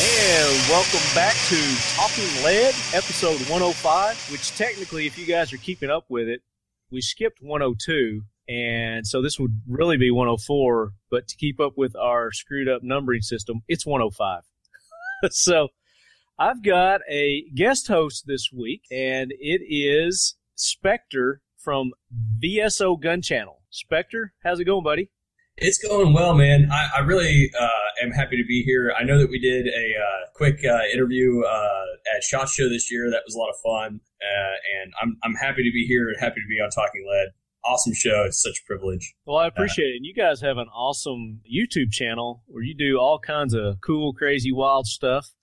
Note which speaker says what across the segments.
Speaker 1: and welcome back to Talking Lead, episode 105, which technically, if you guys are keeping up with it, we skipped 102, and so this would really be 104, but to keep up with our screwed up numbering system, it's 105. so I've got a guest host this week, and it is Spectre from VSO Gun Channel. Spectre, how's it going, buddy?
Speaker 2: It's going well, man. I, I really uh, am happy to be here. I know that we did a uh, quick uh, interview uh, at Shot Show this year. That was a lot of fun, uh, and I'm I'm happy to be here and happy to be on Talking Lead. Awesome show. It's such a privilege.
Speaker 1: Well, I appreciate it. And you guys have an awesome YouTube channel where you do all kinds of cool, crazy, wild stuff.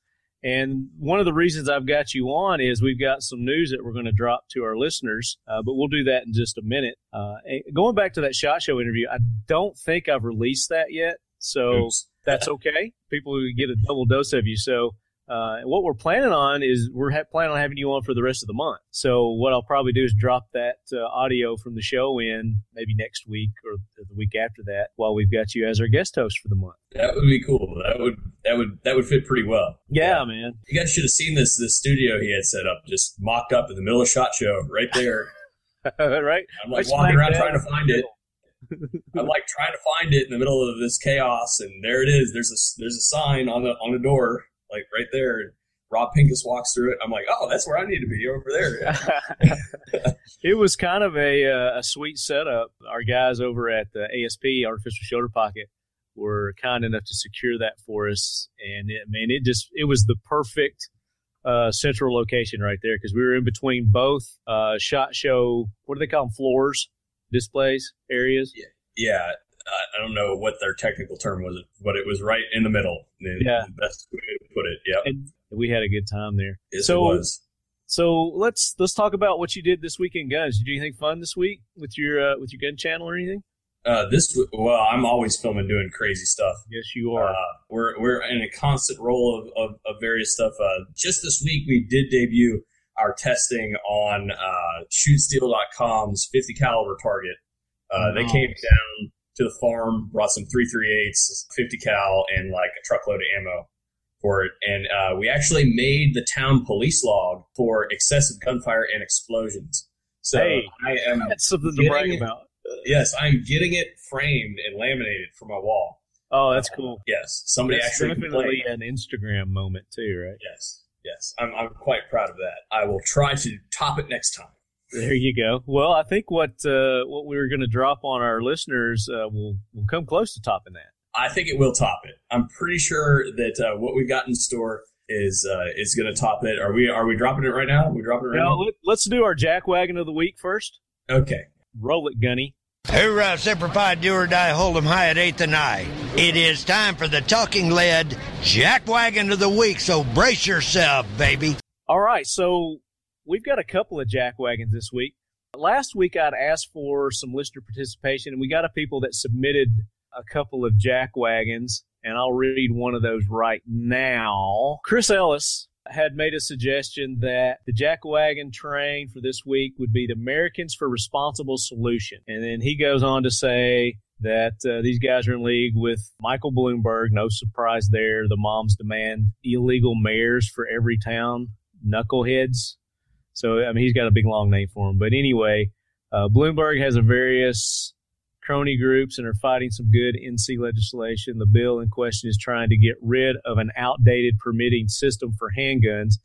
Speaker 1: And one of the reasons I've got you on is we've got some news that we're going to drop to our listeners, uh, but we'll do that in just a minute. Uh, going back to that shot show interview, I don't think I've released that yet, so Oops. Oh, that's okay. People will get a double dose of you. So uh, what we're planning on is we're ha- planning on having you on for the rest of the month. So what I'll probably do is drop that uh, audio from the show in maybe next week or the week after that, while we've got you as our guest host for the month.
Speaker 2: That would be cool. That would that would that would fit pretty well.
Speaker 1: Yeah, yeah, man.
Speaker 2: You guys should have seen this this studio he had set up, just mocked up in the middle of shot show, right there.
Speaker 1: right.
Speaker 2: I'm like I walking around trying to find it. I'm like trying to find it in the middle of this chaos, and there it is. There's a there's a sign on the on the door, like right there. And Rob Pincus walks through it. I'm like, oh, that's where I need to be over there.
Speaker 1: it was kind of a uh, a sweet setup. Our guys over at the ASP Artificial Shoulder Pocket were kind enough to secure that for us. And it, man, it just it was the perfect uh, central location right there because we were in between both uh, shot show. What do they call them? Floors, displays, areas.
Speaker 2: Yeah, yeah. I don't know what their technical term was, but it was right in the middle.
Speaker 1: Yeah,
Speaker 2: the best way to put it. Yeah, and
Speaker 1: we had a good time there.
Speaker 2: Yes, so, it was.
Speaker 1: So let's let's talk about what you did this weekend, guns. Did you do anything fun this week with your uh, with your gun channel or anything?
Speaker 2: Uh, this well, I'm always filming doing crazy stuff.
Speaker 1: Yes, you are.
Speaker 2: Uh, we're we're in a constant roll of, of, of various stuff. Uh, just this week, we did debut our testing on uh, shootsteel.com's 50 caliber target. Nice. They came down to the farm, brought some 338s, 50 cal, and like a truckload of ammo for it. And uh, we actually made the town police log for excessive gunfire and explosions. So
Speaker 1: hey,
Speaker 2: I am
Speaker 1: that's something to brag about
Speaker 2: yes, I'm getting it framed and laminated for my wall.
Speaker 1: Oh, that's cool.
Speaker 2: yes, somebody
Speaker 1: that's
Speaker 2: actually
Speaker 1: definitely complained. an Instagram moment too, right?
Speaker 2: Yes, yes, I'm I'm quite proud of that. I will try to top it next time.
Speaker 1: There you go. Well, I think what uh, what we were going to drop on our listeners uh, will will come close to topping that.
Speaker 2: I think it will top it. I'm pretty sure that uh, what we've got in store is uh, is going to top it. Are we are we dropping it right now? Are we dropping it right
Speaker 1: now.
Speaker 2: now?
Speaker 1: Let's do our jack wagon of the week first.
Speaker 2: Okay.
Speaker 1: Roll it, Gunny.
Speaker 3: Hoorah, Semper Fi, do or die, hold 'em high at eighth and nine. It is time for the talking lead jackwagon of the week, so brace yourself, baby.
Speaker 1: All right, so we've got a couple of jackwagons this week. Last week I'd asked for some listener participation, and we got a people that submitted a couple of jackwagons, and I'll read one of those right now. Chris Ellis had made a suggestion that the jackwagon train for this week would be the Americans for Responsible Solution. And then he goes on to say that uh, these guys are in league with Michael Bloomberg. No surprise there. The moms demand illegal mayors for every town, knuckleheads. So, I mean, he's got a big long name for him. But anyway, uh, Bloomberg has a various crony groups and are fighting some good NC legislation. The bill in question is trying to get rid of an outdated permitting system for handguns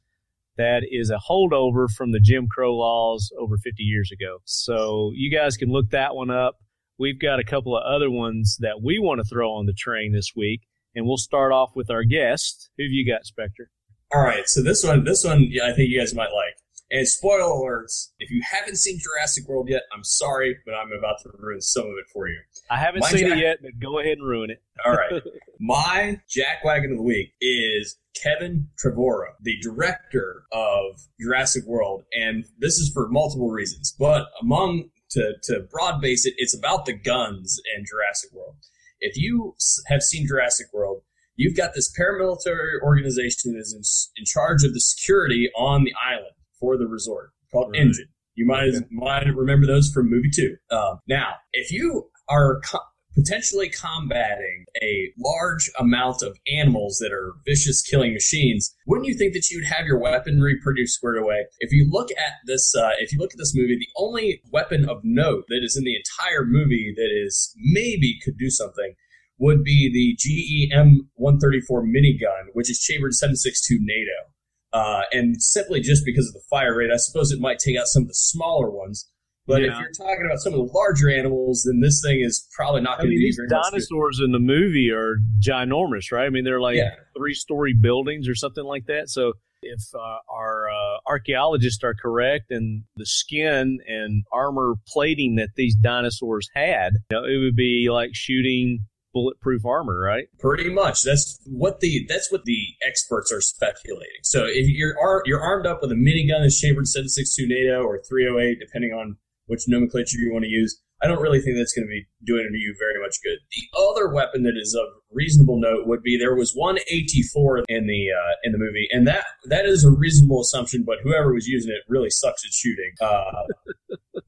Speaker 1: that is a holdover from the Jim Crow laws over 50 years ago. So you guys can look that one up. We've got a couple of other ones that we want to throw on the train this week, and we'll start off with our guest. Who've you got, Spectre?
Speaker 2: All right, so this one, this one, I think you guys might like. And spoiler alerts, if you haven't seen Jurassic World yet, I'm sorry, but I'm about to ruin some of it for you.
Speaker 1: I haven't My seen jack- it yet, but go ahead and ruin it.
Speaker 2: All right. My jackwagon of the week is Kevin Trevorrow, the director of Jurassic World. And this is for multiple reasons, but among to, to broad base it, it's about the guns in Jurassic World. If you have seen Jurassic World, you've got this paramilitary organization that is in, in charge of the security on the island for the resort called right. Engine. You might okay. might remember those from movie two. Uh, now, if you are co- potentially combating a large amount of animals that are vicious killing machines, wouldn't you think that you would have your weaponry pretty squared away? If you look at this, uh, if you look at this movie, the only weapon of note that is in the entire movie that is maybe could do something would be the E GEM 134 minigun, which is chambered 762 NATO. Uh, and simply just because of the fire rate, I suppose it might take out some of the smaller ones. But
Speaker 1: Yeah.
Speaker 2: if you're talking about some of the larger animals, then this thing is probably not
Speaker 1: I
Speaker 2: going to
Speaker 1: mean,
Speaker 2: do
Speaker 1: these
Speaker 2: very much. good.
Speaker 1: dinosaurs in the movie are ginormous, right? I mean, they're like
Speaker 2: Yeah.
Speaker 1: three-story buildings or something like that. So, if uh, our uh, archaeologists are correct, and the skin and armor plating that these dinosaurs had, you know, it would be like shooting bulletproof armor, right?
Speaker 2: Pretty much. That's what the that's what the experts are speculating. So if you're ar- you're armed up with a minigun that's chambered 7.62 NATO or 308, depending on which nomenclature you want to use, I don't really think that's going to be doing you very much good. The other weapon that is of reasonable note would be there was one AT4 in the uh, in the movie, and that that is a reasonable assumption. But whoever was using it really sucks at shooting. Uh,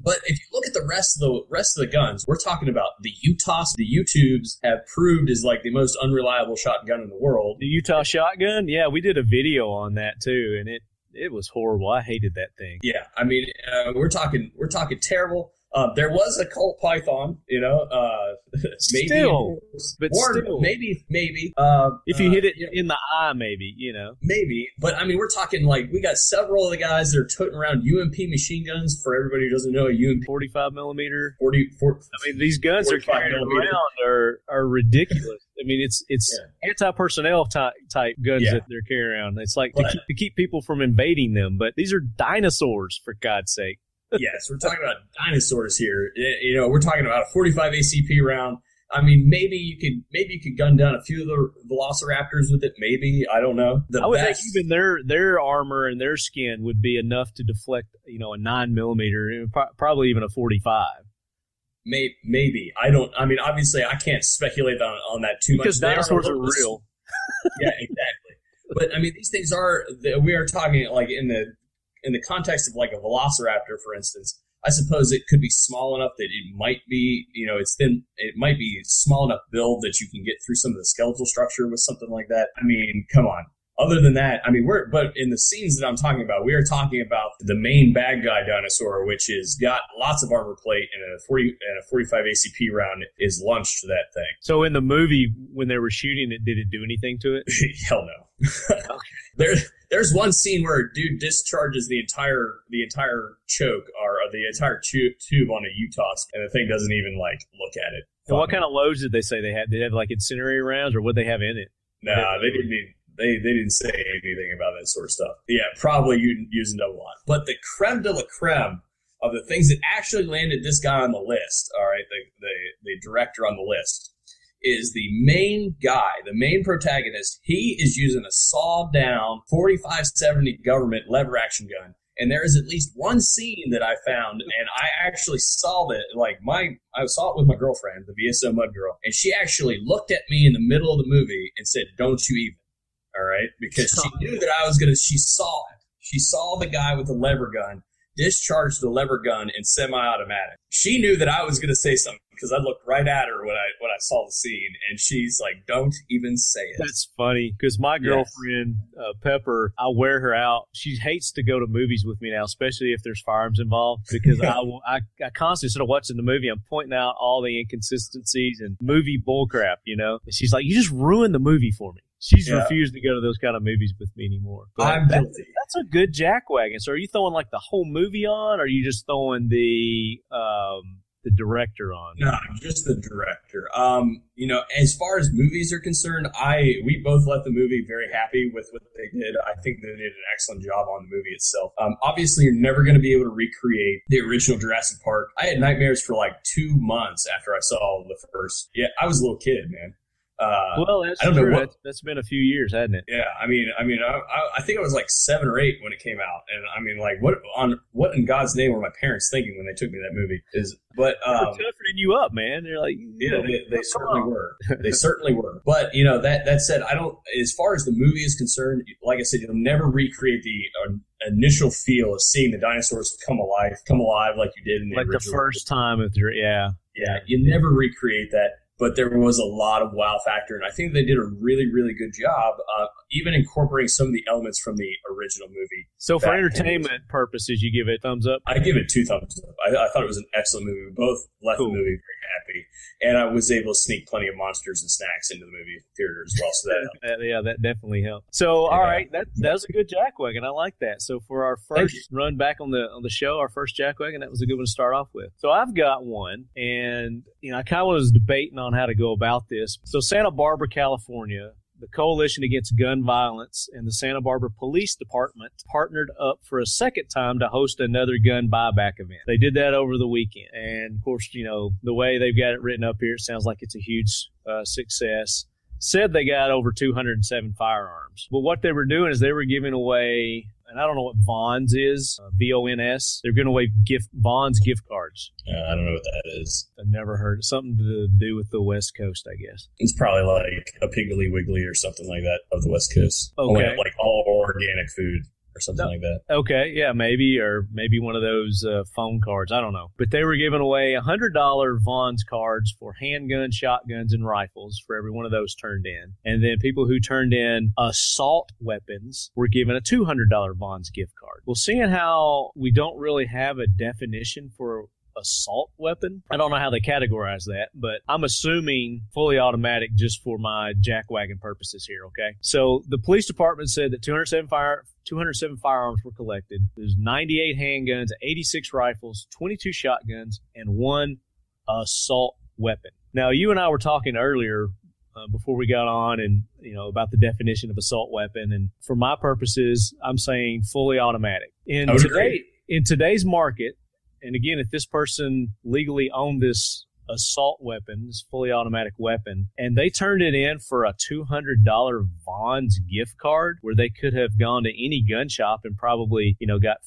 Speaker 2: But if you look at the rest of the rest of the guns, we're talking about the Utahs. The YouTubes have proved is like the most unreliable shotgun in the world.
Speaker 1: The Utah shotgun, yeah, we did a video on that too, and it it was horrible. I hated that thing.
Speaker 2: Yeah, I mean, uh, we're talking we're talking terrible. Uh, there was a Colt Python, you know, uh, maybe
Speaker 1: Still, but
Speaker 2: or
Speaker 1: still.
Speaker 2: maybe maybe uh,
Speaker 1: If you
Speaker 2: uh,
Speaker 1: hit it
Speaker 2: you know,
Speaker 1: in the eye, maybe you know.
Speaker 2: Maybe, but I mean, we're talking like we got several of the guys that are toting around UMP machine guns. For everybody who doesn't know, a UMP
Speaker 1: 45 millimeter.
Speaker 2: 40, 40
Speaker 1: I mean, these guns are
Speaker 2: 45
Speaker 1: carried
Speaker 2: millimeter.
Speaker 1: around are, are ridiculous. I mean, it's it's anti personnel type, type guns
Speaker 2: Yeah.
Speaker 1: that they're carrying around. It's like to
Speaker 2: But-
Speaker 1: keep, to keep people from invading them, but these are dinosaurs, for God's sake.
Speaker 2: yes, we're talking about dinosaurs here. Y- You know, we're talking about a 45 ACP round. I mean, maybe you could maybe you could gun down a few of the velociraptors with it. Maybe I don't know. The
Speaker 1: I would
Speaker 2: best,
Speaker 1: think even their their armor and their skin would be enough to deflect, you know, a nine millimeter, and pro- probably even a 45.
Speaker 2: may, maybe I don't. I mean, obviously, I can't speculate on, on that too
Speaker 1: Because
Speaker 2: much. They
Speaker 1: dinosaurs
Speaker 2: a
Speaker 1: are
Speaker 2: little-
Speaker 1: real.
Speaker 2: yeah, exactly. But I mean, these things are the- we are talking like in the in the context of like a velociraptor, for instance. I suppose it could be small enough that it might be, you know, it's thin. It might be small enough build that you can get through some of the skeletal structure with something like that. I mean, come on. Other than that, I mean, we're but in the scenes that I'm talking about, we are talking about the main bad guy dinosaur, which has got lots of armor plate and a 40 and a 45 ACP round is launched to that thing.
Speaker 1: So in the movie, when they were shooting it, did it do anything to it?
Speaker 2: Hell no. There, there's one scene where a dude discharges the entire the entire choke or uh, the entire tu- tube on a Utah, and the thing doesn't even like look at it.
Speaker 1: And what kind of loads did they say they had? Did they have like incendiary rounds, or what they have in it?
Speaker 2: Nah, they didn't. Even, they they didn't say anything about that sort of stuff. Yeah, probably u- using double line. But the creme de la creme of the things that actually landed this guy on the list. All right, the the, the director on the list is the main guy, the main protagonist. He is using a sawed down 4570 government lever action gun. And there is at least one scene that I found, and I actually saw that. Like my, I saw it with my girlfriend, the VSO Mud Girl, and she actually looked at me in the middle of the movie and said, "Don't you even." All right, because she knew that I was gonna. She saw it. She saw the guy with the lever gun discharge the lever gun in semi-automatic. She knew that I was gonna say something because I looked right at her when I when I saw the scene, and she's like, "Don't even say it."
Speaker 1: That's funny because my girlfriend uh, Pepper, I wear her out. She hates to go to movies with me now, especially if there's firearms involved, because I, will- I I constantly instead of watching the movie, I'm pointing out all the inconsistencies and movie bullcrap. You know, and she's like, "You just ruined the movie for me." She's
Speaker 2: Yeah.
Speaker 1: refused to go to those kind of movies with me anymore.
Speaker 2: I'm
Speaker 1: that-
Speaker 2: guilty.
Speaker 1: that's a good jackwagon. So, are you throwing like the whole movie on, or are you just throwing the um, the director on?
Speaker 2: No, just the director. Um, you know, as far as movies are concerned, I we both left the movie very happy with what they did. I think they did an excellent job on the movie itself. Um, obviously, you're never going to be able to recreate the original Jurassic Park. I had nightmares for like two months after I saw the first. Yeah, I was a little kid, man. Uh,
Speaker 1: Well, that's
Speaker 2: I don't know
Speaker 1: true.
Speaker 2: what-
Speaker 1: That's- that's been a few years, hasn't it?
Speaker 2: yeah, I mean, I mean, I, I- I think I was like seven or eight when it came out, and I mean, like, what on what in God's name were my parents thinking when they took me to that movie? Is but
Speaker 1: They're
Speaker 2: um,
Speaker 1: toughening you up, man. They're like,
Speaker 2: Yeah, they,
Speaker 1: come
Speaker 2: they certainly
Speaker 1: on.
Speaker 2: were. They certainly were. But you know that that said, I don't. As far as the movie is concerned, like I said, you'll never recreate the uh, initial feel of seeing the dinosaurs come alive, come alive like you did in the
Speaker 1: like the
Speaker 2: original.
Speaker 1: first time if they're yeah.
Speaker 2: Yeah, you never recreate that. but there was a lot of wow factor, and I think they did a really, really good job, uh, even incorporating some of the elements from the original movie.
Speaker 1: So for
Speaker 2: That-
Speaker 1: entertainment purposes, you give it a thumbs up.
Speaker 2: I give it two thumbs up. I, I thought it was an excellent movie. We both left
Speaker 1: Cool.
Speaker 2: the movie very happy, and I was able to sneak plenty of monsters and snacks into the movie theater as well. So that
Speaker 1: That- yeah, that definitely helped. So, all
Speaker 2: Yeah.
Speaker 1: right, that that was a good jackwagon. I like that. So, for our
Speaker 2: Thank
Speaker 1: first run back on the on the show, our first jackwagon, that was a good one to start off with. So, I've got one, and you know, I kind of was debating on how to go about this. So, Santa Barbara, California. The Coalition Against Gun Violence and the Santa Barbara Police Department partnered up for a second time to host another gun buyback event. They did that over the weekend. And of course, you know, the way they've got it written up here, it sounds like it's a huge uh, success said they got over 207 firearms. But what they were doing is they were giving away, and I don't know what Vons is, uh, V O N S. They're giving away gift Vons gift cards.
Speaker 2: uh, I don't know what that is.
Speaker 1: I've never heard something to do with the West Coast, I guess.
Speaker 2: It's probably like a Piggly Wiggly or something like that of the West Coast. Only
Speaker 1: Okay.
Speaker 2: like all organic food or something
Speaker 1: No.
Speaker 2: like that.
Speaker 1: Okay, yeah, maybe or maybe one of those uh, phone cards. I don't know. But they were giving away $100 Vons cards for handguns, shotguns, and rifles for every one of those turned in. And then people who turned in assault weapons were given a $200 Vons gift card. Well, seeing how we don't really have a definition for assault weapon. I don't know how they categorize that, but I'm assuming fully automatic just for my jackwagon purposes here, okay? So the police department said that 207 fire 207 firearms were collected. There's 98 handguns, 86 rifles, 22 shotguns, and one assault weapon. Now, you and I were talking earlier uh, before we got on and you know about the definition of assault weapon and for my purposes i'm saying fully automatic in
Speaker 2: I would
Speaker 1: today
Speaker 2: agree.
Speaker 1: in today's market and again if this person legally owned this assault weapon this fully automatic weapon and they turned it in for a $200 Vons gift card where they could have gone to any gun shop and probably you know got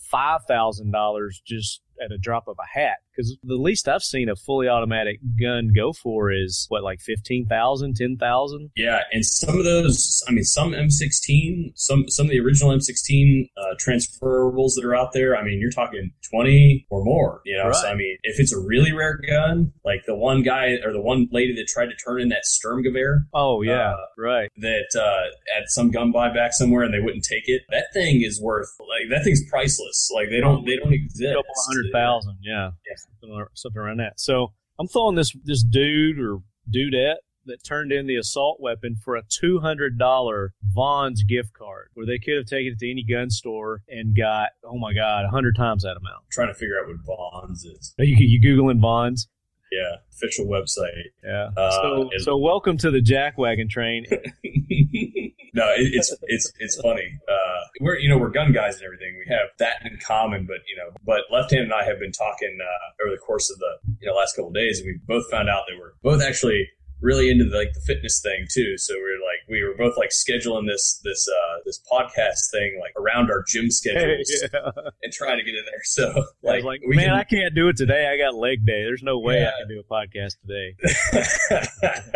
Speaker 1: $5000 just at a drop of a hat because the least i've seen a fully automatic gun go for is what like 15000 10000
Speaker 2: Yeah, and some of those, I mean, some M16, some some of the original M16 uh, transferables that are out there. I mean, you're talking 20 or more. You know, so
Speaker 1: Right.
Speaker 2: I mean, if it's a really rare gun, like the one guy or the one lady that tried to turn in that Sturmgewehr
Speaker 1: oh yeah
Speaker 2: Uh,
Speaker 1: right
Speaker 2: that uh, at some gun buyback somewhere, and they wouldn't take it. That thing is worth like that thing's priceless. Like they don't they don't exist.
Speaker 1: couple hundred thousand, yeah,
Speaker 2: Yeah.
Speaker 1: Something, ar- something around that. So I'm throwing this this dude or dudette that turned in the assault weapon for a two hundred dollar Vons gift card, where they could have taken it to any gun store and got oh my god, a hundred times that amount.
Speaker 2: trying to figure out what bonds is.
Speaker 1: You you googling Vons?
Speaker 2: Yeah, official website.
Speaker 1: Yeah.
Speaker 2: Uh,
Speaker 1: so
Speaker 2: it-
Speaker 1: so welcome to the jackwagon train.
Speaker 2: no, it, it's it's it's funny. Uh, we're you know we're gun guys and everything. We have that in common, but you know, but Left Hand and I have been talking uh, over the course of the you know last couple of days, and we both found out that we're both actually really into like the fitness thing too. So we were like we were both like scheduling this this uh, this podcast thing like around our gym schedules
Speaker 1: yeah.
Speaker 2: and trying to get in there. So
Speaker 1: I
Speaker 2: like,
Speaker 1: was like,
Speaker 2: we
Speaker 1: man,
Speaker 2: can-
Speaker 1: I can't do it today. I got leg day. There's no way
Speaker 2: Yeah.
Speaker 1: I can do a podcast today.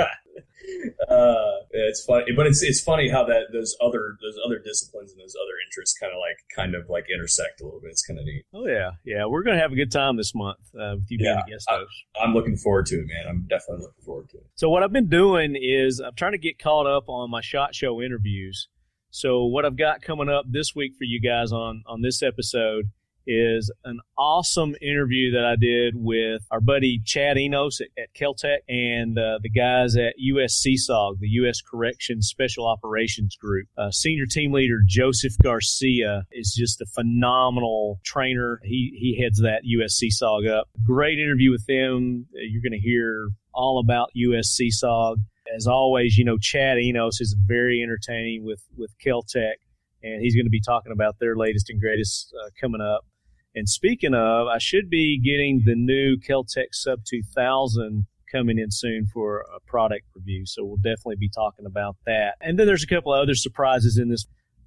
Speaker 2: uh, it's funny, but it's it's funny how that those other those other disciplines and those other interests kind of like kind of like intersect a little bit. It's kind of neat.
Speaker 1: Oh yeah, yeah. We're gonna have a good time this month uh, with you
Speaker 2: Yeah,
Speaker 1: being a guest
Speaker 2: I-
Speaker 1: host.
Speaker 2: I'm looking forward to it, man. I'm definitely looking forward to it.
Speaker 1: So what I've been doing is I'm trying to get caught up on my shot show interviews. So what I've got coming up this week for you guys on on this episode is an awesome interview that I did with our buddy Chad Enos at, at Caltech and uh, the guys at US CSOG, the U.S. Corrections Special Operations Group. Uh, senior team leader Joseph Garcia is just a phenomenal trainer. He he heads that U.S. CSOG up. Great interview with them. Uh, You're going to hear all about US CSOG. As always, you know, Chad Enos is very entertaining with, with Keltec, and he's going to be talking about their latest and greatest uh, coming up. And speaking of, I should be getting the new Keltec Sub 2000 coming in soon for a product review, so we'll definitely be talking about that. And then there's a couple of other surprises in this,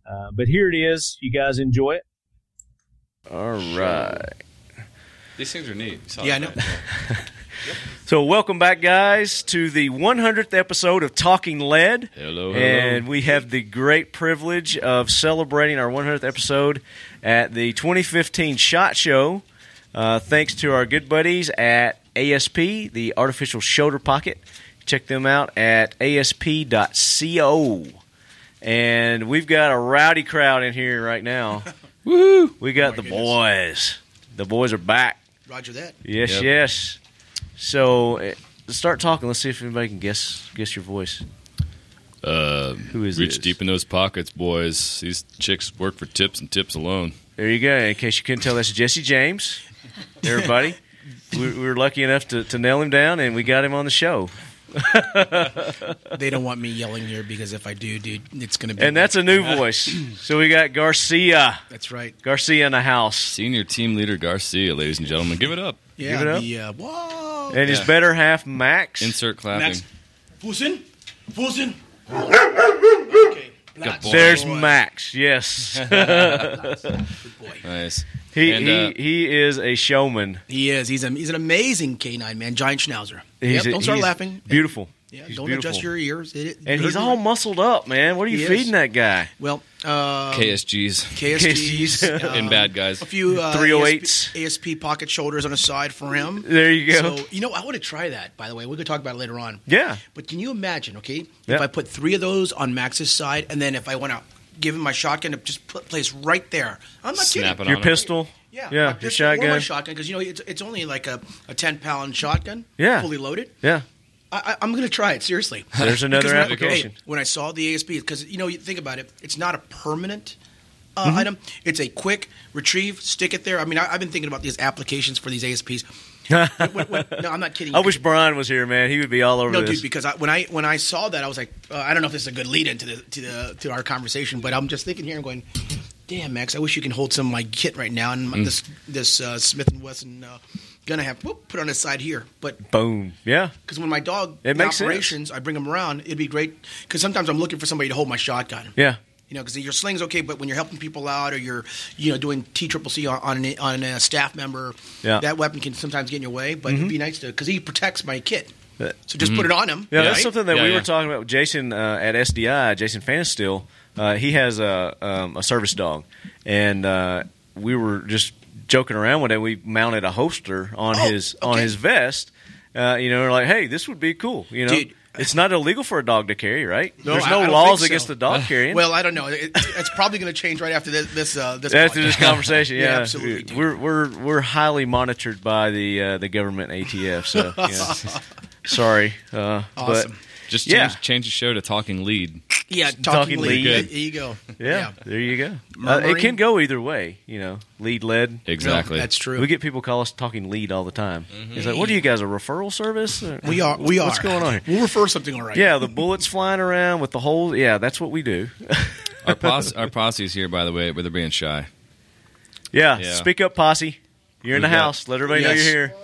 Speaker 1: uh, but here it is. You guys enjoy it.
Speaker 4: All right.
Speaker 5: These things are neat.
Speaker 6: Yeah, I know.
Speaker 4: So, welcome back, guys, to the 100th episode of Talking Lead.
Speaker 5: Hello, hello.
Speaker 4: And we have the great privilege of celebrating our 100th episode at the 2015 SHOT Show, uh, thanks to our good buddies at ASP, the Artificial Shoulder Pocket. Check them out at asp.co. And we've got a rowdy crowd in here right now. Woo! We got
Speaker 6: Oh my
Speaker 4: the boys.
Speaker 6: goodness.
Speaker 4: The boys are back.
Speaker 6: Roger that.
Speaker 4: Yes,
Speaker 5: Yep.
Speaker 4: yes. So eh, start talking. Let's see if anybody can guess guess your voice.
Speaker 5: Uh,
Speaker 4: Who is
Speaker 5: reach
Speaker 4: this?
Speaker 5: deep in those pockets, boys. These chicks work for tips and tips alone.
Speaker 4: There you go. In case you couldn't tell, that's Jesse James. Everybody, we, we were lucky enough to, to nail him down, and we got him on the show.
Speaker 6: They don't want me yelling here because if I do, dude, it's going to be.
Speaker 4: And that's a new voice. So we got Garcia,
Speaker 6: That's right.
Speaker 4: Garcia in the house,
Speaker 5: Senior team leader Garcia, ladies and gentlemen, give it up.
Speaker 6: Yeah.
Speaker 4: it up.
Speaker 6: The, uh, whoa.
Speaker 4: and his
Speaker 5: Yeah.
Speaker 4: better half Max.
Speaker 5: Insert clapping.
Speaker 7: Max. Fusen? Fusen? Okay.
Speaker 5: Good boy.
Speaker 4: There's
Speaker 6: Boy.
Speaker 4: Max. Yes,
Speaker 6: Good boy.
Speaker 5: Nice.
Speaker 4: he
Speaker 5: And,
Speaker 4: he,
Speaker 5: uh,
Speaker 4: he is a showman.
Speaker 6: He is. He's, a, he's an amazing canine, man. Giant schnauzer.
Speaker 4: He's
Speaker 6: Yep,
Speaker 4: a-
Speaker 6: don't start
Speaker 4: he's
Speaker 6: laughing.
Speaker 4: Beautiful.
Speaker 6: Yeah,
Speaker 4: He's
Speaker 6: don't
Speaker 4: beautiful.
Speaker 6: adjust your ears. It, it-
Speaker 4: And
Speaker 6: you're
Speaker 4: he's
Speaker 6: hurting
Speaker 4: all
Speaker 6: me.
Speaker 4: muscled up, man. What are you
Speaker 6: He is.
Speaker 4: feeding that guy?
Speaker 6: Well, uh,
Speaker 5: KSGs
Speaker 6: KSGs.
Speaker 4: KSGs.
Speaker 5: and bad guys.
Speaker 6: um, A few uh,
Speaker 4: 308s.
Speaker 6: ASP, ASP pocket shoulders on the side for him.
Speaker 4: There you go.
Speaker 6: So, you know, I want to try that, by the way. We could talk about it later on.
Speaker 4: Yeah.
Speaker 6: But can you imagine, okay,
Speaker 4: Yeah.
Speaker 6: if I put three of those on Max's side, and then if I want to give him my shotgun to just put place right there? I'm not
Speaker 5: Snap
Speaker 6: kidding.
Speaker 5: it
Speaker 4: Your
Speaker 5: on
Speaker 4: pistol.
Speaker 6: Yeah,
Speaker 4: yeah.
Speaker 6: my
Speaker 4: Your
Speaker 6: pistol Or my
Speaker 4: shotgun.
Speaker 6: shotgun, because, you know, it's, it's only like a, a 10 pound shotgun,
Speaker 4: Yeah.
Speaker 6: fully loaded.
Speaker 4: Yeah.
Speaker 6: I, I- I'm going to try it seriously.
Speaker 4: There's another
Speaker 6: Because when I-
Speaker 4: application.
Speaker 6: hey, when I saw the ASP, because you know, you think about it, it's not a permanent uh,
Speaker 4: Mm-hmm.
Speaker 6: item. It's a quick retrieve, stick it there. I mean, I, I've been thinking about these applications for these ASPs. When- when- when- no, I'm not kidding.
Speaker 4: I wish Brian was here, man. He would be all over
Speaker 6: No,
Speaker 4: this.
Speaker 6: dude, because I, when I when I saw that, I was like, uh, I don't know if this is a good lead into the to the to our conversation, but I'm just thinking here and going, damn, Max, I wish you can hold some of my kit right now
Speaker 4: Mm.
Speaker 6: and my this this uh, Smith and Wesson. Uh, Gonna have whoop, put on his side here, but
Speaker 4: Boom. Yeah.
Speaker 6: because when my dog
Speaker 4: It
Speaker 6: in
Speaker 4: makes sense.
Speaker 6: operations, I bring him around. It'd be great because sometimes I'm looking for somebody to hold my shotgun.
Speaker 4: Yeah.
Speaker 6: You know, because your sling's okay, but when you're helping people out or you're, you know, doing T triple C on on, an, on a staff member,
Speaker 4: Yeah. Mm-hmm.
Speaker 6: that weapon can sometimes get in your way. But it'd be nice to because he protects my kit,
Speaker 4: Yeah.
Speaker 6: so just put it on him.
Speaker 4: Uh, mm-hmm. Yeah,
Speaker 5: Yeah.
Speaker 4: that's something that
Speaker 5: Yeah,
Speaker 4: we
Speaker 5: yeah.
Speaker 4: were talking about. with Jason uh, at SDI, Jason Fansteel, uh, he has a um, a service dog, and uh, we were just joking around one day. We mounted a holster on
Speaker 6: Oh,
Speaker 4: his on
Speaker 6: okay.
Speaker 4: his vest. Uh, you know, we're like, hey, this would be cool. You know,
Speaker 6: Dude. uh,
Speaker 4: it's not illegal for a dog to carry, right?
Speaker 6: No,
Speaker 4: There's
Speaker 6: I-
Speaker 4: no
Speaker 6: I don't
Speaker 4: laws
Speaker 6: think so. Uh,
Speaker 4: against the dog carrying.
Speaker 6: Well, I don't know. It, it's probably going to change right after this. This, uh, this
Speaker 4: after
Speaker 6: podcast.
Speaker 4: this conversation, yeah,
Speaker 6: Yeah, absolutely, dude.
Speaker 4: We're we're we're highly monitored by the uh, the government ATF. So, yeah. sorry, uh,
Speaker 6: Awesome.
Speaker 5: Just change,
Speaker 4: Yeah.
Speaker 5: change the show to talking lead.
Speaker 6: yeah, talking,
Speaker 4: Talking
Speaker 6: lead.
Speaker 5: lead.
Speaker 6: There you go.
Speaker 4: but yeah, there you go. Uh, it
Speaker 6: Murmuring.
Speaker 4: can go either way, you know. Lead led.
Speaker 5: Exactly.
Speaker 6: No, that's true. Mm-hmm.
Speaker 4: We get people call us talking lead all the time. It's like, what are you guys a referral service? Or-
Speaker 6: We are. We are.
Speaker 4: What's going on here?
Speaker 6: We'll refer something all right.
Speaker 4: Yeah, the bullets flying around with the holes. Yeah, that's what we do.
Speaker 5: our posse, our posse is here, by the way, but they're being shy.
Speaker 4: yeah,
Speaker 5: Yeah.
Speaker 4: speak up, posse. You're in the
Speaker 5: We've got-
Speaker 4: house. Let everybody know
Speaker 6: Yes.
Speaker 4: you're here.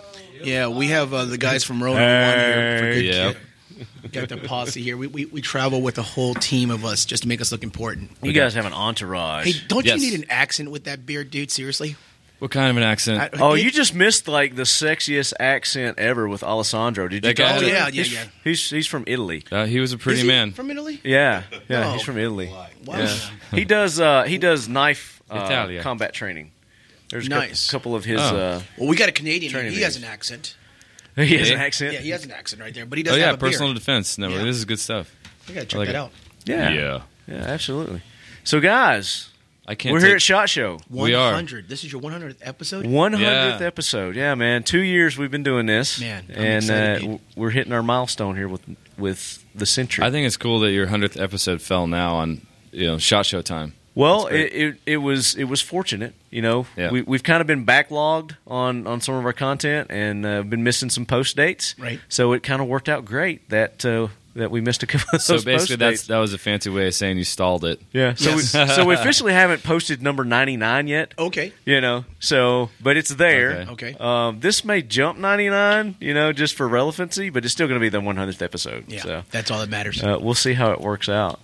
Speaker 6: Yeah, we have uh, the guys from Roanoke on here. For good
Speaker 5: Yeah.
Speaker 6: Kid. Got the posse here. We, we, we travel with a whole team of us just to make us look important.
Speaker 4: You guys have an entourage.
Speaker 6: Hey, don't
Speaker 5: Yes.
Speaker 6: you need an accent with that beard, dude? Seriously?
Speaker 5: What kind of an accent?
Speaker 6: I-
Speaker 4: Oh, you just missed like the sexiest accent ever with Alessandro. Did you
Speaker 5: That guy
Speaker 4: call
Speaker 6: Oh,
Speaker 4: it?
Speaker 6: yeah, yeah,
Speaker 5: Is
Speaker 6: yeah.
Speaker 4: He's he's from Italy.
Speaker 5: uh, he was a pretty
Speaker 6: Is he
Speaker 5: man.
Speaker 6: From Italy?
Speaker 4: Yeah, yeah,
Speaker 6: Oh.
Speaker 4: he's from Italy.
Speaker 6: Wow.
Speaker 4: Yeah. he does uh, he does knife uh,
Speaker 5: Italia.
Speaker 4: combat training. There's a
Speaker 6: Nice.
Speaker 4: cou- couple of his.
Speaker 5: Oh.
Speaker 4: Uh,
Speaker 6: Well, we got a Canadian.
Speaker 4: Training
Speaker 6: He has an
Speaker 4: videos.
Speaker 6: accent.
Speaker 4: he has an
Speaker 5: Yeah.
Speaker 4: accent.
Speaker 6: Yeah, he has an accent right there, but
Speaker 5: oh
Speaker 6: he doesn't
Speaker 5: yeah,
Speaker 6: have a
Speaker 5: personal
Speaker 6: beard.
Speaker 5: defense. No,
Speaker 6: Yeah.
Speaker 5: this is good stuff.
Speaker 6: We gotta check
Speaker 5: I like
Speaker 6: that
Speaker 5: it.
Speaker 6: out.
Speaker 4: yeah, yeah, absolutely. So, guys,
Speaker 5: I can't.
Speaker 4: we're
Speaker 5: take,
Speaker 4: here at Shot Show.
Speaker 5: We are.
Speaker 6: 100. This is your 100th episode.
Speaker 4: 100th
Speaker 5: Yeah.
Speaker 4: episode. Yeah, man. Two years we've been doing this.
Speaker 6: Man, I'm
Speaker 4: and
Speaker 6: excited,
Speaker 4: uh,
Speaker 6: dude.
Speaker 4: w- we're hitting our milestone here with with the century.
Speaker 5: I think it's cool that your hundredth episode fell now on you know shot show time.
Speaker 4: Well,
Speaker 5: That's
Speaker 4: it,
Speaker 5: great.
Speaker 4: it, it was it was fortunate, you know.
Speaker 5: Yeah.
Speaker 4: We, we've kind of been backlogged on, on some of our content and uh, been missing some post dates.
Speaker 6: Right.
Speaker 4: So it kind of worked out great that uh, that we missed a couple of
Speaker 5: So
Speaker 4: those
Speaker 5: basically,
Speaker 4: post
Speaker 5: that's
Speaker 4: dates.
Speaker 5: that was a fancy way of saying you stalled it.
Speaker 4: yeah. So
Speaker 6: Yes.
Speaker 4: we, so we officially haven't posted number ninety nine yet.
Speaker 6: Okay.
Speaker 4: You know. So, but it's there.
Speaker 5: Okay.
Speaker 6: Okay.
Speaker 4: Um, this may jump ninety nine, you know, just for relevancy, but it's still going to be the one hundredth episode.
Speaker 6: Yeah,
Speaker 4: So
Speaker 6: that's all that matters.
Speaker 4: uh, we'll see how it works out.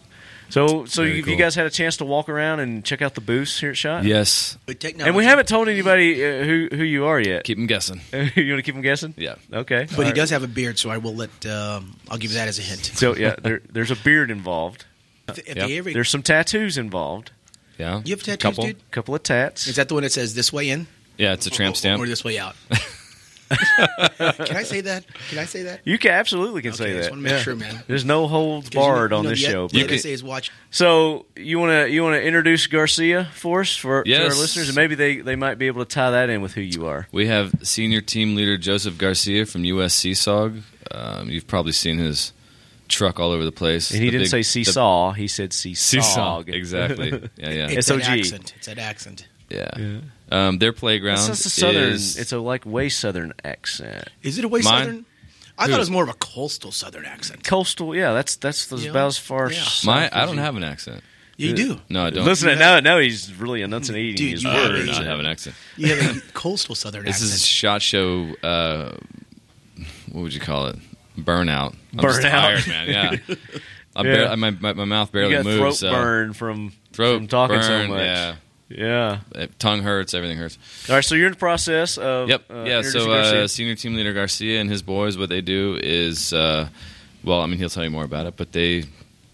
Speaker 4: So, so
Speaker 5: Very
Speaker 4: you,
Speaker 5: cool.
Speaker 4: you guys had a chance to walk around and check out the booths here at Shot.
Speaker 5: Yes,
Speaker 6: With technology,
Speaker 4: And we haven't told anybody uh, who who you are yet.
Speaker 5: keep them guessing.
Speaker 4: you want to keep them guessing?
Speaker 5: Yeah.
Speaker 4: Okay.
Speaker 6: But he does have a beard, so I will let. Um, I'll give you that as a hint.
Speaker 4: So yeah, there, there's a beard involved.
Speaker 6: If, if
Speaker 5: Yeah.
Speaker 6: they ever,
Speaker 4: There's some tattoos involved.
Speaker 5: Yeah,
Speaker 6: you have tattoos,
Speaker 5: Couple.
Speaker 6: dude.
Speaker 4: A couple of tats.
Speaker 6: Is that the one that says this way in,
Speaker 5: Yeah, it's a tramp
Speaker 6: or
Speaker 5: stamp.
Speaker 6: this way out? Can I say that? Can I say that?
Speaker 4: You can absolutely can say
Speaker 6: Okay, I
Speaker 4: that.
Speaker 6: just want to make
Speaker 4: Yeah.
Speaker 6: sure, man. 'Cause
Speaker 4: There's no holds
Speaker 6: you know-
Speaker 4: barred
Speaker 6: you
Speaker 4: on
Speaker 6: know,
Speaker 4: this
Speaker 6: the,
Speaker 4: show.
Speaker 6: The
Speaker 4: brother.
Speaker 5: You can-
Speaker 6: NSA is watching.
Speaker 4: So you want to you want to introduce Garcia for us for to our
Speaker 5: Yes.
Speaker 4: listeners, and maybe they, they might be able to tie that in with who you are.
Speaker 5: We have senior team leader Joseph Garcia from USC SOG. Um, you've probably seen his truck all over the place.
Speaker 4: And he
Speaker 5: The
Speaker 4: didn't
Speaker 5: big-
Speaker 4: say
Speaker 5: the-
Speaker 4: seesaw; he said seesaw.
Speaker 5: Seesaw, exactly. Yeah, yeah,
Speaker 6: It's that
Speaker 4: SOG.
Speaker 6: accent. It's that accent.
Speaker 5: yeah. Um, their playground
Speaker 4: It's just a southern.
Speaker 5: is
Speaker 4: It's a like way southern accent.
Speaker 6: Is it a way
Speaker 5: Mine?
Speaker 6: southern? I
Speaker 5: Who?
Speaker 6: thought it was more of a coastal southern accent.
Speaker 4: Coastal. Yeah, that's that's, that's
Speaker 6: Yeah.
Speaker 4: about as far.
Speaker 6: Yeah.
Speaker 4: south
Speaker 5: my.
Speaker 4: as
Speaker 5: I don't
Speaker 4: you-
Speaker 5: have an accent.
Speaker 6: You do.
Speaker 5: No, I don't.
Speaker 4: Listen, now now he's really enunciating
Speaker 6: Dude,
Speaker 4: his
Speaker 6: you
Speaker 5: I
Speaker 6: have
Speaker 5: do
Speaker 4: words.
Speaker 5: not have an accent.
Speaker 6: You have a coastal southern
Speaker 5: This
Speaker 6: accent.
Speaker 5: is shot show. Uh, what would you call it? Burnout. I'm just
Speaker 4: Burnout.
Speaker 5: tired, man. Yeah. I
Speaker 4: Yeah.
Speaker 5: bar- my, my my mouth barely
Speaker 4: you got
Speaker 5: moves. uh,
Speaker 4: throat
Speaker 5: so.
Speaker 4: burn from
Speaker 5: Throat
Speaker 4: from talking so
Speaker 5: burn,
Speaker 4: much.
Speaker 5: Yeah.
Speaker 4: Yeah.
Speaker 5: Uh, Tongue hurts. Everything hurts.
Speaker 4: All right. So you're in the process of
Speaker 5: Yep.
Speaker 4: uh,
Speaker 5: yeah.
Speaker 4: introducing
Speaker 5: So uh,
Speaker 4: Garcia.
Speaker 5: senior team leader Garcia and his boys, what they do is, uh, well, I mean, he'll tell you more about it, but they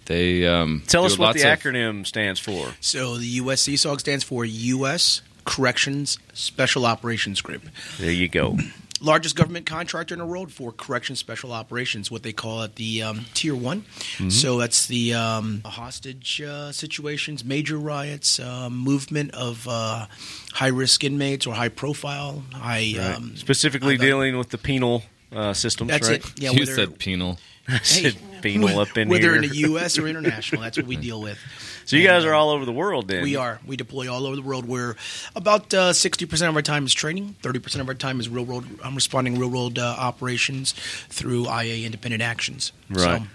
Speaker 5: they um,
Speaker 4: tell
Speaker 5: do
Speaker 4: us what
Speaker 5: lots
Speaker 4: the
Speaker 5: of-
Speaker 4: acronym stands for.
Speaker 6: so the USC SOG stands for U.S. Corrections Special Operations Group.
Speaker 4: There you go.
Speaker 6: Um, largest government contractor in the world for correction special operations, what they call it the um, tier one.
Speaker 4: Mm-hmm.
Speaker 6: So that's the um, hostage uh, situations, major riots, um, movement of uh, high risk inmates or high profile, high. Um,
Speaker 4: Specifically
Speaker 6: I've-
Speaker 4: dealing with the penal uh, systems,
Speaker 6: that's
Speaker 4: right?
Speaker 6: it. Yeah,
Speaker 5: you
Speaker 6: whether,
Speaker 5: said penal.
Speaker 4: Said penal up in
Speaker 6: whether
Speaker 4: here.
Speaker 6: in the U.S. or international, that's what we deal with.
Speaker 4: so you guys
Speaker 6: And,
Speaker 4: are all over the world, then.
Speaker 6: We are. We deploy all over the world. Where about uh, sixty percent of our time is training, thirty percent of our time is real world. I'm responding real world uh, operations through IA independent actions.
Speaker 4: Right.
Speaker 6: So,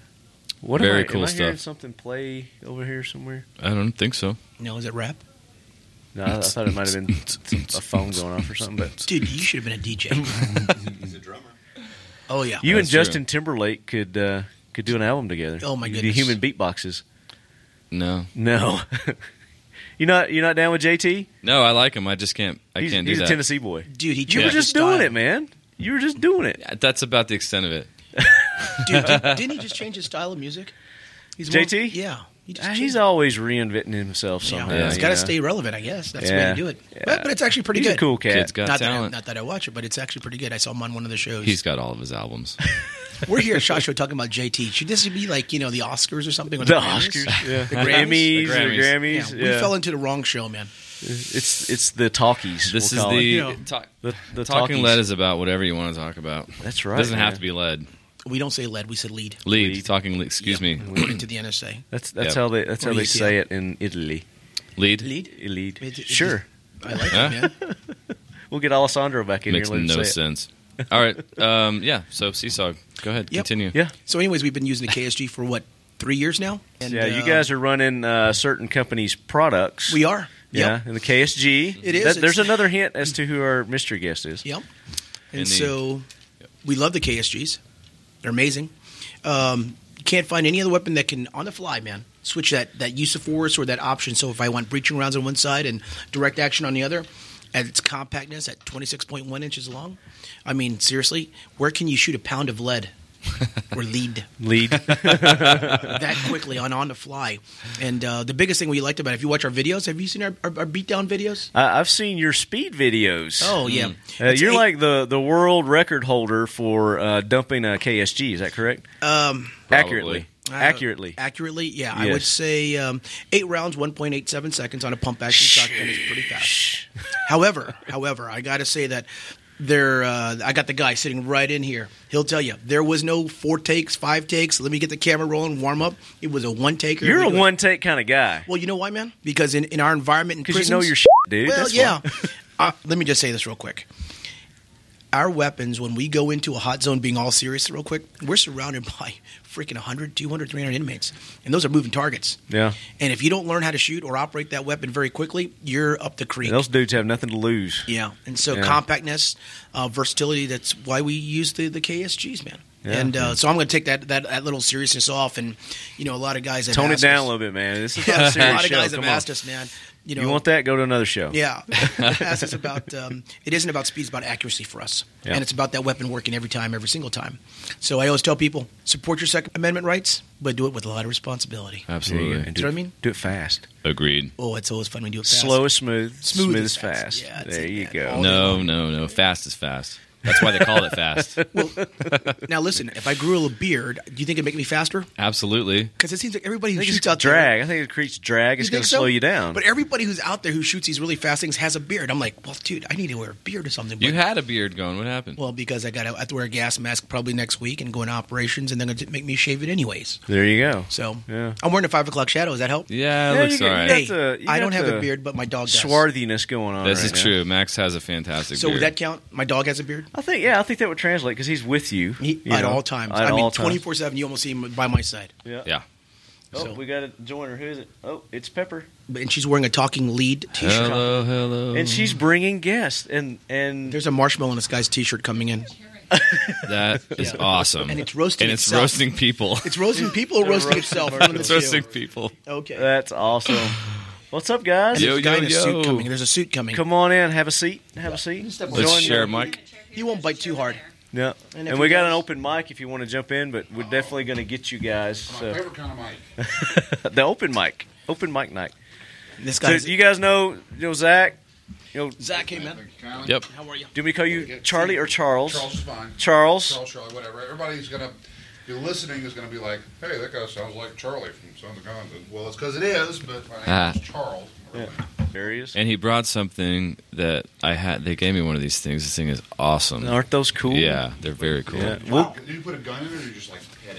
Speaker 4: What am
Speaker 5: Very
Speaker 4: I,
Speaker 5: cool
Speaker 4: am I hearing
Speaker 5: stuff.
Speaker 4: something play over here somewhere?
Speaker 5: I don't think so.
Speaker 6: no, is it rap?
Speaker 4: No, I, I thought it might have been a phone going off or something. But
Speaker 6: Dude, you should have been a DJ.
Speaker 8: He's a drummer.
Speaker 6: Oh yeah.
Speaker 4: you and
Speaker 5: That's true.
Speaker 4: Justin Timberlake could uh, could do an album together.
Speaker 6: Oh, my
Speaker 4: You could
Speaker 6: goodness.
Speaker 4: do human beatboxes.
Speaker 5: No,
Speaker 4: No, you not you not down with JT?
Speaker 5: no, I like him. I just can't. I
Speaker 4: he's
Speaker 5: can't do
Speaker 4: he's
Speaker 5: that.
Speaker 4: a Tennessee boy.
Speaker 6: Dude, he
Speaker 4: You were
Speaker 6: changed his
Speaker 4: just doing
Speaker 6: style.
Speaker 4: it, man. You were just doing it.
Speaker 5: Uh, That's about the extent of it.
Speaker 6: Dude, did, didn't he just change his style of music? He's more-
Speaker 4: JT?
Speaker 6: yeah. He just
Speaker 4: Ah,
Speaker 6: changed-
Speaker 4: He's always reinventing himself
Speaker 6: yeah,
Speaker 4: somehow.
Speaker 6: He's
Speaker 4: you
Speaker 6: got to
Speaker 4: know?
Speaker 6: stay relevant, I guess. That's the
Speaker 4: Yeah.
Speaker 6: way to do it.
Speaker 4: Yeah.
Speaker 6: But, but it's actually pretty
Speaker 4: He's
Speaker 6: good.
Speaker 4: a cool cat.
Speaker 5: Kid's got
Speaker 6: Not that, I,
Speaker 5: talent.
Speaker 6: not that I watch it, but it's actually pretty good. I saw him on one of the shows.
Speaker 5: He's got all of his albums.
Speaker 6: We're here at Shot Show talking about JT. Should this be like you know the Oscars or something? or
Speaker 4: the
Speaker 6: Grammys?
Speaker 4: Oscars, yeah. the
Speaker 6: Grammys?
Speaker 4: Grammys,
Speaker 5: The
Speaker 4: the
Speaker 5: Grammys.
Speaker 4: Grammys.
Speaker 6: Yeah,
Speaker 4: Yeah,
Speaker 6: we fell into the wrong show, man.
Speaker 4: it's it's the talkies.
Speaker 5: This
Speaker 4: we'll
Speaker 5: is
Speaker 4: call
Speaker 5: the,
Speaker 4: it.
Speaker 6: You know,
Speaker 5: talk,
Speaker 4: the, the
Speaker 5: talking
Speaker 4: talkies.
Speaker 5: lead is about whatever you want to talk about.
Speaker 4: That's right,
Speaker 5: Doesn't have
Speaker 4: man.
Speaker 5: to be lead.
Speaker 6: We don't say lead; we said lead.
Speaker 5: Lead, talking. Lead, excuse
Speaker 6: Yep,
Speaker 5: me.
Speaker 6: According to the NSA,
Speaker 4: That's that's
Speaker 5: Yep.
Speaker 4: how they that's how they
Speaker 6: Lead,
Speaker 4: say it in Italy.
Speaker 5: Lead.
Speaker 6: lead.
Speaker 4: Elite.
Speaker 6: It- it-
Speaker 4: sure,
Speaker 6: I like
Speaker 5: Huh?
Speaker 6: it, man.
Speaker 4: we'll get Alessandro back in
Speaker 5: Makes
Speaker 4: here. and let him
Speaker 5: no
Speaker 4: say it.
Speaker 5: sense. All right. Um, yeah. So Seesaw, go ahead.
Speaker 6: Yep.
Speaker 5: Continue.
Speaker 4: Yeah,
Speaker 6: So, anyways, we've been using the KSG for what three years now. And,
Speaker 4: yeah. You
Speaker 6: uh,
Speaker 4: guys are running uh, certain companies' products.
Speaker 6: we are.
Speaker 4: Yeah,
Speaker 6: Yep.
Speaker 4: and the KSG.
Speaker 6: It is,
Speaker 4: That- there's
Speaker 6: it's-
Speaker 4: another hint as to who our mystery guest is.
Speaker 6: Yep. And
Speaker 5: Indeed.
Speaker 6: so we love the KSGs. They're amazing. Um, you can't find any other weapon that can, on the fly, man, switch that, that use of force or that option. So if I want breaching rounds on one side and direct action on the other, at its compactness at 26.1 inches long, I mean, seriously, where can you shoot a pound of lead or lead?
Speaker 4: Lead.
Speaker 6: that quickly on on the fly. And uh, the biggest thing we liked about it, if you watch our videos, have you seen our, our, our beatdown videos?
Speaker 4: I, I've seen your speed videos.
Speaker 6: Oh yeah,
Speaker 4: Uh,
Speaker 6: It's
Speaker 4: you're
Speaker 6: eight-
Speaker 4: like the, the world record holder for uh, dumping a KSG. Is that correct? Um, accurately,
Speaker 6: uh,
Speaker 4: accurately.
Speaker 6: accurately. Yeah, I would
Speaker 4: Yes.
Speaker 6: say um, eight rounds, one point eight seven seconds on a pump action shotgun is pretty fast. however, however, I got to say that. There, uh, I got the guy sitting right in here. He'll tell you there was no four takes, five takes. Let me get the camera rolling, warm up. It was a one taker.
Speaker 4: You're a one take kind of guy
Speaker 6: Well, you know why, man? Because in, in our environment in
Speaker 4: because
Speaker 6: prisons,
Speaker 4: you know your shit, dude.
Speaker 6: well,
Speaker 4: That's
Speaker 6: yeah.
Speaker 4: why.
Speaker 6: uh, let me just say this real quick. Our weapons, when we go into a hot zone, being all serious, real quick, we're surrounded by freaking 100, 200, 300 inmates. And those are moving targets.
Speaker 4: Yeah.
Speaker 6: And if you don't learn how to shoot or operate that weapon very quickly, you're up the creek.
Speaker 4: Those dudes have nothing to lose.
Speaker 6: Yeah, and so
Speaker 4: Yeah.
Speaker 6: compactness, uh, versatility. That's why we use the the KSGs, man.
Speaker 4: Yeah.
Speaker 6: And uh, so I'm going to take that, that that little seriousness off, and you know, a lot of guys have
Speaker 4: Tone it
Speaker 6: asked
Speaker 4: down a
Speaker 6: us-
Speaker 4: little bit, man. This is
Speaker 6: Yeah,
Speaker 4: not a serious
Speaker 6: lot of
Speaker 4: show.
Speaker 6: guys
Speaker 4: Come
Speaker 6: have
Speaker 4: on.
Speaker 6: asked us, man. You know,
Speaker 4: You want that? Go to another show.
Speaker 6: yeah. That's it's about um, it isn't about speed, it's about accuracy for us.
Speaker 4: Yeah.
Speaker 6: And it's about that weapon working every time, every single time. So I always tell people, support your Second Amendment rights, but do it with a lot of responsibility.
Speaker 4: There you go.
Speaker 5: Absolutely.
Speaker 4: And
Speaker 6: Do you know what I mean?
Speaker 4: Do it fast.
Speaker 5: Agreed.
Speaker 6: Oh, it's always fun when you do it fast.
Speaker 4: Slow is smooth.
Speaker 6: Smooth is
Speaker 4: is
Speaker 6: fast.
Speaker 4: fast.
Speaker 6: Yeah, I'd
Speaker 4: there
Speaker 6: say
Speaker 4: you
Speaker 6: that.
Speaker 4: go.
Speaker 6: All
Speaker 5: No, no, no. Fast is fast. That's why they call it fast.
Speaker 6: Now listen, if I grew a beard, do you think it'd make me faster?
Speaker 5: Absolutely.
Speaker 6: Because it seems like everybody who
Speaker 4: I think
Speaker 6: shoots
Speaker 4: it's
Speaker 6: out there
Speaker 4: drag. I think it creates drag.
Speaker 6: You
Speaker 4: It's going
Speaker 6: think
Speaker 4: to
Speaker 6: so?
Speaker 4: slow you down.
Speaker 6: But everybody who's out there who shoots these really fast things has a beard. I'm like, well, dude, I need to wear a beard or something.
Speaker 5: You
Speaker 6: But-
Speaker 5: had a beard going. What happened?
Speaker 6: well, because I got to, I have to wear a gas mask probably next week and go into operations, and they're going to make me shave it anyways.
Speaker 4: there you go.
Speaker 6: So
Speaker 4: Yeah.
Speaker 6: I'm wearing a five o'clock shadow. Does that help?
Speaker 5: yeah, it
Speaker 4: Yeah, you
Speaker 5: looks
Speaker 4: get-
Speaker 5: all
Speaker 4: you
Speaker 5: right.
Speaker 4: got
Speaker 6: Hey,
Speaker 4: the- you
Speaker 6: I don't
Speaker 4: got
Speaker 6: have a
Speaker 4: the
Speaker 6: beard, but my dog does.
Speaker 4: Swarthiness going on.
Speaker 5: This
Speaker 4: right
Speaker 5: is
Speaker 4: now.
Speaker 5: true. Max has a fantastic
Speaker 6: So
Speaker 5: beard.
Speaker 6: would that count? My dog has a beard
Speaker 4: I think yeah, I think that would translate because he's with you,
Speaker 6: he,
Speaker 4: you
Speaker 6: at
Speaker 4: know,
Speaker 6: all times.
Speaker 4: At
Speaker 6: I mean,
Speaker 4: all times.
Speaker 6: twenty four seven. You almost see him by my side.
Speaker 5: yeah.
Speaker 4: Oh,
Speaker 6: so-
Speaker 4: we got a joiner. Who is it? Oh, it's Pepper,
Speaker 6: But- And she's wearing a talking lead T-shirt.
Speaker 5: Hello, hello.
Speaker 4: and she's bringing guests, and and
Speaker 6: Mm-hmm. There's a marshmallow in this guy's T-shirt coming in.
Speaker 5: That is awesome.
Speaker 6: And it's roasting
Speaker 5: And it's
Speaker 6: itself.
Speaker 5: roasting people.
Speaker 6: It's roasting people or roasting itself. One of the
Speaker 5: It's
Speaker 6: two.
Speaker 5: roasting people.
Speaker 6: Okay.
Speaker 4: that's awesome. What's up, guys?
Speaker 6: And there's
Speaker 5: Yo,
Speaker 6: a guy
Speaker 5: yo,
Speaker 6: in a
Speaker 5: yo.
Speaker 6: suit coming. There's a suit coming.
Speaker 4: Come on in, have a seat, have a seat.
Speaker 6: Step
Speaker 5: Let's
Speaker 6: on.
Speaker 5: share, Mike.
Speaker 6: He won't bite too hard.
Speaker 4: Yeah,
Speaker 6: And
Speaker 4: and,
Speaker 6: if
Speaker 4: we
Speaker 6: you
Speaker 4: got
Speaker 6: guys-
Speaker 4: an open mic if you want to jump in, but we're definitely going to get you guys so-
Speaker 8: Favorite kind of mic.
Speaker 4: the open mic, open mic night.
Speaker 6: This
Speaker 4: So
Speaker 6: guy's
Speaker 4: you guys know, you know Zach. You know,
Speaker 6: Zach came in.
Speaker 8: Kind of-
Speaker 5: Yep.
Speaker 6: How are you?
Speaker 4: do we call you Charlie or Charles?
Speaker 8: Charles is fine.
Speaker 4: Charles.
Speaker 8: Charles, Charlie, whatever. Everybody's gonna be listening is gonna be like, "Hey, that guy sounds like Charlie from Sons of Guns." And, Well, it's because it is, but my name
Speaker 5: Ah.
Speaker 8: is Charles.
Speaker 4: There he is.
Speaker 5: And he brought something that I had. They gave me one of these things. This thing is awesome.
Speaker 4: Aren't those cool?
Speaker 5: Yeah, they're very cool.
Speaker 4: Yeah.
Speaker 8: Wow. Did you put a gun in it, or you just like hit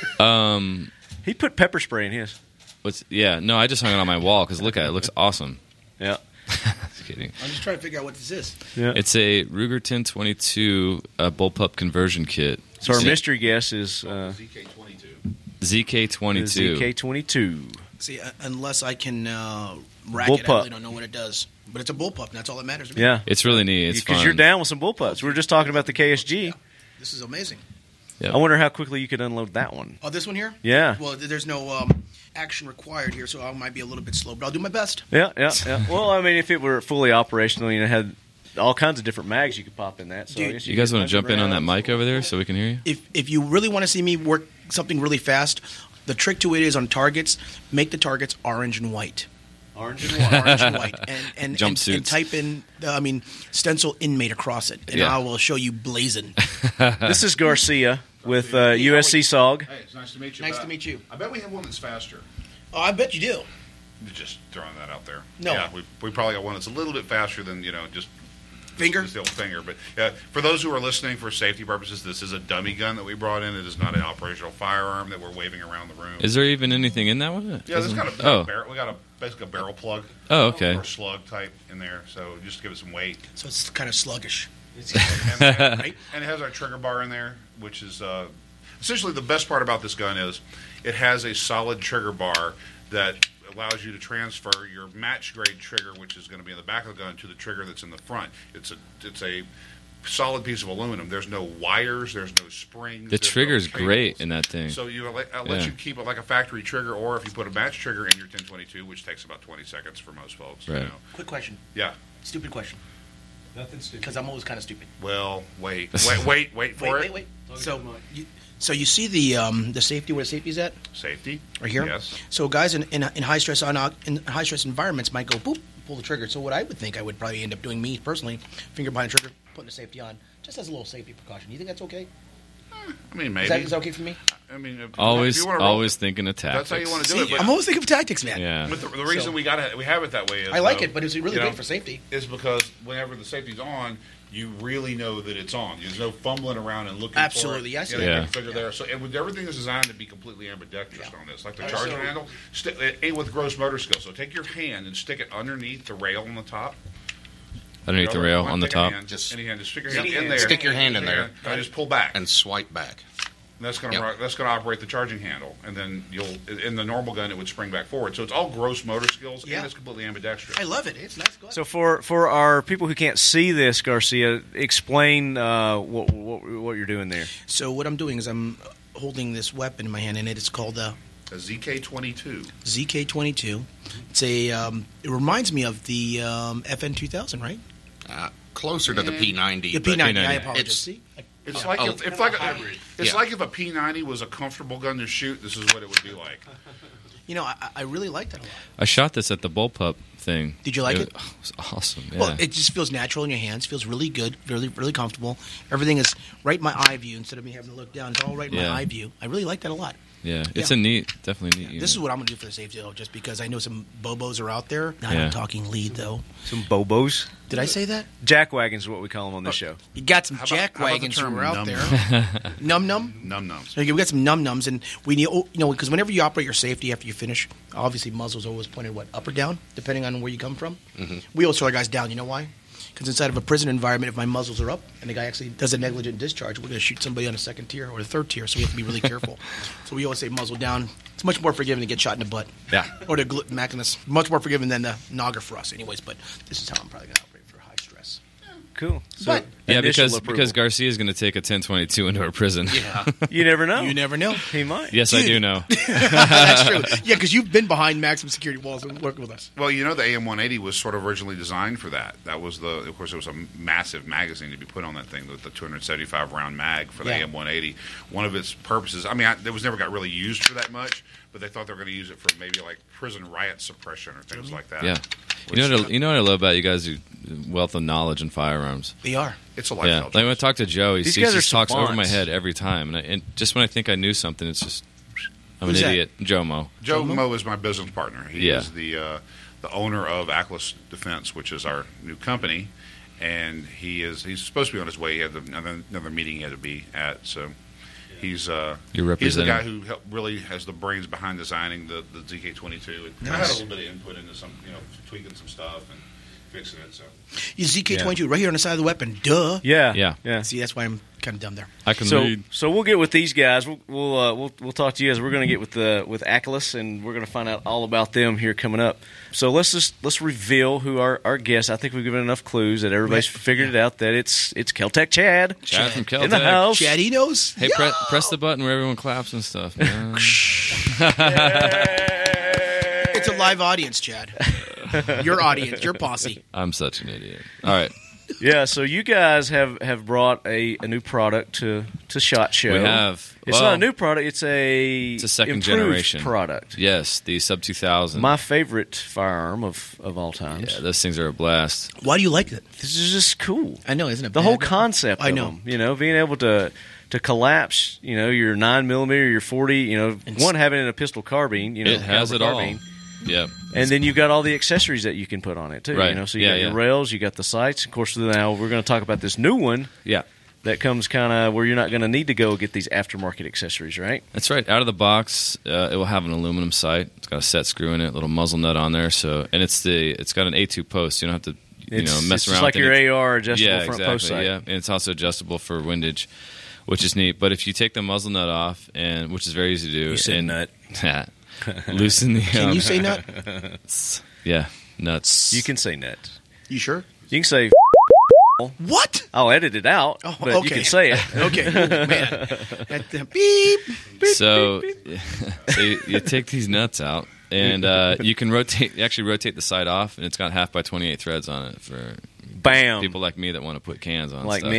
Speaker 8: it?
Speaker 5: Um,
Speaker 4: He put pepper spray in his.
Speaker 5: what's? Yeah, no, I just hung it on my wall because look at it. It looks awesome.
Speaker 4: Yeah.
Speaker 5: Just kidding.
Speaker 6: I'm just trying to figure out what this is.
Speaker 5: It's a Ruger 1022 uh, bullpup conversion kit.
Speaker 4: So our
Speaker 5: Z-
Speaker 4: mystery guess is uh,
Speaker 8: ZK22.
Speaker 5: ZK22.
Speaker 4: ZK22.
Speaker 6: See, uh, unless I can uh, rack it, I
Speaker 4: Bullpup.
Speaker 6: really don't know what it does. But it's a bullpup, and that's all that matters. to me.
Speaker 4: Yeah.
Speaker 5: It's really neat. It's
Speaker 4: Because
Speaker 5: fun.
Speaker 4: you're down with some bullpups. We were just talking about the KSG.
Speaker 6: This is amazing.
Speaker 5: Yeah.
Speaker 4: I wonder how quickly you could unload that one.
Speaker 6: Oh, this one here?
Speaker 4: Yeah.
Speaker 6: Well, th- there's no um, action required here, so I might be a little bit slow, but I'll do my best.
Speaker 4: Yeah, yeah, yeah. well, I mean, if it were fully operational, you know, had all kinds of different mags you could pop in that. So I
Speaker 6: Dude.
Speaker 4: guess
Speaker 5: You guys
Speaker 4: could
Speaker 5: want to jump in on that
Speaker 4: rounds.
Speaker 5: mic over there so we can hear you?
Speaker 6: If if you really want to see me work something really fast, the trick to it is on targets, make the targets orange and white.
Speaker 4: Orange and white.
Speaker 6: orange and white, and and, and,
Speaker 5: Jumpsuits.
Speaker 6: and type in, uh, I mean, stencil inmate across it, and
Speaker 5: Yeah.
Speaker 6: I will show you blazing.
Speaker 4: this is Garcia with uh, USC SOG.
Speaker 8: Hey, it's nice to meet you.
Speaker 6: Nice
Speaker 8: but
Speaker 6: to meet you.
Speaker 8: I bet we have one that's faster.
Speaker 6: oh, I bet you do.
Speaker 8: Just throwing that out there.
Speaker 6: No.
Speaker 8: Yeah, we, we probably got one that's a little bit faster than you know just
Speaker 6: Finger.
Speaker 8: Just the old finger. But uh, for those who are listening, for safety purposes, this is a dummy gun that we brought in. It is not an operational firearm that we're waving around the room.
Speaker 5: Is there even anything in that one?
Speaker 8: yeah, this
Speaker 5: Doesn't-
Speaker 8: kind of
Speaker 5: Oh,
Speaker 8: barrel, we got a basically a barrel plug.
Speaker 5: Oh, okay.
Speaker 8: Or slug type in there, so just to give it some weight.
Speaker 6: So it's kind of sluggish.
Speaker 8: and, and- and it has our trigger bar in there, which is uh, essentially the best part about this gun is it has a solid trigger bar that allows you to transfer your match grade trigger, which is going to be in the back of the gun, to the trigger that's in the front. It's a it's a solid piece of aluminum. There's no wires. There's no springs.
Speaker 5: the
Speaker 8: there's no
Speaker 5: trigger's great
Speaker 8: cables.
Speaker 5: in that thing.
Speaker 8: So you let, uh, lets
Speaker 5: Yeah.
Speaker 8: you keep it like a factory trigger, or if you put a match trigger in your 1022, which takes about 20 seconds for most folks. You
Speaker 5: Right.
Speaker 8: know.
Speaker 6: Quick question.
Speaker 8: Yeah.
Speaker 6: Stupid question. Nothing stupid. Because I'm always kind of stupid.
Speaker 8: Well, wait, wait, wait, wait for
Speaker 6: Wait,
Speaker 8: it.
Speaker 6: wait, wait. So, you, so you see the um, the safety where the safety's at
Speaker 8: Safety.
Speaker 6: right here.
Speaker 8: Yes.
Speaker 6: So guys in, in, in high stress on uh, in high stress environments might go boop pull the trigger. So what I would think I would probably end up doing me personally, finger behind the trigger, putting the safety on, just as a little safety precaution. You think that's okay?
Speaker 8: I mean, maybe.
Speaker 6: Is that, is that okay for me?
Speaker 8: I mean, if- if
Speaker 5: always,
Speaker 8: you wanna roll-
Speaker 5: always thinking of tactics.
Speaker 8: That's how you want to do it.
Speaker 6: I'm
Speaker 8: But,
Speaker 6: always thinking of tactics, man.
Speaker 5: Yeah.
Speaker 8: but the, the reason
Speaker 6: So-
Speaker 8: we got it, we have it that way is
Speaker 6: I like
Speaker 8: though,
Speaker 6: it, but it's really
Speaker 8: you know,
Speaker 6: good for safety.
Speaker 8: Is because whenever the safety's on, you really know that it's on. There's no fumbling around and looking.
Speaker 6: Absolutely,
Speaker 8: for
Speaker 6: I see
Speaker 8: it.
Speaker 5: that.
Speaker 8: yeah.
Speaker 5: Yeah.
Speaker 8: Figure there. So and with everything is designed to be completely ambidextrous
Speaker 6: Yeah.
Speaker 8: on this, like the
Speaker 6: Uh,
Speaker 8: charger
Speaker 6: so-
Speaker 8: handle, st- and with gross motor skill. So take your hand and stick it underneath the rail on the top.
Speaker 5: Underneath the rail
Speaker 8: One-
Speaker 5: on the
Speaker 8: take a
Speaker 5: top.
Speaker 8: hand,
Speaker 9: Just-
Speaker 8: any hand, just stick your
Speaker 6: Stick
Speaker 8: hand
Speaker 6: your
Speaker 8: in there.
Speaker 6: hand-
Speaker 9: stick your hand in
Speaker 8: Take
Speaker 9: there.
Speaker 8: hand, And just pull back.
Speaker 9: and swipe back.
Speaker 8: And That's going
Speaker 9: Yep.
Speaker 8: to that's going to operate the charging handle, and then you'll in the normal gun it would spring back forward. So it's all gross motor skills,
Speaker 6: Yeah.
Speaker 8: and it's completely ambidextrous.
Speaker 6: I love it. It's nice. Go ahead.
Speaker 4: So for for our people who can't see this, Garcia, explain uh, what, what what you're doing there.
Speaker 6: So what I'm doing is I'm holding this weapon in my hand, and it is called uh, a
Speaker 8: A ZK twenty two.
Speaker 6: ZK22. It's a. Um, it reminds me of the um, FN2000, right?
Speaker 9: Uh, closer to the P90.
Speaker 6: The
Speaker 9: but-
Speaker 6: P90. I
Speaker 5: It's-
Speaker 6: apologize.
Speaker 9: it's-
Speaker 6: See?
Speaker 8: It's like
Speaker 9: Oh.
Speaker 8: if, it's like a, it's
Speaker 9: Yeah.
Speaker 8: like if a P ninety was a comfortable gun to shoot. This is what it would be like.
Speaker 6: You know, I, I really like that a lot.
Speaker 5: I shot this at the bullpup thing.
Speaker 6: Did you like it?
Speaker 5: was- oh, it was awesome. Yeah.
Speaker 6: Well, it just feels natural in your hands. Feels really good, really really comfortable. Everything is right in my eye view instead of me having to look down. It's all right in
Speaker 5: Yeah.
Speaker 6: my eye view. I really like that a lot.
Speaker 5: yeah. It's
Speaker 6: yeah.
Speaker 5: a neat, definitely neat. unit.
Speaker 6: This is what I'm gonna do for the safety though, just because I know some bobos are out there. Not
Speaker 5: Yeah.
Speaker 6: a talking lead though.
Speaker 4: Some bobos.
Speaker 6: Did I say that?
Speaker 4: Jack wagons is what we call them on this show.
Speaker 6: You got some
Speaker 8: How about-
Speaker 6: jack
Speaker 8: how about the
Speaker 6: wagons who
Speaker 8: term
Speaker 6: are out
Speaker 8: num-
Speaker 6: there. num num.
Speaker 8: Num nums.
Speaker 6: Okay, we got some num nums, and we need oh, you know because whenever you operate your safety after you finish, obviously muzzles always pointed what up or down depending on where you come from.
Speaker 5: Mm-hmm.
Speaker 6: We always throw our guys down. You know why? Because inside of a prison environment, if my muzzles are up and the guy actually does a negligent discharge, we're going to shoot somebody on a second tier or a third tier, so we have to be really careful. so we always say muzzle down. It's much more forgiving to get shot in the butt.
Speaker 5: Yeah.
Speaker 6: Or the gl- maximus. Much more forgiving than the Naga for us, anyways. But this is how I'm probably going to operate for high stress.
Speaker 4: Cool. So,
Speaker 6: But-
Speaker 5: yeah,
Speaker 4: initial
Speaker 5: because
Speaker 4: approval.
Speaker 5: because Garcia is going to take a 1022 into our prison. Yeah.
Speaker 4: you never know.
Speaker 6: You never know.
Speaker 4: He might.
Speaker 5: yes, I do know.
Speaker 6: That's true. Yeah, because you've been behind maximum security walls and working with us.
Speaker 8: Well, you know, the AM180 was sort of originally designed for that. That was the, of course, it was a massive magazine to be put on that thing, the, the 275 round mag for the
Speaker 6: Yeah.
Speaker 8: AM180. One of its purposes, I mean, I, it was never got really used for that much, but they thought they were going to use it for maybe like prison riot suppression or things like that.
Speaker 5: Yeah. You know, what I, you know what I love about you guys? Your wealth of knowledge and firearms.
Speaker 6: They are.
Speaker 8: It's a
Speaker 5: Yeah.
Speaker 8: lifestyle.
Speaker 5: Like when I talk to Joe, he,
Speaker 4: These
Speaker 5: he
Speaker 4: guys are
Speaker 5: just talks over my
Speaker 4: savants.
Speaker 5: head every time, and, I, and just when I think I knew something, it's just I'm
Speaker 6: Who's
Speaker 5: an
Speaker 6: that?
Speaker 5: idiot, Joe Mo.
Speaker 8: Joe Mo is my business partner. He
Speaker 5: Yeah.
Speaker 8: is the uh, the owner of Atlas Defense, which is our new company, and he is he's supposed to be on his way. He had the, another, another meeting he had to be at, so he's uh,
Speaker 5: You're
Speaker 8: he's the guy
Speaker 5: representing-
Speaker 8: who helped, really has the brains behind designing the the ZK22. And I had a
Speaker 5: Nice.
Speaker 8: little bit of input into some you know tweaking some stuff and fixing it. So
Speaker 6: You ZK22 right here on the side of the weapon. Duh.
Speaker 4: Yeah.
Speaker 5: Yeah.
Speaker 4: Yeah.
Speaker 6: See, that's why I'm kind of dumb there.
Speaker 5: I can
Speaker 4: So,
Speaker 5: read.
Speaker 4: so we'll get with these guys. We'll we'll uh, we'll, we'll talk to you guys. We're going to get with uh, with Ackless, and we're going to find out all about them here coming up. So let's just let's reveal who our our guests. I think we've given enough clues that everybody's figured it out that it's it's Keltec Chad,
Speaker 5: Chad from Kel
Speaker 4: in the house.
Speaker 6: Chaddy knows.
Speaker 5: Hey, pre- press the button where everyone claps and stuff. man.
Speaker 6: It's a live audience, Chad. your audience, your posse.
Speaker 5: I'm such an idiot. All right,
Speaker 4: Yeah. So you guys have have brought a, a new product to to Shot Show.
Speaker 5: we have.
Speaker 4: It's
Speaker 5: well,
Speaker 4: not a new product. It's a
Speaker 5: It's a second
Speaker 4: improved
Speaker 5: generation
Speaker 4: product.
Speaker 5: Yes, the sub 2000.
Speaker 4: My favorite firearm of of all times.
Speaker 5: yeah, those things are a blast.
Speaker 6: Why do you like that?
Speaker 4: This is just cool.
Speaker 6: I know, isn't it?
Speaker 4: the
Speaker 6: bad?
Speaker 4: whole concept.
Speaker 6: I
Speaker 4: of
Speaker 6: know.
Speaker 4: them, you know, being able to to collapse, you know, your nine millimeter, your forty, you know,
Speaker 6: It's-
Speaker 4: one having it in a pistol carbine, you know,
Speaker 5: it has it
Speaker 4: caliber
Speaker 5: all.
Speaker 4: carbine,
Speaker 5: Yep.
Speaker 4: and then you've got all the accessories that you can put on it too.
Speaker 5: Right.
Speaker 4: You know, so you
Speaker 5: Yeah,
Speaker 4: got
Speaker 5: yeah.
Speaker 4: your rails, you got the sights. Of course, now we're going to talk about this new one
Speaker 5: Yeah.
Speaker 4: that comes kind of where you're not going to need to go get these aftermarket accessories, right?
Speaker 5: That's right. Out of the box, uh, it will have an aluminum sight. It's got a set screw in it, little muzzle nut on there. So, and it's the it's got an A2 post. You don't have to you
Speaker 4: It's,
Speaker 5: know
Speaker 4: it's
Speaker 5: mess
Speaker 4: just
Speaker 5: around
Speaker 4: like
Speaker 5: with
Speaker 4: your
Speaker 5: any-
Speaker 4: AR adjustable
Speaker 5: yeah,
Speaker 4: front
Speaker 5: exactly.
Speaker 4: post sight.
Speaker 5: Yeah, and it's also adjustable for windage, which is neat. But if you take the muzzle nut off, and which is very easy to do,
Speaker 4: You said
Speaker 5: and
Speaker 4: nut.
Speaker 5: loosen the
Speaker 6: Can
Speaker 5: um,
Speaker 6: you say nut?
Speaker 5: yeah nuts.
Speaker 4: You can say net.
Speaker 6: You sure?
Speaker 4: You can say.
Speaker 6: What?
Speaker 4: I'll edit it out,
Speaker 6: Oh,
Speaker 4: but
Speaker 6: okay.
Speaker 4: you can say it.
Speaker 6: Okay, oh, man. That, that- beep.
Speaker 5: so, so you, you take these nuts out, and uh, you can rotate. You actually rotate the side off, and it's got half by twenty eight threads on it for
Speaker 4: Bam,
Speaker 5: people like me that want to put cans on.
Speaker 4: Um, like
Speaker 5: stuff.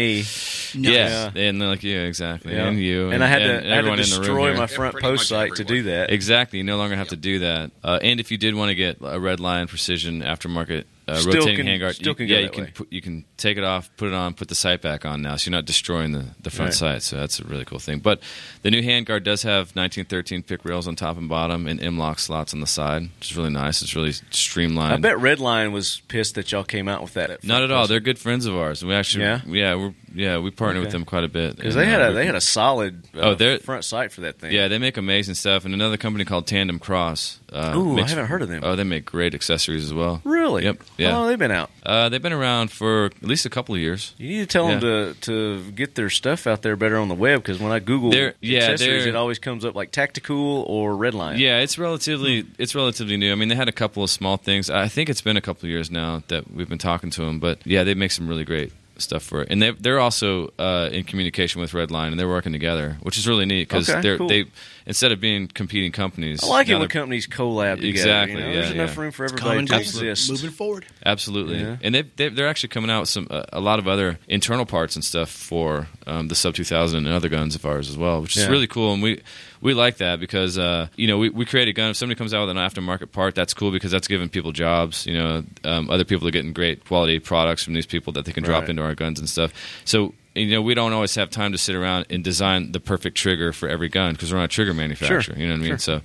Speaker 4: me.
Speaker 5: Yeah, and like you exactly,
Speaker 4: Yeah.
Speaker 5: and you,
Speaker 4: I had to, I
Speaker 5: and
Speaker 4: had to
Speaker 5: everyone in the room
Speaker 4: destroy
Speaker 5: here.
Speaker 4: my front
Speaker 9: Pretty
Speaker 4: post
Speaker 9: much
Speaker 4: site to do
Speaker 9: everyone.
Speaker 4: that.
Speaker 5: Exactly, you no longer have to do that. Uh, and if you did want to get a red line precision aftermarket uh,
Speaker 4: Still can-
Speaker 5: rotating handguard,
Speaker 4: still
Speaker 5: you,
Speaker 4: can go
Speaker 5: yeah, you
Speaker 4: that
Speaker 5: can
Speaker 4: way.
Speaker 5: put, you can take it off, put it on, put the sight back on now, so you're not destroying the, the front
Speaker 4: Right.
Speaker 5: sight. So that's a really cool thing. But the new handguard does have 1913 pick rails on top and bottom, and M lock slots on the side, which is really nice. It's really streamlined.
Speaker 4: I bet Redline was pissed that y'all came out with that. At
Speaker 5: Not at all. They're good friends of ours. We actually,
Speaker 4: Yeah?
Speaker 5: yeah, we're, yeah, we partner with
Speaker 4: Okay.
Speaker 5: them quite a bit
Speaker 4: because
Speaker 5: And,
Speaker 4: they had
Speaker 5: uh,
Speaker 4: a they had a solid uh,
Speaker 5: Oh, they're-
Speaker 4: front sight for that thing.
Speaker 5: Yeah, they make amazing stuff. And another company called Tandem Cross. Uh,
Speaker 4: Ooh, I haven't heard of them.
Speaker 5: Oh, they make great accessories as well.
Speaker 4: really.
Speaker 5: Yep.
Speaker 4: How long
Speaker 5: Yeah.
Speaker 4: have they been out?
Speaker 5: Uh, they've been around for at least a couple of years.
Speaker 4: You need to tell them to to get their stuff out there better on the web because when I Google
Speaker 5: They're- yeah,
Speaker 4: accessories,
Speaker 5: they're-
Speaker 4: it always comes up like Tactical or Redline.
Speaker 5: Yeah, it's relatively it's relatively new. I mean, they had a couple of small things. I think it's been a couple of years now that we've been talking to them. But yeah, they make some really great stuff for it. And they they're also uh, in communication with Redline, and they're working together, which is really neat because
Speaker 4: Okay,
Speaker 5: they're
Speaker 4: cool.
Speaker 5: they instead of being competing companies.
Speaker 4: I like it
Speaker 5: now
Speaker 4: when
Speaker 5: they're-
Speaker 4: companies collab together.
Speaker 5: Exactly,
Speaker 4: you know?
Speaker 5: yeah,
Speaker 4: There's enough
Speaker 5: yeah.
Speaker 4: room for
Speaker 6: It's
Speaker 4: everybody
Speaker 6: common
Speaker 4: to
Speaker 6: goals.
Speaker 4: exist.
Speaker 6: Moving forward.
Speaker 5: Absolutely,
Speaker 4: Yeah.
Speaker 5: and they, they they're actually coming out with some uh, a lot of other internal parts and stuff for um, the sub two thousand and other guns of ours as well, which is
Speaker 4: Yeah.
Speaker 5: really cool. And we we like that because uh, you know we, we create a gun. If somebody comes out with an aftermarket part, that's cool because that's giving people jobs. You know, um, other people are getting great quality products from these people that they can drop
Speaker 4: Right.
Speaker 5: into our guns and stuff. So. You know, we don't always have time to sit around and design the perfect trigger for every gun because we're not a trigger manufacturer. You know what I mean? So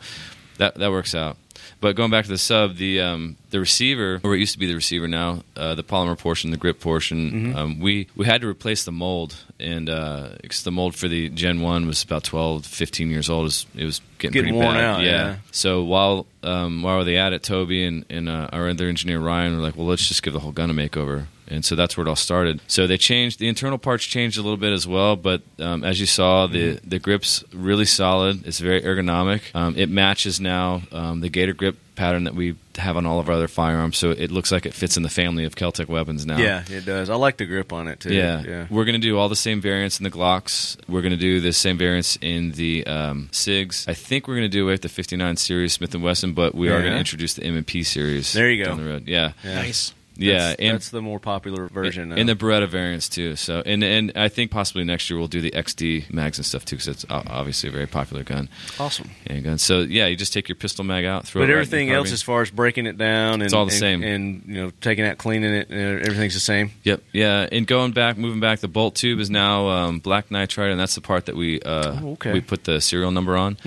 Speaker 5: that that works out. But going back to the sub, the um, the receiver, or it used to be the receiver now, uh, the polymer portion, the grip portion,
Speaker 4: Mm-hmm.
Speaker 5: um, we, we had to replace the mold. And uh 'cause the mold for the Gen 1 was about 12, 15 years old. It was, it was getting,
Speaker 4: Getting
Speaker 5: pretty
Speaker 4: worn
Speaker 5: bad.
Speaker 4: out, yeah.
Speaker 5: So while um, while they at it, Toby and, and uh, our other engineer Ryan were like, well, let's just give the whole gun a makeover. And so that's where it all started. So they changed the internal parts changed a little bit as well, but um, as you saw, the the grip's really solid. It's very ergonomic. Um, it matches now um, the Gator grip pattern that we have on all of our other firearms. So it looks like it fits in the family of Keltec weapons now.
Speaker 4: Yeah, it does. I like the grip on it too.
Speaker 5: Yeah. We're going to do all the same variants in the Glocks. We're going to do the same variants in the um, SIGs. I think we're going to do away with the 59 series Smith & Wesson, but we are
Speaker 4: Yeah.
Speaker 5: going to introduce the M&P series.
Speaker 4: There you go.
Speaker 5: Down the road. Yeah. Yeah.
Speaker 6: Nice.
Speaker 4: that's,
Speaker 5: and,
Speaker 4: that's the more popular version.
Speaker 5: and
Speaker 4: of
Speaker 5: the
Speaker 4: it.
Speaker 5: Beretta variants too. So and and I think possibly next year we'll do the XD mags and stuff too, because it's o- obviously a very popular gun.
Speaker 4: awesome.
Speaker 5: Handgun. So yeah, you just take your pistol mag out, throw.
Speaker 4: But
Speaker 5: it right in the
Speaker 4: everything else,
Speaker 5: carbine.
Speaker 4: as far as breaking it down, and,
Speaker 5: It's all the
Speaker 4: and-
Speaker 5: same.
Speaker 4: and you know, taking out, cleaning it, and everything's the same.
Speaker 5: Yep. Yeah. And going back, moving back, the bolt tube is now um, black nitride, and that's the part that we uh,
Speaker 4: Oh, okay. Mm-hmm.
Speaker 5: we put the serial number on.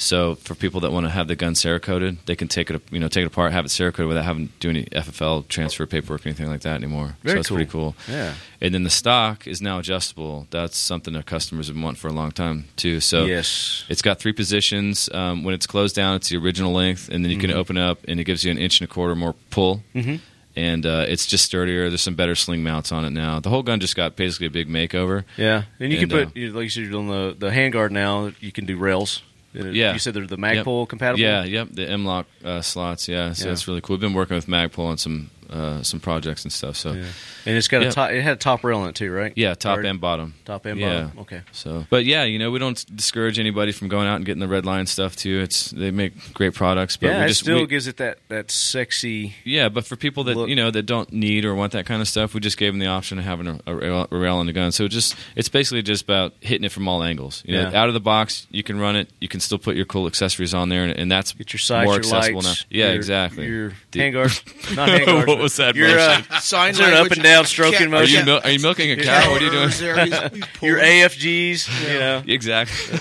Speaker 5: So for people that want to have the gun cerakoted, they can take it, you know, take it apart, have it cerakoted without having to do any FFL transfer paperwork or anything like that anymore.
Speaker 4: Very
Speaker 5: so that's pretty cool.
Speaker 4: Yeah.
Speaker 5: And then the stock is now adjustable. That's something that customers have been wanting for a long time too. So
Speaker 4: Yes.
Speaker 5: it's got three positions. Um, when it's closed down, it's the original length, and then you can
Speaker 4: Mm-hmm.
Speaker 5: open up, and it gives you an inch and a quarter more pull. Mm-hmm. And uh, it's just sturdier. There's some better sling mounts on it now. The whole gun just got basically a big makeover.
Speaker 4: Yeah, and you
Speaker 5: And,
Speaker 4: can
Speaker 5: uh,
Speaker 4: put, you like you said, on the the handguard now. You can do rails. Uh,
Speaker 5: Yeah.
Speaker 4: you said they're the
Speaker 5: Yep.
Speaker 4: Magpul compatible.
Speaker 5: Yeah, yep. The M lock uh, slots. Yeah, so
Speaker 4: Yeah.
Speaker 5: that's really cool. We've been working with Magpul on some uh, some projects and stuff. So
Speaker 4: Yeah. and it's got
Speaker 5: Yeah.
Speaker 4: a top. It had a top rail in it too, right?
Speaker 5: Yeah, top
Speaker 4: Or-
Speaker 5: and bottom.
Speaker 4: top and
Speaker 5: Yeah.
Speaker 4: bottom. Okay.
Speaker 5: So, but yeah, you know, we don't discourage anybody from going out and getting the red line stuff too. It's they make great products, but
Speaker 4: yeah,
Speaker 5: we
Speaker 4: it
Speaker 5: just
Speaker 4: still
Speaker 5: we-
Speaker 4: gives it that that sexy.
Speaker 5: yeah. But for people that
Speaker 4: Look.
Speaker 5: you know that don't need or want that kind of stuff, we just gave them the option of having a, a, rail, a rail on the gun. So it just it's basically just about hitting it from all angles. You know,
Speaker 4: Yeah.
Speaker 5: out of the box, you can run it. You can still put your cool accessories on there, and, and that's
Speaker 4: Get your sights,
Speaker 5: more
Speaker 4: your
Speaker 5: accessible
Speaker 4: lights,
Speaker 5: now. Yeah,
Speaker 4: your-
Speaker 5: exactly.
Speaker 4: Your
Speaker 5: The-
Speaker 4: handguard, not handguard.
Speaker 5: What
Speaker 4: but
Speaker 5: was that
Speaker 4: Your, uh,
Speaker 6: Sign
Speaker 4: Is there an up
Speaker 6: language-
Speaker 4: and down stroking
Speaker 6: Cat-
Speaker 5: are
Speaker 4: motion?
Speaker 5: you
Speaker 6: yeah.
Speaker 5: mil- are you milking a cow? What are you doing?
Speaker 6: He's there, he's- he's pulling.
Speaker 4: your AFGs, you know.
Speaker 5: Exactly.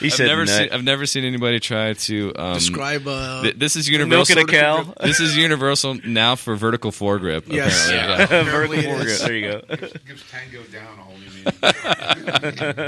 Speaker 4: He
Speaker 5: I've
Speaker 4: said
Speaker 5: never
Speaker 4: nut.
Speaker 5: seen I've never seen anybody try to um,
Speaker 6: Describe. Uh,
Speaker 5: Th- this is
Speaker 4: milk
Speaker 5: universal.
Speaker 4: and a cow.
Speaker 5: This is universal now for vertical foregrip.
Speaker 6: Yes.
Speaker 5: apparently.
Speaker 6: Yeah.
Speaker 4: Vertical
Speaker 6: Apparently it
Speaker 4: fork.
Speaker 6: is.
Speaker 4: There you go.
Speaker 8: Gives Tango down a whole new meaning.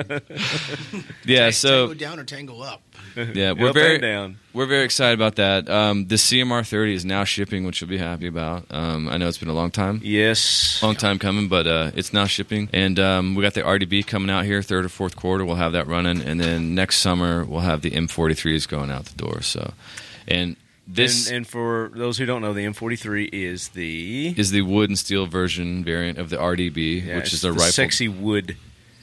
Speaker 5: Yeah,
Speaker 6: tango
Speaker 5: So
Speaker 6: down or tango up.
Speaker 5: yeah, we're
Speaker 4: Up
Speaker 5: very
Speaker 4: and down.
Speaker 5: we're very excited about that. Um, the CMR 30 is now shipping, which you'll be happy about. Um, I know it's been a long time.
Speaker 4: Yes.
Speaker 5: Long time coming, but uh, it's now shipping, and um, we got the RDB coming out here third or fourth quarter. We'll have that running, and then next summer we'll have the M43s going out the door. So, and this
Speaker 4: and, and for those who don't know, the M43 is the
Speaker 5: is the wood and steel version variant of the RDB,
Speaker 4: yeah,
Speaker 5: which
Speaker 4: it's
Speaker 5: is a
Speaker 4: the
Speaker 5: rifle.
Speaker 4: sexy wood.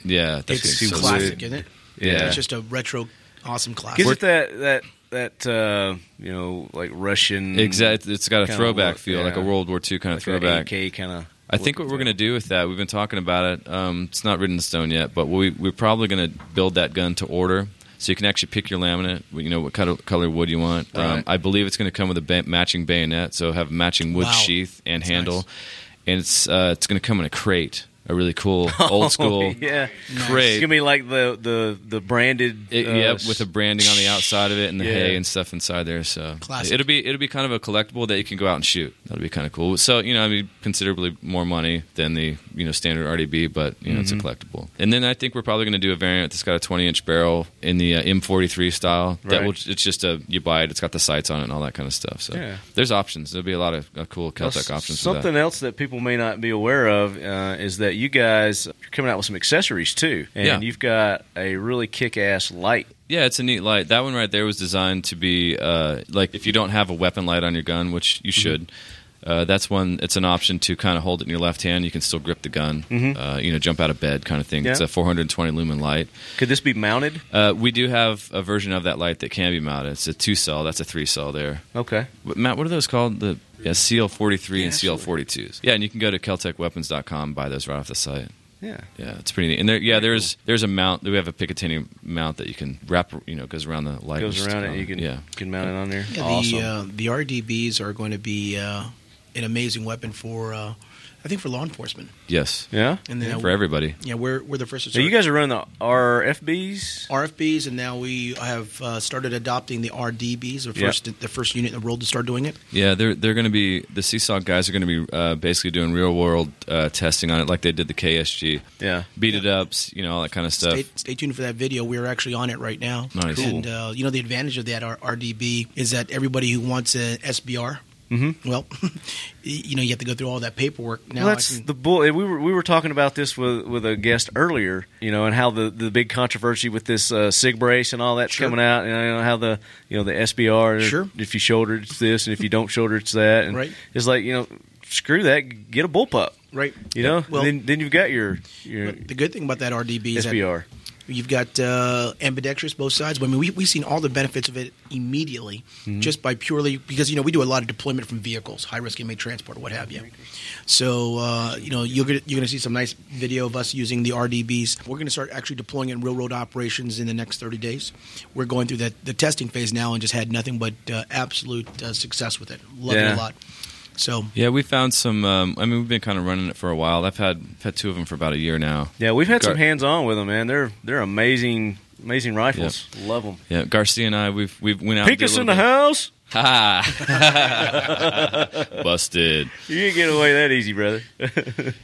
Speaker 5: Yeah, that's
Speaker 6: It's
Speaker 5: so
Speaker 6: classic,
Speaker 5: weird.
Speaker 6: isn't it?
Speaker 5: Yeah.
Speaker 6: It's just a retro, awesome classic.
Speaker 4: Gives it that that that uh, you know like Russian
Speaker 5: Exactly. It's got a
Speaker 4: Kinda
Speaker 5: throwback
Speaker 4: look,
Speaker 5: feel, like a
Speaker 4: yeah.
Speaker 5: World War II kind of
Speaker 4: like
Speaker 5: throwback.
Speaker 4: AK kind of.
Speaker 5: I think what we're going to do with that, we've been talking about it. Um, it's not written in stone yet, but we, we're probably going to build that gun to order. So you can actually pick your laminate. You know what color, color wood you want. Um,
Speaker 4: Right.
Speaker 5: I believe it's going to come with a ba- matching bayonet, so have a matching wood
Speaker 6: Wow.
Speaker 5: sheath and
Speaker 6: That's
Speaker 5: handle,
Speaker 6: nice.
Speaker 5: and it's uh, it's going to come in a crate, a really cool
Speaker 6: Oh,
Speaker 5: old school
Speaker 4: yeah. It's
Speaker 5: crate.
Speaker 4: gonna be like the the the branded.
Speaker 5: It,
Speaker 4: uh,
Speaker 5: yep, with the branding on the outside of it and the
Speaker 4: Yeah.
Speaker 5: hay and stuff inside there. So
Speaker 6: Classic.
Speaker 5: it'll be it'll be kind of a collectible that you can go out and shoot. That'll be kind of cool. So you know, I mean, considerably more money than the you know standard RDB, but you know, it's a
Speaker 4: Mm-hmm.
Speaker 5: collectible. And then I think we're probably going to do a variant that's got a 20 inch barrel in the uh, M43 style. That
Speaker 4: Right.
Speaker 5: will it's just a you buy it. It's got the sights on it and all that kind of stuff. So
Speaker 4: Yeah.
Speaker 5: there's options. There'll be a lot of uh, cool Caltech options. for that.
Speaker 4: Something else that people may not be aware of uh, is that you guys are coming out with some accessories too, and
Speaker 5: Yeah.
Speaker 4: you've got a really kick-ass light.
Speaker 5: Yeah, it's a neat light. That one right there was designed to be uh, like if you don't have a weapon light on your gun, which you should. Uh, that's one. It's an option to kind of hold it in your left hand. You can still grip the gun. Uh, you know, jump out of bed kind of thing. It's
Speaker 4: Yeah.
Speaker 5: a 420 lumen light.
Speaker 4: Could this be mounted?
Speaker 5: Uh, we do have a version of that light that can be mounted. It's a two cell. That's a three cell there.
Speaker 4: Okay.
Speaker 5: What- Matt, what are those called? The yeah, CL43 and CL42s. Yeah, and you can go to KeltechWeapons.com and buy those right off the site.
Speaker 4: Yeah.
Speaker 5: Yeah, it's pretty neat. And there, yeah, there's there's a mount. We have a Picatinny mount that you can wrap. You know, goes around the light.
Speaker 4: Goes around it. You can
Speaker 5: Yeah.
Speaker 4: can mount it on there.
Speaker 6: Yeah,
Speaker 4: awesome.
Speaker 6: the uh, the RDBs are going to be uh, an amazing weapon for, uh, I think, for law enforcement.
Speaker 5: Yes.
Speaker 4: yeah.
Speaker 6: And then
Speaker 5: For everybody.
Speaker 6: yeah, we're we're the first. to
Speaker 4: So you
Speaker 6: start
Speaker 4: guys are running the RFBs.
Speaker 6: RFBs, and now we have uh, started adopting the RDBs, the
Speaker 4: Yeah.
Speaker 6: first the first unit in the world to start doing it.
Speaker 5: Yeah, they're they're going to be the Seesaw guys are going to be uh, basically doing real world uh, testing on it, like they did the KSG.
Speaker 4: Yeah.
Speaker 5: Beat it ups. You know all that kind of stuff.
Speaker 6: Stay, stay tuned for that video. We are actually on it right now.
Speaker 5: Nice.
Speaker 6: And uh, you know the advantage of that R- RDB is that everybody who wants an SBR, mm-hmm. well, you know you have to go through all that paperwork. Now
Speaker 4: Well, that's
Speaker 6: I can,
Speaker 4: the bull. eh, We were we were talking about this with with a guest earlier, you know, and how the, the big controversy with this uh, sig brace and all that's
Speaker 6: Sure.
Speaker 4: coming out, and you know, how the you know the SBR,
Speaker 6: Sure.
Speaker 4: if you shoulder it's this, and if you don't shoulder it's that, and
Speaker 6: Right.
Speaker 4: it's like you know, screw that, get a bullpup,
Speaker 6: right.
Speaker 4: you know,
Speaker 6: Well-
Speaker 4: then then you've got your your
Speaker 6: The good thing about that RDB is that
Speaker 4: SBR.
Speaker 6: You've got uh, ambidextrous both sides. I mean, we, we've seen all the benefits of it immediately just by purely because, you know, we do a lot of deployment from vehicles, high risk inmate transport, what have you. So, uh, you know, you're going to you're gonna see some nice video of us using the RDBs. We're going to start actually deploying in real road operations in the next 30 days. We're going through that, the testing phase now and just had nothing but uh, absolute uh, success with it. Love it
Speaker 4: Yeah.
Speaker 6: a lot. So,
Speaker 5: Yeah, we found some. Um, I mean, we've been kind of running it for a while. I've had had two of them for about a year now.
Speaker 4: Yeah, we've had some
Speaker 5: Gar-
Speaker 4: hands on with them, man. They're they're amazing amazing rifles. Love them.
Speaker 5: Yeah, Garcia and I, we've we've went out. and
Speaker 4: Peek
Speaker 5: did a
Speaker 4: us in the
Speaker 5: little
Speaker 4: house.
Speaker 5: bit- Ha! Busted.
Speaker 4: You didn't get away that easy, brother.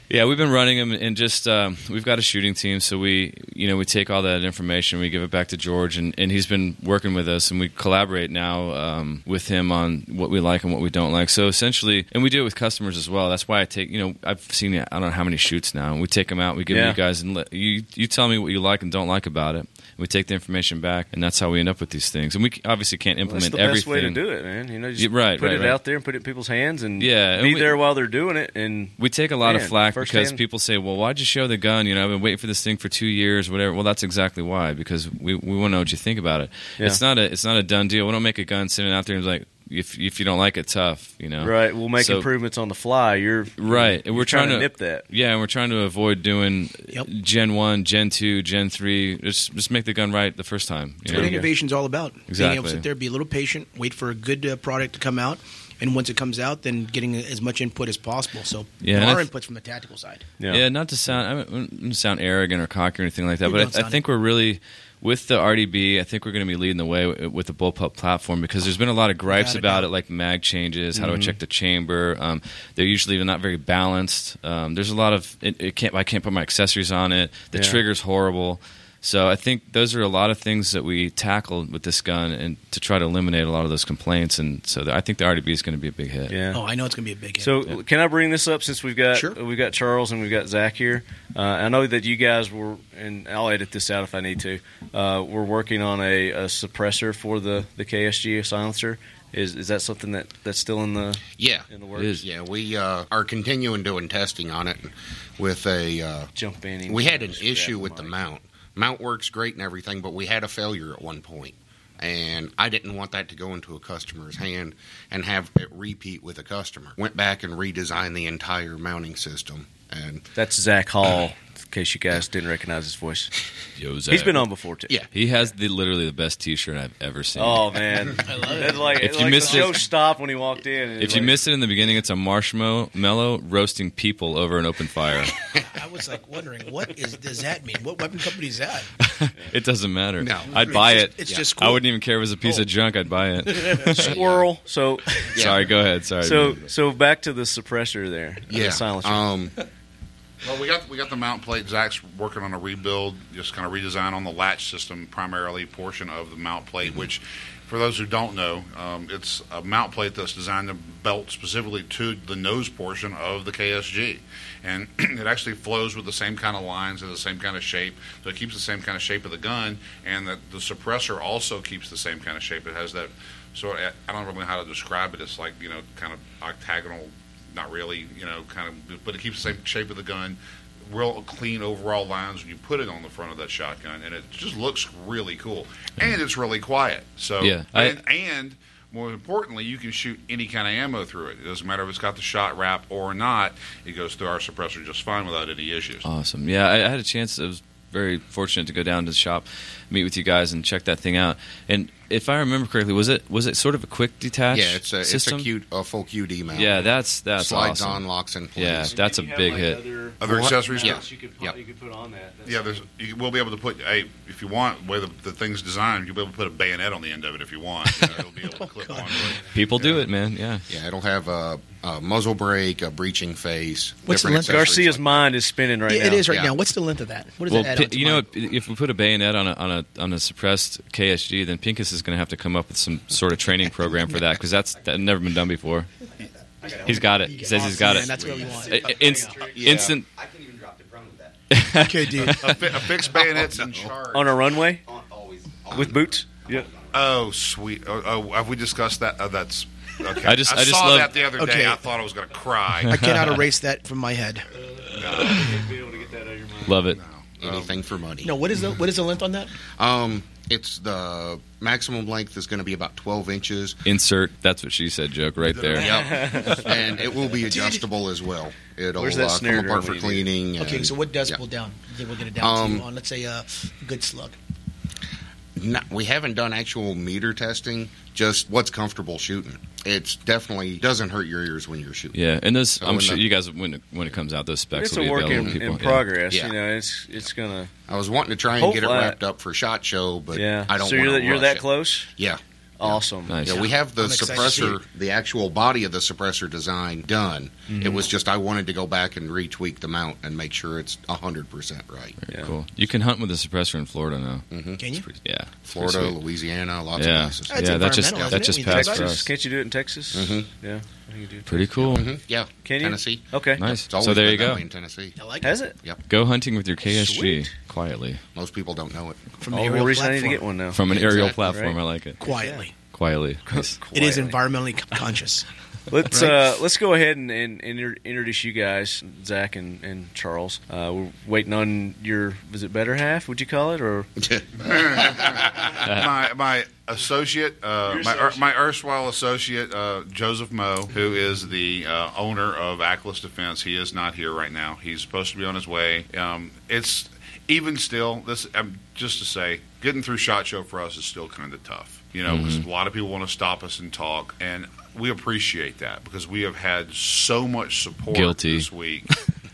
Speaker 5: Yeah, we've been running them, and just um, we've got a shooting team, so we you know we take all that information, we give it back to George, and, and he's been working with us, and we collaborate now um, with him on what we like and what we don't like. So essentially, and we do it with customers as well. That's why I take you know I've seen I don't know how many shoots now. We take them out, we give
Speaker 4: Yeah.
Speaker 5: you guys, and let, you you tell me what you like and don't like about it. We take the information back, and that's how we end up with these things. And we c- obviously can't
Speaker 4: Well, That's
Speaker 5: implement
Speaker 4: the
Speaker 5: everything.
Speaker 4: best way to do it, man. You know, just
Speaker 5: Yeah, right,
Speaker 4: put
Speaker 5: right,
Speaker 4: it
Speaker 5: right.
Speaker 4: out there and put it in people's hands, and
Speaker 5: Yeah, and
Speaker 4: be
Speaker 5: we-
Speaker 4: there while they're doing it. And
Speaker 5: We take a lot of
Speaker 4: Man,
Speaker 5: flack because
Speaker 4: firsthand-
Speaker 5: people say, "Well, why'd you show the gun? You know, I've been waiting for this thing for two years, whatever." Well, that's exactly why because we, we want to know what you think about it.
Speaker 4: Yeah.
Speaker 5: It's not a it's not a done deal. We don't make a gun sitting out there and be like if if you don't like it, tough. You know,
Speaker 4: right, we'll make
Speaker 5: So-
Speaker 4: improvements on the fly. You're
Speaker 5: Right,
Speaker 4: you're
Speaker 5: and we're trying, to
Speaker 4: nip that.
Speaker 5: Yeah, and we're trying to avoid doing
Speaker 6: Yep.
Speaker 5: Gen One, Gen Two, Gen Three. Just just make the gun right the first time. you
Speaker 6: That's
Speaker 5: know?
Speaker 6: what innovation's all about. Being able
Speaker 5: Exactly.
Speaker 6: to sit there, be a little patient, wait for a good uh, product to come out, and once it comes out, then getting as much input as possible. So
Speaker 5: Yeah,
Speaker 6: there
Speaker 5: and I
Speaker 6: are
Speaker 5: th-
Speaker 6: inputs from the tactical side.
Speaker 5: Yeah. not to sound I don't want to sound arrogant or cocky or anything like that,
Speaker 6: You don't
Speaker 5: but I, I
Speaker 6: sound
Speaker 5: think we're really with the RDB. I think we're going to be leading the way with, with the bullpup platform because there's been a lot of gripes
Speaker 6: Without a
Speaker 5: about
Speaker 6: doubt.
Speaker 5: it, like mag changes. How do I
Speaker 4: Mm-hmm.
Speaker 5: check the chamber? Um, they're usually not very balanced. Um, there's a lot of it, it can't. I can't put my accessories on it. The
Speaker 4: Yeah.
Speaker 5: trigger's horrible. So I think those are a lot of things that we tackled with this gun, and to try to eliminate a lot of those complaints. And so the, I think the RDB is going to be a big hit.
Speaker 4: Yeah.
Speaker 6: Oh, I know it's going to be a big hit.
Speaker 4: So can I bring this up since we've got
Speaker 6: Sure.
Speaker 4: we've got Charles and we've got Zach here? Uh, I know that you guys were, and I'll edit this out if I need to. Uh, we're working on a, a suppressor for the the KSG silencer. Is is that something that that's still in the
Speaker 9: Yeah.
Speaker 4: in the works?
Speaker 5: It is.
Speaker 9: Yeah, we uh, are continuing doing testing on it with a. Uh,
Speaker 4: Jump in. and-
Speaker 9: we had an
Speaker 4: just grab
Speaker 9: issue with the
Speaker 4: mic.
Speaker 9: mount. Mount works great and everything, but we had a failure at one point, and I didn't want that to go into a customer's hand and have it repeat with a customer. Went back and redesigned the entire mounting system, and
Speaker 4: That's Zach Hall. In case you guys didn't recognize his voice,
Speaker 5: Yo,
Speaker 4: he's
Speaker 5: Zach.
Speaker 4: been on before too.
Speaker 9: yeah,
Speaker 5: He has the literally the best T-shirt I've ever seen.
Speaker 4: Oh man, I love it. Like,
Speaker 5: If you
Speaker 4: like the
Speaker 5: missed it-
Speaker 4: show stopped when he walked in. and
Speaker 5: If
Speaker 4: like,
Speaker 5: you missed it in the beginning, it's a marshmallow mellow roasting people over an open fire.
Speaker 6: I was like wondering, what is does that mean? What weapon company is that?
Speaker 5: it doesn't matter.
Speaker 9: No.
Speaker 5: I'd buy
Speaker 6: It's
Speaker 5: it.
Speaker 6: just- it's just
Speaker 5: I
Speaker 6: cool.
Speaker 5: wouldn't even care if it was a piece
Speaker 9: Oh.
Speaker 5: of junk. I'd buy it.
Speaker 4: squirrel, so
Speaker 5: Sorry, go ahead. Sorry.
Speaker 4: so so back to the suppressor there. uh,
Speaker 9: yeah.
Speaker 4: the silencer.
Speaker 9: Um,
Speaker 8: Well, we got we got the mount plate. Zach's working on a rebuild, just kind of redesign on the latch system, primarily portion of the mount plate. Which, for those who don't know, um, it's a mount plate that's designed to belt specifically to the nose portion of the KSG, and it actually flows with the same kind of lines and the same kind of shape. So it keeps the same kind of shape of the gun, and that the suppressor also keeps the same kind of shape. It has that sort. Of, I don't really know how to describe it. It's like you know, kind of octagonal not really, you know, kind of, but it keeps the same shape of the gun. Real clean overall lines when you put it on the front of that shotgun, and it just looks really cool. And it's really quiet. So
Speaker 5: Yeah, I-
Speaker 8: and, and more importantly, you can shoot any kind of ammo through it. It doesn't matter if it's got the shot wrap or not. It goes through our suppressor just fine without any issues.
Speaker 5: Awesome. Yeah, I, I had a chance. I was very fortunate to go down to the shop, meet with you guys, and check that thing out. And if I remember correctly, was it was it sort of a quick detach?
Speaker 9: Yeah, it's a
Speaker 5: system?
Speaker 9: it's a, Q, a full QD mount.
Speaker 5: Yeah, that's that's
Speaker 9: slides
Speaker 5: awesome.
Speaker 9: on, locks in place.
Speaker 5: Yeah, that's a
Speaker 1: You have,
Speaker 5: big
Speaker 1: like,
Speaker 5: hit.
Speaker 1: Other,
Speaker 8: Other
Speaker 9: What?
Speaker 8: accessories?
Speaker 9: Yeah.
Speaker 1: you could,
Speaker 9: Yep.
Speaker 1: you could put on that. That's-
Speaker 8: Yeah, there's. You will be able to put. Hey, if you want, where the, the thing's designed, you'll be able to put a bayonet on the end of it if you want. You know, it'll be able to clip onto it.
Speaker 5: People do it, man. Yeah.
Speaker 9: Yeah, it'll have a, a muzzle brake, a breaching face.
Speaker 6: What's the
Speaker 9: different
Speaker 6: length?
Speaker 9: accessories
Speaker 4: Garcia's
Speaker 9: like
Speaker 4: mind is spinning right
Speaker 6: Yeah,
Speaker 4: now.
Speaker 6: it is right
Speaker 9: Yeah.
Speaker 6: now. What's the length of that? What does
Speaker 5: Well,
Speaker 6: that add
Speaker 5: Pi-
Speaker 6: on to
Speaker 5: you know,
Speaker 6: mine?
Speaker 5: if if we put a bayonet on a on a on a suppressed KSG, then Pincus is going to have to come up with some sort of training program for that because that's that never been done before. He's got it. He says he's got
Speaker 6: Man,
Speaker 5: it.
Speaker 6: That's what we want.
Speaker 5: I- I- inst- Instant.
Speaker 10: I can even drop the front of that.
Speaker 6: okay, dude.
Speaker 8: A, fi- a fixed bayonet's in charge.
Speaker 4: on a runway
Speaker 10: On always.
Speaker 4: with boots. Yeah.
Speaker 8: Oh, sweet. Oh, oh, have we discussed that? Oh, that's. Okay.
Speaker 5: I just- I just
Speaker 8: saw
Speaker 5: love-
Speaker 8: that the other
Speaker 6: Okay.
Speaker 8: day. I thought I was going to
Speaker 6: I
Speaker 8: cry.
Speaker 6: cannot erase that from my head.
Speaker 5: Love it.
Speaker 4: Um,
Speaker 9: Anything for money.
Speaker 6: No, what is the what is the length on that?
Speaker 9: Um, it's the maximum length is going to be about 12 inches.
Speaker 5: Insert. That's what she said. Joke right there.
Speaker 9: Yep. and it will be adjustable as well. It'll
Speaker 4: Where's that
Speaker 9: uh,
Speaker 4: snare
Speaker 9: come apart
Speaker 4: drum
Speaker 9: for
Speaker 4: we need?
Speaker 9: cleaning.
Speaker 6: Okay,
Speaker 9: and-
Speaker 6: so what decibel
Speaker 9: yeah.
Speaker 6: down? They will get it down
Speaker 9: Um,
Speaker 6: to on let's say a good slug.
Speaker 9: Not, we haven't done actual meter testing, just what's comfortable shooting. It's definitely doesn't hurt your ears when you're shooting.
Speaker 5: Yeah, and those
Speaker 9: So
Speaker 5: I'm
Speaker 9: when
Speaker 5: sure
Speaker 9: the-
Speaker 5: you guys when it, when it comes out, those specs
Speaker 4: It's
Speaker 5: will
Speaker 4: a
Speaker 5: be
Speaker 4: work
Speaker 5: available
Speaker 4: in,
Speaker 5: to people.
Speaker 4: in
Speaker 5: Yeah.
Speaker 4: progress.
Speaker 9: Yeah.
Speaker 4: You know, it's it's gonna.
Speaker 9: I was wanting to try and get it
Speaker 4: Hopefully I-
Speaker 9: wrapped up for shot show, but
Speaker 4: yeah.
Speaker 9: I don't.
Speaker 4: so you're
Speaker 9: wanna
Speaker 4: that, you're
Speaker 9: rush
Speaker 4: that
Speaker 9: it.
Speaker 4: close.
Speaker 9: Yeah,
Speaker 4: Awesome.
Speaker 5: Nice.
Speaker 9: yeah. We have the
Speaker 6: I'm excited to see
Speaker 9: suppressor, the actual body of the suppressor design done. It was just I wanted to go back and retweak the mount and make sure it's hundred percent right.
Speaker 4: Yeah.
Speaker 5: Cool. You can hunt with a suppressor in Florida now.
Speaker 9: hmm,
Speaker 6: Can you?
Speaker 5: Yeah.
Speaker 9: Florida,
Speaker 5: Pretty sweet.
Speaker 9: Louisiana, lots
Speaker 5: Yeah.
Speaker 9: of places.
Speaker 6: That's
Speaker 5: yeah, that just
Speaker 6: environmental, isn't
Speaker 5: that
Speaker 6: it?
Speaker 5: just
Speaker 6: We
Speaker 5: passed
Speaker 6: That's
Speaker 5: for
Speaker 4: Texas?
Speaker 5: us.
Speaker 4: Can't you do it in Texas?
Speaker 9: Mhm.
Speaker 4: Yeah. I think you do it.
Speaker 5: Pretty cool.
Speaker 6: Mm-hmm.
Speaker 9: Mhm. Yeah,
Speaker 4: Can you?
Speaker 9: Tennessee.
Speaker 4: Okay.
Speaker 5: Nice.
Speaker 9: It's always
Speaker 5: So there
Speaker 9: been
Speaker 5: you
Speaker 9: that
Speaker 5: go.
Speaker 9: way in Tennessee.
Speaker 6: I like
Speaker 4: Has
Speaker 6: it
Speaker 4: it?
Speaker 5: Go hunting with your KSG
Speaker 4: Sweet.
Speaker 5: quietly
Speaker 9: Most people don't know it.
Speaker 6: from the
Speaker 4: All
Speaker 6: aerial
Speaker 4: the reason
Speaker 6: platform.
Speaker 4: I need to get one now.
Speaker 5: from an aerial
Speaker 9: Exactly,
Speaker 5: platform.
Speaker 4: right.
Speaker 5: I like it.
Speaker 6: quietly.
Speaker 5: Quietly. Nice.
Speaker 6: It is environmentally c- conscious.
Speaker 4: Let's uh, let's go ahead and, and, and inter- introduce you guys, Zach and, and Charles. Uh, we're waiting on your was it better half? Would you call it or
Speaker 8: my my associate, uh, my er, my erstwhile associate, uh, Joseph Moe, who is the uh, owner of Ackless Defense. He is not here right now. He's supposed to be on his way. Um, it's even still this. Um, just to say, getting through Shot Show for us is still kind of tough. You know, because a lot of people want to stop us and talk, and we appreciate that because we have had so much support
Speaker 5: Guilty.
Speaker 8: this week.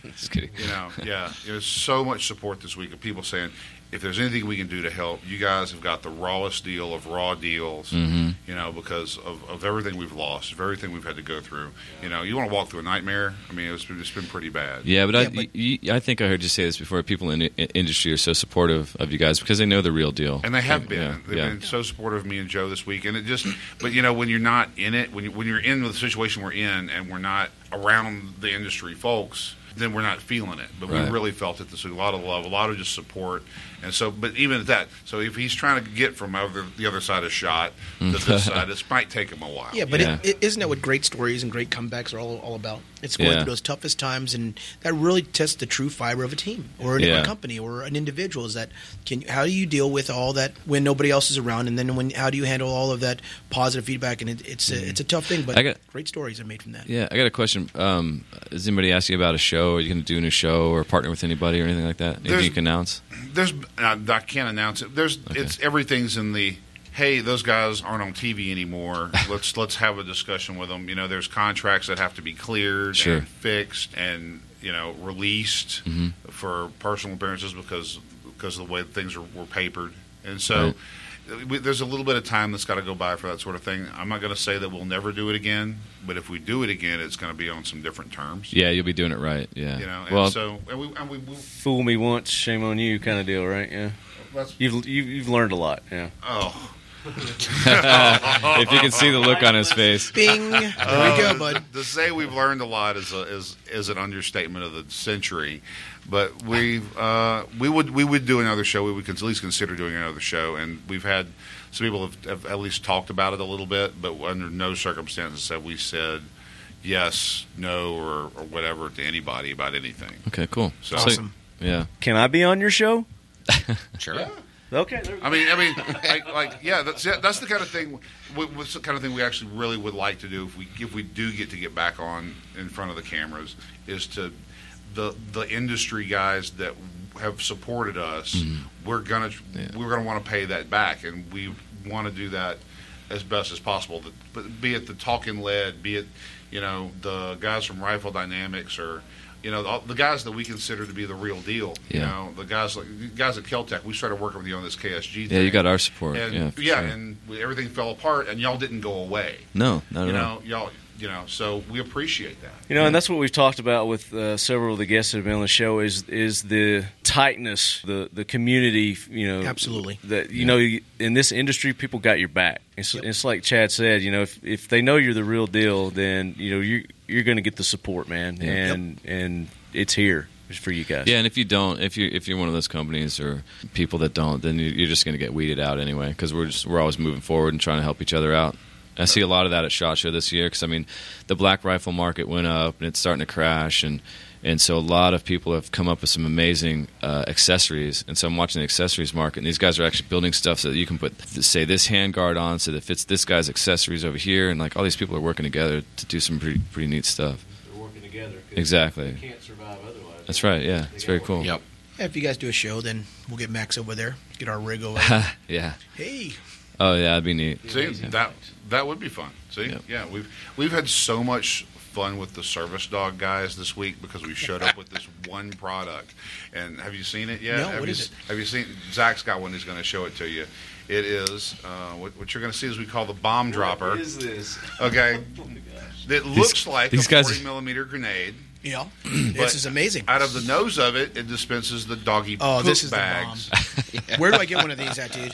Speaker 5: Just kidding.
Speaker 8: You know, yeah, there's so much support this week of people saying, if there's anything we can do to help, you guys have got the rawest deal of raw deals, you know, because of, of everything we've lost, of everything we've had to go through. You know, you want to walk through a nightmare? I mean, it's been, it's been pretty bad.
Speaker 5: Yeah, but, I,
Speaker 6: Yeah, but-
Speaker 5: y- y- I think I heard you say this before. People in the in- industry are so supportive of you guys because they know the real deal.
Speaker 8: And they have been.
Speaker 5: Yeah,
Speaker 8: They've
Speaker 5: yeah.
Speaker 8: been so supportive of me and Joe this week. And it just, but you know, when you're not in it, when, you, when you're in the situation we're in and we're not around the industry folks, then we're not feeling it. But
Speaker 5: Right.
Speaker 8: we really felt it this week. A lot of love, a lot of just support. And so, but even at that, so if he's trying to get from other, the other side of shot to this side, this might take him a while.
Speaker 6: Yeah, but
Speaker 5: Yeah.
Speaker 6: It, it, isn't that what great stories and great comebacks are all, all about? It's going
Speaker 5: Yeah.
Speaker 6: through those toughest times, and that really tests the true fiber of a team or, an, or
Speaker 5: Yeah.
Speaker 6: a company or an individual. Is that can you, how do you deal with all that when nobody else is around, and then when how do you handle all of that positive feedback? And it, it's a, it's a tough thing, but
Speaker 5: Mm. I got-
Speaker 6: great stories are made from that.
Speaker 5: Yeah, I got a question. Um, has anybody asked you about a show? Are you going to do a new show or partner with anybody or anything like that? Anything
Speaker 8: There's-
Speaker 5: you can announce?
Speaker 8: there's I, I can't announce it. There's it's everything's in the hey those guys aren't on TV anymore. let's let's have a discussion with them. You know, there's contracts that have to be cleared
Speaker 5: Sure.
Speaker 8: and fixed and you know released
Speaker 5: Mm-hmm.
Speaker 8: for personal appearances because because of the way things are, were papered and so. we- There's a little bit of time that's got to go by for that sort of thing. I'm not going to say that we'll never do it again, but if we do it again, it's going to be on some different terms.
Speaker 5: Yeah, you'll be doing it right. Yeah.
Speaker 8: You know, and
Speaker 5: well,
Speaker 8: so and we and we, we
Speaker 4: fool me once, shame on you kind of deal? Right? Yeah.
Speaker 8: that's,
Speaker 4: You've you, you've learned a lot. Yeah.
Speaker 8: oh
Speaker 5: if you can see the look on his face,
Speaker 6: Bing, there we
Speaker 5: Uh,
Speaker 6: go, bud.
Speaker 8: to say we've learned a lot is a, is is an understatement of the century, but we uh, we would we would do another show. We would at least consider doing another show, and we've had some people have, have at least talked about it a little bit, but under no circumstances have we said. yes, no, or, or whatever to anybody about anything.
Speaker 5: Okay, cool.
Speaker 8: So-
Speaker 6: Awesome.
Speaker 5: yeah.
Speaker 4: Can I be on your show?
Speaker 9: Sure.
Speaker 4: Okay. there we go.
Speaker 8: I mean, I mean, like, like yeah, that's that's the kind of thing. w- What's the kind of thing we actually really would like to do if we if we do get to get back on in front of the cameras is to the the industry guys that have supported us.
Speaker 5: Mm-hmm.
Speaker 8: We're gonna we're gonna want to pay that back, and we want to do that as best as possible. The- But be it the Talking Lead, be it you know the guys from Rifle Dynamics or. You know the- the guys that we consider to be the real deal. You
Speaker 5: Yeah.
Speaker 8: know the guys like the guys at Keltec. We started working with you on this KSG
Speaker 5: Yeah, you got our support.
Speaker 8: and,
Speaker 5: yeah, for sure.
Speaker 8: and we- everything fell apart, and y'all didn't go away.
Speaker 5: no, not at
Speaker 8: You
Speaker 5: all.
Speaker 8: know, y'all, you know, so we appreciate that.
Speaker 4: You know, and that's what we've talked about with uh, several of the guests that have been on the show is is the tightness, the the community. You
Speaker 5: uh,
Speaker 4: know,
Speaker 6: Absolutely.
Speaker 4: That you know, you- in this industry, people got your back. It's it's like Chad said. You know, if if they know you're the real deal, then you know you you're going to get the support, man. And and it's here. It's for you guys.
Speaker 5: Yeah, and if you don't, if you if you're one of those companies or people that don't, then you- you're just going to get weeded out anyway because we're just we're always moving forward and trying to help each other out. I see a lot of that at Shot Show this year because I mean, the black rifle market went up and it's starting to crash and. And so a lot of people have come up with some amazing uh, accessories. And so I'm watching the accessories market, and these guys are actually building stuff so that you can put, say, this handguard on so that fits this guy's accessories over here. And like all these people are working together to do some pretty pretty neat stuff.
Speaker 4: They're working together.
Speaker 5: Exactly.
Speaker 4: Can't survive otherwise.
Speaker 5: That's right. Yeah, it's very cool.
Speaker 9: Yep.
Speaker 6: Yeah, if you guys do a show, then we'll get Max over there. Get our rig over. there.
Speaker 5: Yeah.
Speaker 6: hey,
Speaker 5: Oh yeah, that'd be neat.
Speaker 8: See, that that would be fun. See,
Speaker 5: Yep.
Speaker 8: yeah, we've we've had so much fun with the service dog guys this week because we showed up with this one product. And have you seen it yet?
Speaker 6: No,
Speaker 8: have
Speaker 6: what
Speaker 8: you,
Speaker 6: is
Speaker 8: s-
Speaker 6: it?
Speaker 8: Have you seen? Zach's got one. He's going to show it to you. It is uh, what, what you're going to see is we call the bomb dropper.
Speaker 4: this?
Speaker 8: okay, it looks like
Speaker 5: these
Speaker 8: a
Speaker 5: guys-
Speaker 8: 40 millimeter grenade.
Speaker 6: you know, this is amazing.
Speaker 8: out of the nose of it, it dispenses the doggy
Speaker 6: Oh,
Speaker 8: poop
Speaker 6: this is the
Speaker 8: bags.
Speaker 6: Where do I get one of these at, dude?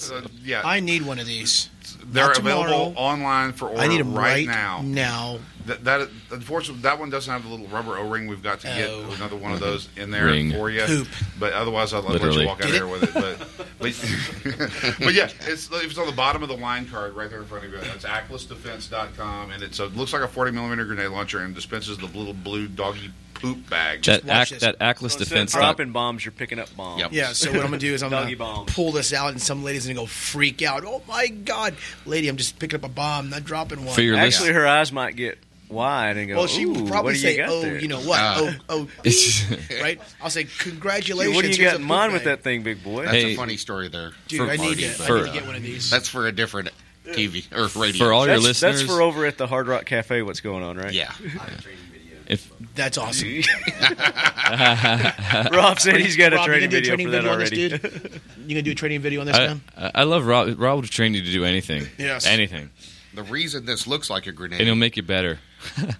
Speaker 8: So, yeah,
Speaker 6: I need one of these.
Speaker 8: they're
Speaker 6: not
Speaker 8: available
Speaker 6: tomorrow.
Speaker 8: online for order
Speaker 6: I need them
Speaker 8: right, now.
Speaker 6: Now,
Speaker 8: That, that unfortunately, that one doesn't have the little rubber O-ring. We've got to get
Speaker 6: Oh.
Speaker 8: another one of those in there
Speaker 5: Ring.
Speaker 8: for you.
Speaker 6: Poop.
Speaker 8: But otherwise, I'll let
Speaker 5: Literally.
Speaker 8: you walk out of here with it. But but, but yeah, it's it's on the bottom of the line card right there in front of you. It's acklessdefense.com, and it's a, looks like a 40 millimeter grenade launcher and dispenses the little blue doggy poop bags.
Speaker 5: That
Speaker 6: watch
Speaker 5: act,
Speaker 6: this.
Speaker 5: that actless defense. Doc-
Speaker 4: dropping bombs, you're picking up bombs.
Speaker 9: Yep.
Speaker 6: yeah. So what I'm gonna do is I'm
Speaker 4: Doggy
Speaker 6: gonna
Speaker 4: bomb.
Speaker 6: pull this out, and some lady's gonna go freak out. Oh my god, lady, I'm just picking up a bomb, not dropping one.
Speaker 5: For your
Speaker 4: Actually,
Speaker 5: list,
Speaker 4: her eyes might get wide and go.
Speaker 6: well, she
Speaker 4: "Ooh,
Speaker 6: would
Speaker 4: what
Speaker 6: probably
Speaker 4: do
Speaker 6: say,
Speaker 4: you got
Speaker 6: "Oh,
Speaker 4: there? Ah.
Speaker 6: you know what?
Speaker 9: Uh,
Speaker 6: oh,
Speaker 5: It's-
Speaker 6: oh, right." I'll say, "Congratulations."
Speaker 4: what do you
Speaker 6: here's
Speaker 4: got
Speaker 6: a
Speaker 4: in
Speaker 6: poop
Speaker 4: mind with
Speaker 6: bag."
Speaker 4: that thing, big boy?"
Speaker 9: That's
Speaker 5: Hey,
Speaker 9: a funny story there.
Speaker 6: Dude,
Speaker 5: for
Speaker 6: I need,
Speaker 5: Marty,
Speaker 6: to, I
Speaker 5: for-
Speaker 6: need to get one of these.
Speaker 9: That's for a different TV or radio.
Speaker 5: for all your
Speaker 4: that's,
Speaker 5: listeners,
Speaker 4: that's for over at the Hard Rock Cafe. What's going on, right?
Speaker 9: yeah.
Speaker 5: if,
Speaker 6: That's awesome.
Speaker 4: Rob said he's got a
Speaker 6: Rob, you
Speaker 4: training
Speaker 6: gonna do a
Speaker 4: video for
Speaker 6: training
Speaker 4: that
Speaker 6: video on this,
Speaker 4: already. Oh,
Speaker 6: dude? You gonna do a training video on this,
Speaker 5: I,
Speaker 6: man?
Speaker 5: I I love Rob. Rob will train you to do anything.
Speaker 6: Yes.
Speaker 5: anything,
Speaker 9: The reason this looks like a
Speaker 5: and he'll
Speaker 9: grenade
Speaker 5: make you better.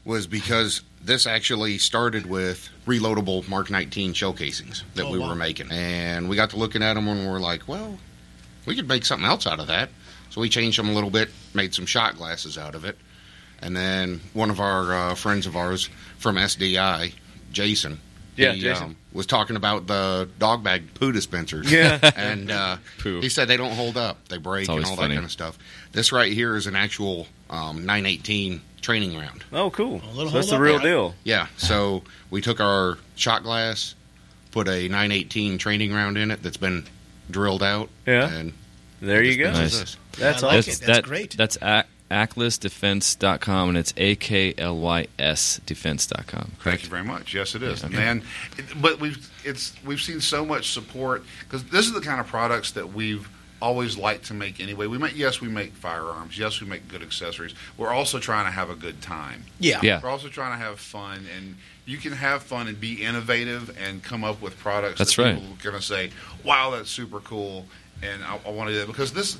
Speaker 9: was because this actually started with reloadable Mark 19 showcasings that
Speaker 6: Oh,
Speaker 9: we
Speaker 6: wow.
Speaker 9: were making, and we got to looking at them and we're like, well, we could make something else out of that. So we changed them a little bit, made some shot glasses out of it, and then one of our uh, friends of ours from SDI, Jason. um,
Speaker 4: Yeah, Jason.
Speaker 5: um.
Speaker 9: was talking about the dog bag poo dispensers.
Speaker 4: Yeah.
Speaker 9: and uh,
Speaker 5: Poo.
Speaker 9: he said they don't hold up; they break
Speaker 5: It's
Speaker 9: and
Speaker 5: always
Speaker 9: all
Speaker 5: funny.
Speaker 9: that kind of stuff. This right here is an actual um, 918 training round.
Speaker 4: Oh, cool.
Speaker 6: little
Speaker 4: So that's
Speaker 6: hold
Speaker 4: the
Speaker 6: up,
Speaker 4: real
Speaker 6: yeah.
Speaker 4: deal.
Speaker 9: Yeah. So we took our shot glass, put a 918 training round in it that's been drilled out.
Speaker 4: Yeah.
Speaker 9: And
Speaker 4: There you go.
Speaker 9: this is
Speaker 5: Nice.
Speaker 9: us.
Speaker 4: That's
Speaker 6: I like
Speaker 4: awesome.
Speaker 6: it. That's
Speaker 5: that,
Speaker 6: great.
Speaker 5: That's ac- acklessdefense.com, and it's A K L Y S defense.com.
Speaker 8: Thank you very much. Yes, it is, man. it- But we've it's we've seen so much support because this is the kind of products that we've always liked to make anyway. We make yes, we make firearms. Yes, we make good accessories. We're also trying to have a good time.
Speaker 6: Yeah.
Speaker 5: Yeah.
Speaker 8: We're also trying to have fun, and you can have fun and be innovative and come up with products.
Speaker 5: That's
Speaker 8: that
Speaker 5: right.
Speaker 8: People are going to say, "Wow, that's super cool," and I, I want to do that because this.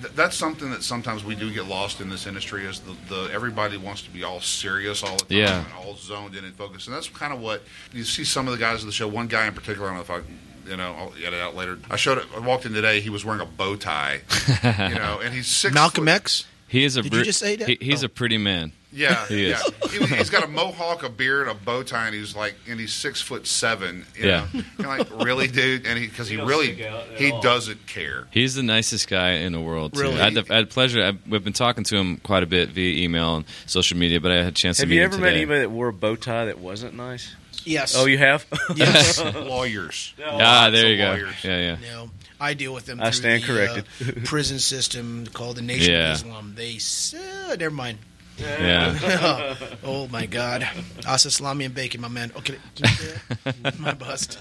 Speaker 8: th- That's something that sometimes we do get lost in this industry is the, the everybody wants to be all serious all the time
Speaker 5: Yeah.
Speaker 8: and all zoned in and focused, and that's kind of what you see some of the guys of the show. One guy in particular, I don't know if I, you know, I'll get it out later. I showed, up- I walked in today. He was wearing a bow tie, you know, and he's six
Speaker 6: Malcolm
Speaker 8: foot-
Speaker 6: X.
Speaker 5: He is a.
Speaker 6: Did you just say that?
Speaker 5: He, he's
Speaker 6: Oh.
Speaker 5: a pretty man.
Speaker 8: Yeah,
Speaker 5: He is.
Speaker 8: yeah. He, he's got a mohawk, a beard, a bow tie, and he's like, and he's six foot seven. You
Speaker 5: Yeah.
Speaker 8: know? and like really, dude, and he because he,
Speaker 1: He don't
Speaker 8: really
Speaker 1: stick out at
Speaker 8: he
Speaker 1: all.
Speaker 8: doesn't care.
Speaker 5: He's the nicest guy in the world. Too.
Speaker 6: Really?
Speaker 5: I had the, I had pleasure. I, we've been talking to him quite a bit via email and social media, but I had a chance to
Speaker 4: Have
Speaker 5: meet
Speaker 4: you ever
Speaker 5: him
Speaker 4: met
Speaker 5: today.
Speaker 4: anybody that wore a bow tie that wasn't nice?
Speaker 6: Yes.
Speaker 4: Oh, you have.
Speaker 6: Yes.
Speaker 8: Lawyers.
Speaker 5: ah,
Speaker 8: Lots
Speaker 5: there
Speaker 8: of
Speaker 5: you go.
Speaker 8: lawyers.
Speaker 5: Yeah, yeah.
Speaker 6: No, I deal with them.
Speaker 4: I
Speaker 6: through
Speaker 4: stand
Speaker 6: the,
Speaker 4: corrected.
Speaker 6: uh, prison system called the Nation
Speaker 5: Yeah.
Speaker 6: of Islam. They said, never mind.
Speaker 5: Yeah.
Speaker 6: oh my God, Asa salami and bacon, my man. Okay, can you do that? my bust.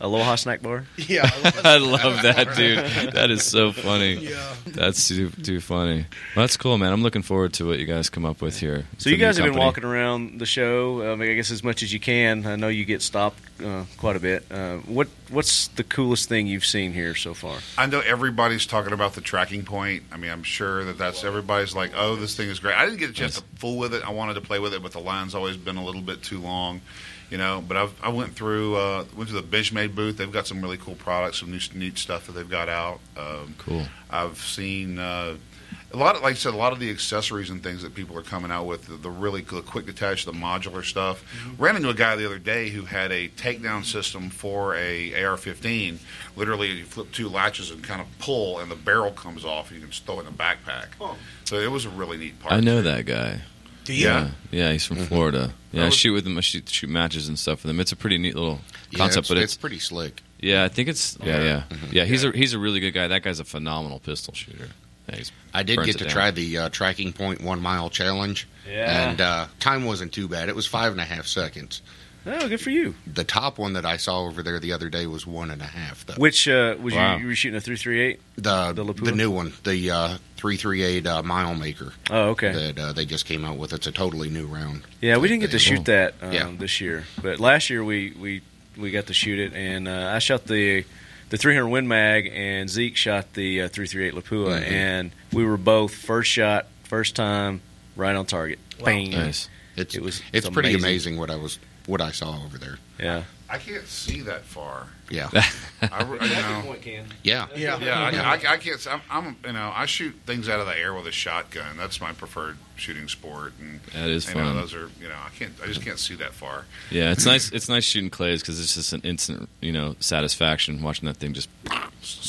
Speaker 4: Aloha snack bar.
Speaker 6: Yeah,
Speaker 5: I love that, dude. That is so funny.
Speaker 6: Yeah.
Speaker 5: That's too, too funny. Well, that's cool, man. I'm looking forward to what you guys come up with here. It's
Speaker 4: So
Speaker 5: a
Speaker 4: you
Speaker 5: new
Speaker 4: guys have been
Speaker 5: company.
Speaker 4: walking around the show. um, I mean, I guess as much as you can. I know you get stopped uh, quite a bit. Uh, what What's the coolest thing you've seen here so far?
Speaker 8: I know everybody's talking about the tracking point. I mean, I'm sure that that's everybody's like, oh, this thing is great. I didn't get a chance to fool with it. I wanted to play with it, but the line's always been a little bit too long, you know. But I've, I went through, uh, went to the Benchmade booth. They've got some really cool products, some new, neat stuff that they've got out. Um,
Speaker 5: Cool.
Speaker 8: I've seen uh, a lot, of, like I said, a lot of the accessories and things that people are coming out with, the, the really the quick detach, the modular stuff. Ran into a guy the other day who had a takedown system for a AR-15. Literally, you flip two latches and kind of pull, and the barrel comes off. You can just throw it in a backpack. So it was a really neat part.
Speaker 5: I know that guy.
Speaker 6: Do you?
Speaker 8: Yeah.
Speaker 5: Yeah, he's from Florida. Yeah,
Speaker 8: That
Speaker 5: I
Speaker 8: was-
Speaker 5: shoot with him. I shoot, shoot matches and stuff with him. It's a pretty neat little
Speaker 9: Yeah,
Speaker 5: concept,
Speaker 9: it's,
Speaker 5: but
Speaker 9: it's
Speaker 5: it's,
Speaker 9: pretty slick.
Speaker 5: yeah, I think it's yeah, yeah, yeah. He's
Speaker 8: Yeah.
Speaker 5: a he's a really good guy. That guy's a phenomenal pistol shooter. Yeah, he's-
Speaker 9: I did
Speaker 5: burns
Speaker 9: get
Speaker 5: it
Speaker 9: to
Speaker 5: down.
Speaker 9: try the uh, tracking point one mile challenge,
Speaker 1: Yeah.
Speaker 9: and uh, time wasn't too bad. It was five and a half seconds.
Speaker 4: Oh, good for you.
Speaker 9: The top one that I saw over there the other day was one and a half. Though
Speaker 4: Which uh, was
Speaker 5: Wow.
Speaker 4: you, you were shooting a three three eight?
Speaker 9: the
Speaker 4: the
Speaker 9: the,
Speaker 4: Lapua?
Speaker 9: new one, the uh, three three eight uh, mile maker
Speaker 4: Oh, okay.
Speaker 9: that uh, they just came out with, it's a totally new round.
Speaker 4: Yeah, we didn't get to
Speaker 9: They-
Speaker 4: shoot that um,
Speaker 9: Yeah.
Speaker 4: this year, but last year we we, we got to shoot it, and uh, I shot the the 300 Win Mag, and Zeke shot the uh, 338 Lapua,
Speaker 9: Mhm.
Speaker 4: and we were both first shot, first time, right on target. Bang!
Speaker 5: Nice.
Speaker 9: It's
Speaker 4: It was-
Speaker 9: it's,
Speaker 4: it's
Speaker 9: pretty
Speaker 4: amazing.
Speaker 9: amazing what I was what I saw over there.
Speaker 4: Yeah,
Speaker 8: I can't see that far.
Speaker 9: Yeah,
Speaker 8: I, re- you know,
Speaker 9: yeah.
Speaker 6: Yeah.
Speaker 8: yeah, I, I, I can't. s- I'm, I'm, you know, I shoot things out of the air with a shotgun. That's my preferred shooting sport, and
Speaker 5: That is
Speaker 8: you know,
Speaker 5: fun.
Speaker 8: those are, you know, I can't, I just can't see that far.
Speaker 5: Yeah, it's nice. It's nice shooting clays because it's just an instant, you know, satisfaction watching that thing just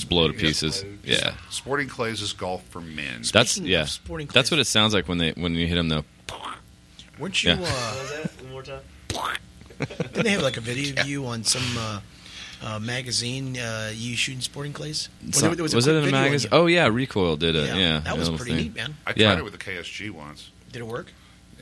Speaker 5: blow to pieces. Yeah,
Speaker 8: Sporting clays is golf for men.
Speaker 5: that's
Speaker 6: Speaking of
Speaker 5: yeah.
Speaker 6: sporting
Speaker 5: That's
Speaker 6: clays.
Speaker 5: what it sounds like when they when you hit them though.
Speaker 6: Weren't you?
Speaker 5: Yeah.
Speaker 6: Uh,
Speaker 1: One more time.
Speaker 6: didn't they have like a video of you on some uh, uh, magazine? Uh, you shooting sporting clays? Well,
Speaker 5: So-
Speaker 6: there- there
Speaker 5: was
Speaker 6: a
Speaker 5: it
Speaker 6: quick
Speaker 5: in a
Speaker 6: video on
Speaker 5: magazine?
Speaker 6: you.
Speaker 5: Oh yeah, Recoil did it. Yeah,
Speaker 6: that was
Speaker 5: little
Speaker 6: pretty
Speaker 5: thing.
Speaker 6: neat, man.
Speaker 8: I tried
Speaker 5: yeah.
Speaker 8: it with the KSG once.
Speaker 6: Did it work?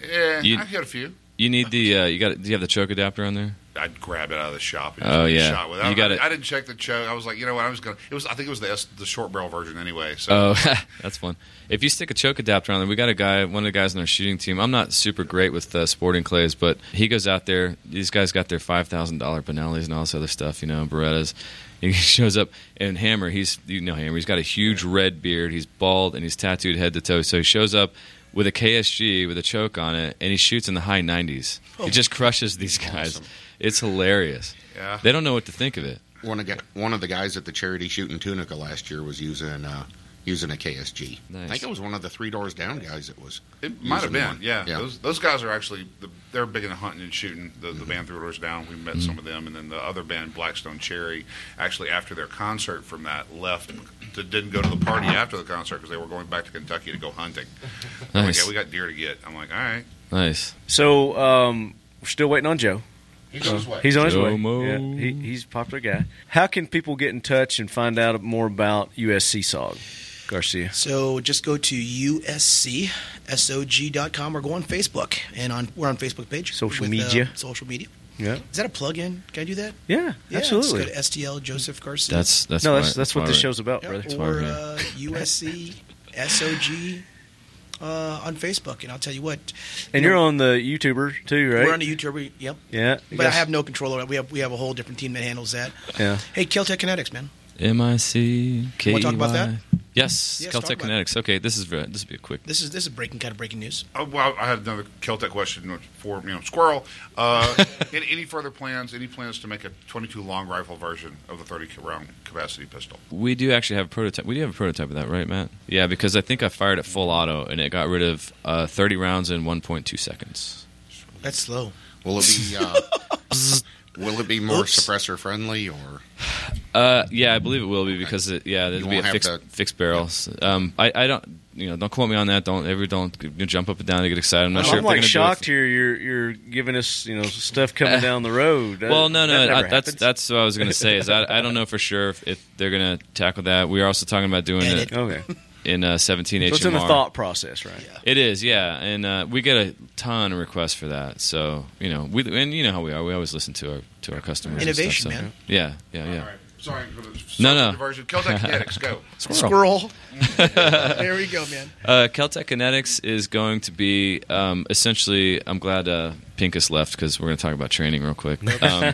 Speaker 8: Yeah,
Speaker 5: You-
Speaker 8: I've had a few.
Speaker 5: You need the uh, you got do you have the choke adapter on there?
Speaker 8: I'd grab it out of the shop. And
Speaker 5: Oh,
Speaker 8: just
Speaker 5: yeah.
Speaker 8: shot with it.
Speaker 5: You
Speaker 8: I,
Speaker 5: got it.
Speaker 8: I didn't check the choke. I was like, you know what? I was gonna. It was. I think it was the S, the short barrel version anyway. So
Speaker 5: Oh, that's fun. If you stick a choke adapter on there, we got a guy, one of the guys on our shooting team. I'm not super great with uh, sporting clays, but he goes out there. These guys got their five thousand dollar Benellis and all this other stuff, you know, Berettas. He shows up and Hammer. He's you know Hammer. He's got a huge red beard. He's bald and he's tattooed head to toe. So he shows up with a KSG with a choke on it, and he shoots in the high 90s.
Speaker 8: Oh.
Speaker 5: He just crushes these guys. It's hilarious.
Speaker 8: Yeah.
Speaker 5: They don't know what to think of it.
Speaker 9: One of the, one of the guys at the charity shooting Tunica last year was using uh, using a KSG.
Speaker 5: Nice.
Speaker 9: I think it was one of the three doors down guys. It was.
Speaker 8: it might have
Speaker 9: Using
Speaker 8: been.
Speaker 9: one.
Speaker 8: Yeah.
Speaker 9: Yeah.
Speaker 8: Those those guys are actually the, they're big into hunting and shooting. The,
Speaker 5: Mm-hmm.
Speaker 8: the band Three Doors Down. We met some of them, and then the other band Blackstone Cherry. Actually, after their concert from that, left. To, didn't go to the party after the concert because they were going back to Kentucky to go hunting. I'm like,
Speaker 5: Nice.
Speaker 8: yeah, Oh we got deer to get. I'm like, all right.
Speaker 5: Nice.
Speaker 4: so um, we're still waiting on Joe.
Speaker 8: He goes away.
Speaker 4: He's on his way.
Speaker 5: Jomo.
Speaker 4: Yeah, he, he's a popular guy. How can people get in touch and find out more about USC Sog Garcia?
Speaker 6: So just go to uscsog.com or go on Facebook and on we're on Facebook page.
Speaker 4: Social
Speaker 6: with,
Speaker 4: media.
Speaker 6: Uh, social media.
Speaker 4: Yeah,
Speaker 6: Is that a plug-in? Can I do that?
Speaker 4: yeah,
Speaker 6: Yeah,
Speaker 4: absolutely.
Speaker 6: Just go to STL Joseph Garcia.
Speaker 5: That's that's
Speaker 4: no,
Speaker 5: why-
Speaker 4: that's that's what
Speaker 5: why
Speaker 4: this
Speaker 5: we're-
Speaker 4: show's about,
Speaker 6: Yeah,
Speaker 4: brother.
Speaker 5: That's why we're
Speaker 6: or
Speaker 5: here.
Speaker 6: uh, USC SOG uh, on Facebook, and I'll tell you what.
Speaker 4: And you're on the YouTuber too, right?
Speaker 6: We're on the YouTube. We, yep.
Speaker 4: yeah,
Speaker 6: But I have no control over it. We have we have a whole different team that handles that.
Speaker 4: Yeah.
Speaker 6: Hey, Keltec Kinetics, man.
Speaker 5: M I C K.
Speaker 6: Wanna talk about that?
Speaker 5: Yes,
Speaker 6: Yes, talk
Speaker 5: Caltech
Speaker 6: about
Speaker 5: Kinetics. Okay, this is ver- this will be a quick.
Speaker 6: This is this is breaking kind of breaking news.
Speaker 8: Oh, well, I had another Caltech question for you know Squirrel. Uh, any, any further plans? Any plans to make a 22 long rifle version of the 30 round capacity pistol?
Speaker 5: We do actually have a prototype. We do have a prototype of that, right, Matt? Yeah, because I think I fired it full auto and it got rid of uh, 30 rounds in 1.2 seconds.
Speaker 6: That's slow.
Speaker 9: Will it be? Uh, will it be more suppressor friendly or?
Speaker 5: Uh, yeah, I believe it will be because it, yeah, there'll be a
Speaker 9: won't have
Speaker 5: fixed
Speaker 9: to-
Speaker 5: fixed barrels. Um, I, I don't you know don't quote me on that. Don't ever don't jump up and down and get excited. I'm not
Speaker 4: I'm,
Speaker 5: sure. if they're
Speaker 4: like
Speaker 5: gonna do it.
Speaker 4: shocked here. You're you're giving us you know stuff coming down the road. That-
Speaker 5: Well, no, no,
Speaker 4: that never
Speaker 5: I, that's
Speaker 4: happens.
Speaker 5: that's what I was gonna say. Is I, I don't know for sure if, if they're gonna tackle that. We are also talking about doing
Speaker 6: Edit.
Speaker 5: it
Speaker 4: okay.
Speaker 5: in uh, 17
Speaker 4: So
Speaker 5: HMR.
Speaker 4: it's in the thought process, right?
Speaker 5: It is, yeah, and uh, we get a ton of requests for that. So you know, we and you know how we are. We always listen to our to our customers. and
Speaker 6: Innovation,
Speaker 5: stuff, so-
Speaker 6: man.
Speaker 5: Yeah, Oh, yeah, yeah.
Speaker 8: All right. Sorry for the
Speaker 5: No, no.
Speaker 8: diversion. Caltech Kinetics, go.
Speaker 6: Squirrel. there we go, man.
Speaker 5: Uh, Caltech Kinetics is going to be um, essentially. I'm glad uh, Pincus left because we're going to talk about training real quick. Um,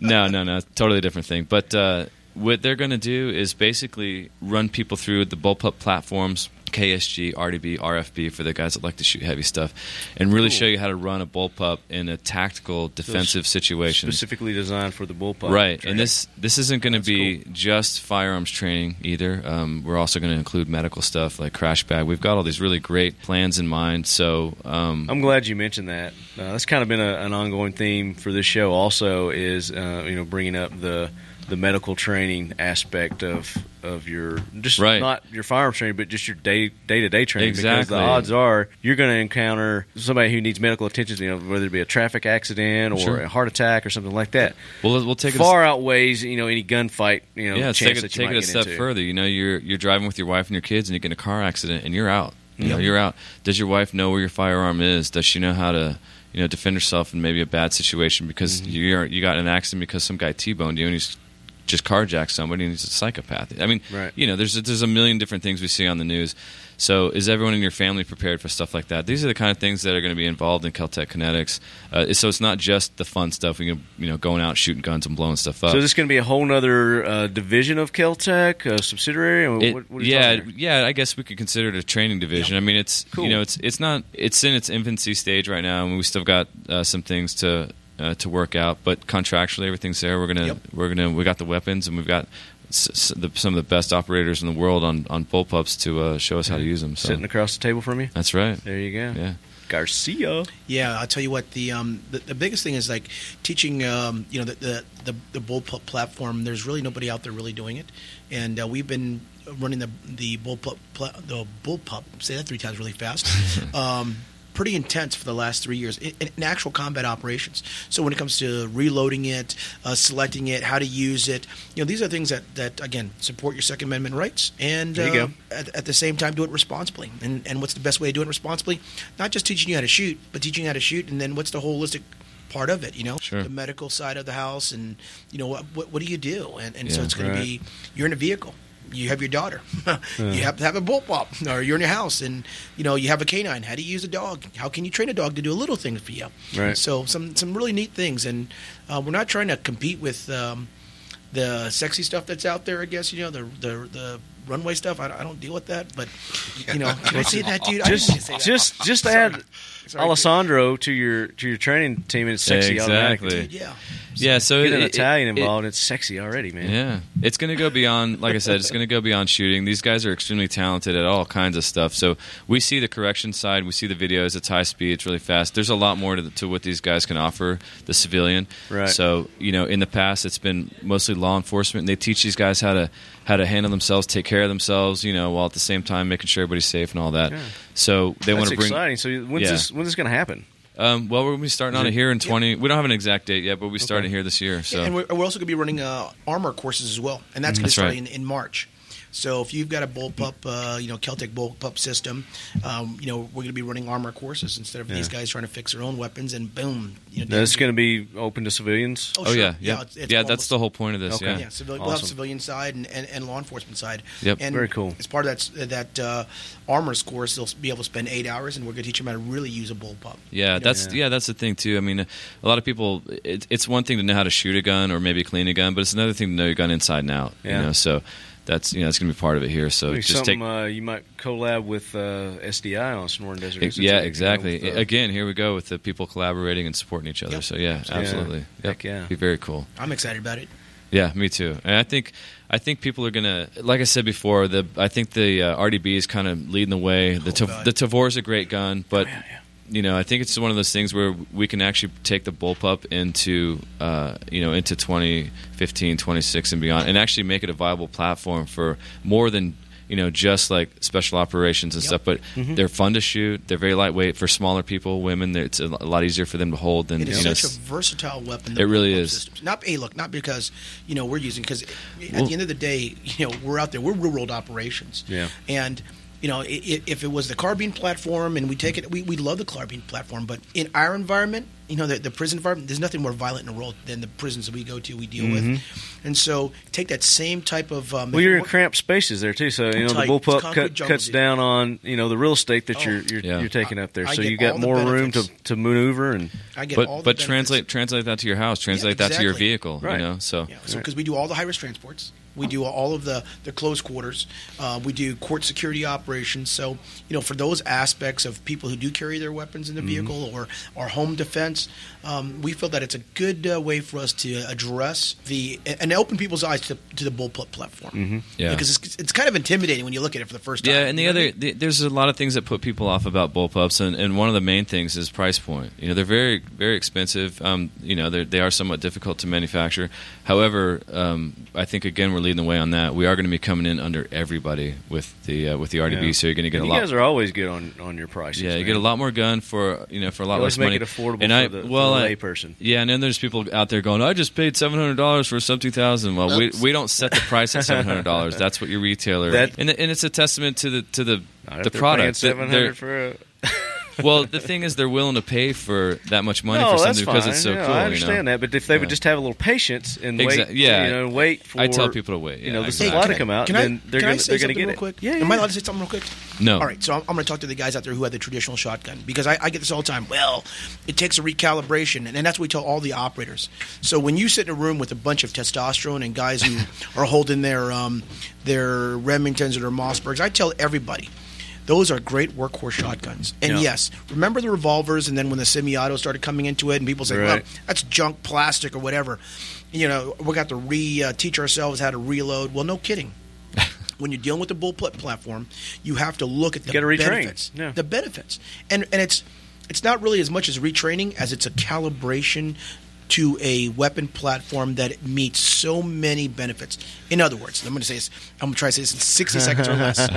Speaker 5: no, no, no, totally different thing. But uh, what they're going to do is basically run people through the bullpup platforms, KSG, RDB, RFB for the guys that like to shoot heavy stuff, and really show you how to run a bullpup in a tactical defensive situation.
Speaker 4: Specifically designed for the bullpup.
Speaker 5: Right,
Speaker 4: Train.
Speaker 5: and this this isn't going to be just firearms training either. Um, we're also going to include medical stuff like crash bag. We've got all these really great plans in mind. So um,
Speaker 4: I'm glad you mentioned that. Uh, that's kind of been a, an ongoing theme for this show. Also, is uh, you know bringing up the the medical training aspect of of your just
Speaker 5: Right.
Speaker 4: not your firearms training, but just your day day to day training. Because the
Speaker 5: Exactly.
Speaker 4: odds are you're going to encounter somebody who needs medical attention. You know, whether it be a traffic accident or
Speaker 5: Sure.
Speaker 4: a heart attack or something like that.
Speaker 5: we'll we'll take it a
Speaker 4: Far outweighs you know any gunfight. You know,
Speaker 5: yeah, let's
Speaker 4: chance
Speaker 5: take it,
Speaker 4: that you
Speaker 5: take
Speaker 4: might
Speaker 5: it a
Speaker 4: get
Speaker 5: step
Speaker 4: into.
Speaker 5: further. You know, you're you're driving with your wife and your kids, and you get in a car accident, and you're out. You know, you're out. Does your wife know where your firearm is? Does she know how to, you know, defend herself in maybe a bad situation because
Speaker 4: Mm-hmm.
Speaker 5: you're you got in an accident because some guy t-boned you and he's just carjacked somebody and he's a psychopath. I mean,
Speaker 4: Right.
Speaker 5: you know, there's a, there's a million different things we see on the news. So, is everyone in your family prepared for stuff like that? These are the kind of things that are going to be involved in Caltech Kinetics. Uh, so it's not just the fun stuff. We can, you know, going out shooting guns and blowing stuff up.
Speaker 4: So is this going to be a whole other uh, division of Keltec, a subsidiary? Or
Speaker 5: It-
Speaker 4: what, what are you
Speaker 5: yeah,
Speaker 4: talking here?
Speaker 5: yeah. I guess we could consider it a training division. I mean, it's
Speaker 4: Cool.
Speaker 5: you know, it's it's not it's in its infancy stage right now, and we still got uh, some things to uh, to work out. But contractually, everything's there. We're gonna we're gonna we got the weapons, and we've got s- s- the, some of the best operators in the world on on bullpups to uh, show us how to use them. So
Speaker 4: sitting across the table from you.
Speaker 5: that's right.
Speaker 4: There you go.
Speaker 5: Yeah.
Speaker 4: Garcia.
Speaker 6: Yeah, I'll tell you what. The um, the, the biggest thing is like teaching. Um, you know, the the the, the bullpup platform. There's really nobody out there really doing it, and uh, we've been running the the bullpup pla- the bullpup. Say that three times really fast. um, pretty intense for the last three years in, in actual combat operations. So when it comes to reloading it, uh, selecting it, how to use it, you know, these are things that that again support your Second Amendment rights and
Speaker 4: There you
Speaker 6: uh,
Speaker 4: go.
Speaker 6: at, at the same time do it responsibly and, and what's the best way to do it responsibly not just teaching you how to shoot but teaching you how to shoot and then what's the holistic part of it you know
Speaker 5: Sure.
Speaker 6: the medical side of the house and you know what what, what do you do and, and so
Speaker 5: Yeah,
Speaker 6: it's going to be you're in a vehicle you have your daughter you have to have a bullpup or you're in your house and you know you have a canine how do you use a dog how can you train a dog to do a little thing for you
Speaker 4: Right.
Speaker 6: so some some really neat things and uh, we're not trying to compete with um, the sexy stuff that's out there. I guess you know the the, the runway stuff. I, I don't deal with that, but you know, can I say that, dude? I didn't mean to say
Speaker 4: Just,
Speaker 6: that.
Speaker 4: just, just add
Speaker 6: Sorry,
Speaker 4: Alessandro to your to your training team, and it's sexy
Speaker 5: Exactly.
Speaker 4: automatically.
Speaker 6: dude, yeah.
Speaker 5: Yeah. So
Speaker 4: Get
Speaker 5: it-
Speaker 4: an
Speaker 5: it-
Speaker 4: Italian
Speaker 5: it-
Speaker 4: involved, it's sexy already, man.
Speaker 5: Yeah, it's going to go beyond. Like I said, it's going to go beyond shooting. These guys are extremely talented at all kinds of stuff. So we see the correction side, we see the videos. It's high speed, it's really fast. There's a lot more to, to what these guys can offer the civilian.
Speaker 4: Right.
Speaker 5: So you know, in the past, it's been mostly law enforcement, and they teach these guys how to how to handle themselves, take care of themselves. You know, while at the same time making sure everybody's safe and all that. So they want
Speaker 4: That's
Speaker 5: to bring.
Speaker 4: exciting. So when's
Speaker 5: Yeah.
Speaker 4: this when's this going to happen?
Speaker 5: Um, well, we're going to be starting on it here in 20. We don't have an exact date yet, but we started here this year. So
Speaker 6: And we're, we're also going to be running uh, armor courses as well, and that's going
Speaker 5: That's
Speaker 6: to start
Speaker 5: right.
Speaker 6: in, in March. So if you've got a bullpup, uh, you know Celtic bullpup system, um, you know we're going to be running armor courses instead of these guys trying to fix their own weapons and boom, you know.
Speaker 4: That's going to be open to civilians.
Speaker 5: Oh, yeah,
Speaker 6: yeah,
Speaker 5: yeah,
Speaker 6: it's- it's
Speaker 5: yeah.
Speaker 6: almost-
Speaker 5: That's the whole point of this.
Speaker 4: Okay.
Speaker 5: Yeah,
Speaker 6: Yeah, civilian, we'll have
Speaker 4: Awesome.
Speaker 6: civilian side and, and, and law enforcement side.
Speaker 5: Yep.
Speaker 6: and
Speaker 4: Very cool.
Speaker 6: As part of that that uh, armors course, they'll be able to spend eight hours, and we're going to teach them how to really use a bullpup.
Speaker 5: Yeah, that's yeah. that's the thing too. I mean, a lot of people. It, it's one thing to know how to shoot a gun or maybe clean a gun, but it's another thing to know your gun inside and out.
Speaker 4: Yeah.
Speaker 5: You know, so that's you know that's going to be part of it here. So
Speaker 4: Maybe
Speaker 5: just
Speaker 4: something
Speaker 5: take
Speaker 4: uh, you might collab with uh, SDI on Snoring Desert. Institute, you
Speaker 5: yeah,
Speaker 4: know,
Speaker 5: exactly.
Speaker 4: with, uh,
Speaker 5: Again, here we go with the people collaborating and supporting each other. So yeah, absolutely.
Speaker 4: Heck yeah.
Speaker 5: be very cool.
Speaker 6: I'm excited about it.
Speaker 5: Yeah, me too. And I think I think people are gonna, like I said before, the I think the uh, RDB is kind of leading the way. The Tav- the Tavor's a great
Speaker 6: Oh,
Speaker 5: gun, but you know I think it's one of those things where we can actually take the bullpup into uh, you know into 2015, 26, and beyond, and actually make it a viable platform for more than you know just like special operations and stuff. But
Speaker 6: Mm-hmm.
Speaker 5: they're fun to shoot. They're very lightweight for smaller people, women. they're- It's a lot easier for them to hold than
Speaker 6: It is
Speaker 5: you know,
Speaker 6: such
Speaker 5: s-
Speaker 6: a versatile weapon.
Speaker 5: It really
Speaker 6: the
Speaker 5: is.
Speaker 6: systems. Not hey, look, not because you know we're using because at
Speaker 5: Well-
Speaker 6: the end of the day, you know we're out there, we're real world operations.
Speaker 4: Yeah.
Speaker 6: And you know i- i- if it was the carbine platform, and we take it, we, we love the carbine platform, but in our environment, you know the, the prison environment, there's nothing more violent in the world than the prisons that we go to, we deal with.
Speaker 5: Mm-hmm.
Speaker 6: And so take that same type of um,
Speaker 4: Well, you're in cramped spaces there too, so you know the
Speaker 6: Tight.
Speaker 4: bullpup
Speaker 6: It's concrete
Speaker 4: cut,
Speaker 6: jungle,
Speaker 4: cuts
Speaker 6: dude.
Speaker 4: down on you know the real estate that
Speaker 6: Oh.
Speaker 4: you're you're,
Speaker 5: Yeah.
Speaker 4: you're taking up there.
Speaker 6: I
Speaker 4: so
Speaker 6: get
Speaker 4: you got
Speaker 6: all the
Speaker 4: more room to,
Speaker 6: benefits.
Speaker 4: to maneuver and
Speaker 6: I get all
Speaker 5: but
Speaker 6: the
Speaker 5: but
Speaker 6: benefits.
Speaker 5: translate translate that to your house, translate that to your
Speaker 6: exactly.
Speaker 5: vehicle,
Speaker 4: Right.
Speaker 5: you know. So
Speaker 6: Yeah, so because we do all the high risk transports, we do all of the the close quarters, uh, we do court security operations. So you know, for those aspects of people who do carry their weapons in
Speaker 4: Mm-hmm.
Speaker 6: the vehicle or or home defense, um, we feel that it's a good uh, way for us to address the and open people's eyes to, to the bullpup platform.
Speaker 4: Mm-hmm.
Speaker 5: Yeah.
Speaker 6: because it's, it's kind of intimidating when you look at it for the first time.
Speaker 5: Yeah, and the
Speaker 6: You know what I
Speaker 5: other the, there's a lot of things that put people off about bullpups, and, and one of the main things is price point. You know, they're very very expensive. Um, you know, they're- they are somewhat difficult to manufacture. However, um, I think again we're leading the way on that. We are going to be coming in under everybody with the uh, with the RDB,
Speaker 4: Yeah.
Speaker 5: so you're going to get
Speaker 4: you
Speaker 5: a lot.
Speaker 4: guys are always good on on your prices.
Speaker 5: yeah, you
Speaker 4: man.
Speaker 5: get a lot more gun for you know for a lot
Speaker 4: You always
Speaker 5: less
Speaker 4: make
Speaker 5: money.
Speaker 4: it affordable
Speaker 5: and
Speaker 4: for
Speaker 5: I
Speaker 4: the- for
Speaker 5: well
Speaker 4: the
Speaker 5: I-
Speaker 4: layperson.
Speaker 5: Yeah, and then there's people out there going, "I just paid seven hundred dollars for a sub two thousand. Well, we,
Speaker 9: Oops.
Speaker 5: we don't set the price at seven hundred dollars. That's what your retailer
Speaker 4: That-
Speaker 5: and and it's a testament to the to the
Speaker 4: Not if
Speaker 5: the
Speaker 4: they're
Speaker 5: product. that
Speaker 4: seven
Speaker 5: they're-
Speaker 4: hundred for a
Speaker 5: well, the thing is, they're willing to pay for that much money
Speaker 4: no,
Speaker 5: for
Speaker 4: that's
Speaker 5: something
Speaker 4: fine.
Speaker 5: because it's so
Speaker 4: Yeah,
Speaker 5: cool.
Speaker 4: I understand
Speaker 5: you know?
Speaker 4: that, but if they
Speaker 5: Yeah.
Speaker 4: would just have a little patience and
Speaker 5: Exact-
Speaker 4: wait,
Speaker 5: yeah.
Speaker 4: you know, and wait for
Speaker 5: I tell people to wait,
Speaker 4: you know,
Speaker 5: yeah,
Speaker 4: the
Speaker 5: exactly.
Speaker 4: supply
Speaker 5: Can
Speaker 4: to
Speaker 5: I-
Speaker 4: come out,
Speaker 6: Can I,
Speaker 4: then they're
Speaker 6: can I
Speaker 4: gonna
Speaker 6: say
Speaker 4: they're gonna
Speaker 6: something
Speaker 4: get
Speaker 6: real
Speaker 4: it.
Speaker 6: quick?
Speaker 4: Yeah,
Speaker 6: Am I
Speaker 4: yeah.
Speaker 6: allowed to say something real quick?
Speaker 5: No.
Speaker 6: All right, so I'm, I'm going to talk to the guys out there who have the traditional shotgun because I, I get this all the time. Well, it takes a recalibration, and, and that's what we tell all the operators. So when you sit in a room with a bunch of testosterone and guys who are holding their um, their Remingtons or their Mossbergs, I tell everybody. Those are great workhorse shotguns. And
Speaker 4: Yeah.
Speaker 6: yes, remember the revolvers and then when the semi-auto started coming into it and people say,
Speaker 4: Right.
Speaker 6: well, that's junk plastic or whatever. You know, we got to re uh, teach ourselves how to reload. Well, no kidding when you're dealing with the bullpup platform, you have to look at the
Speaker 4: gotta retrain.
Speaker 6: benefits.
Speaker 4: Yeah.
Speaker 6: The benefits, and and it's it's not really as much as retraining as it's a calibration to a weapon platform that meets so many benefits. In other words, I'm going to say this. I'm going to try to say this in 60 seconds or less.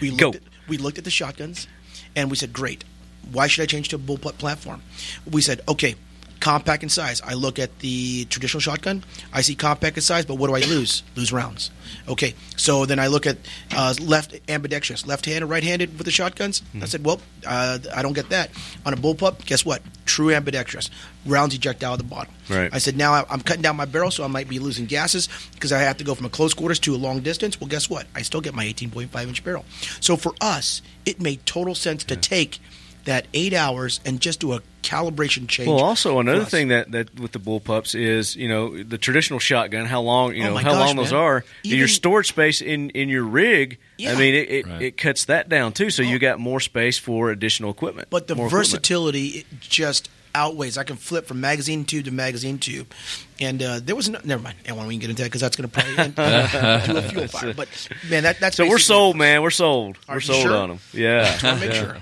Speaker 6: We looked
Speaker 4: Go.
Speaker 6: At, we looked at the shotguns, and we said, "Great, why should I change to a bullpup platform?" We said, "Okay." Compact in size. I look at the traditional shotgun. I see compact in size, but what do I lose? Lose rounds. Okay, so then I look at uh, left ambidextrous, left-handed, right-handed with the shotguns.
Speaker 4: Mm-hmm.
Speaker 6: I said, well, uh, I don't get that on a bullpup. Guess what? True ambidextrous, rounds eject out of the bottom.
Speaker 4: Right.
Speaker 6: I said, now I- I'm cutting down my barrel, so I might be losing gases because I have to go from a close quarters to a long distance. Well, guess what? I still get my 18.5 inch barrel. So for us, it made total sense to take that eight hours and just do a calibration change.
Speaker 4: Well, also
Speaker 6: for
Speaker 4: another
Speaker 6: us.
Speaker 4: thing that, that with the bullpups is you know the traditional shotgun, how long you
Speaker 6: Oh
Speaker 4: know
Speaker 6: my
Speaker 4: how
Speaker 6: gosh,
Speaker 4: long those
Speaker 6: man.
Speaker 4: are,
Speaker 6: Even-
Speaker 4: your storage space in in your rig.
Speaker 6: Yeah. Oh.
Speaker 4: I mean, it it,
Speaker 5: Right.
Speaker 4: it cuts that down too, so you got more space for additional equipment.
Speaker 6: But the
Speaker 4: more equipment.
Speaker 6: versatility it just outweighs. I can flip from magazine tube to magazine tube, and uh, there was no, never mind. And we can get into that because that's going to probably end to a fuel fire. But man, that, that's
Speaker 4: So we're
Speaker 6: basically-
Speaker 4: sold, man. We're sold.
Speaker 6: Are
Speaker 4: we're
Speaker 6: you
Speaker 4: sold
Speaker 6: sure?
Speaker 4: on them. Yeah.
Speaker 6: wanna make
Speaker 4: Yeah.
Speaker 6: sure.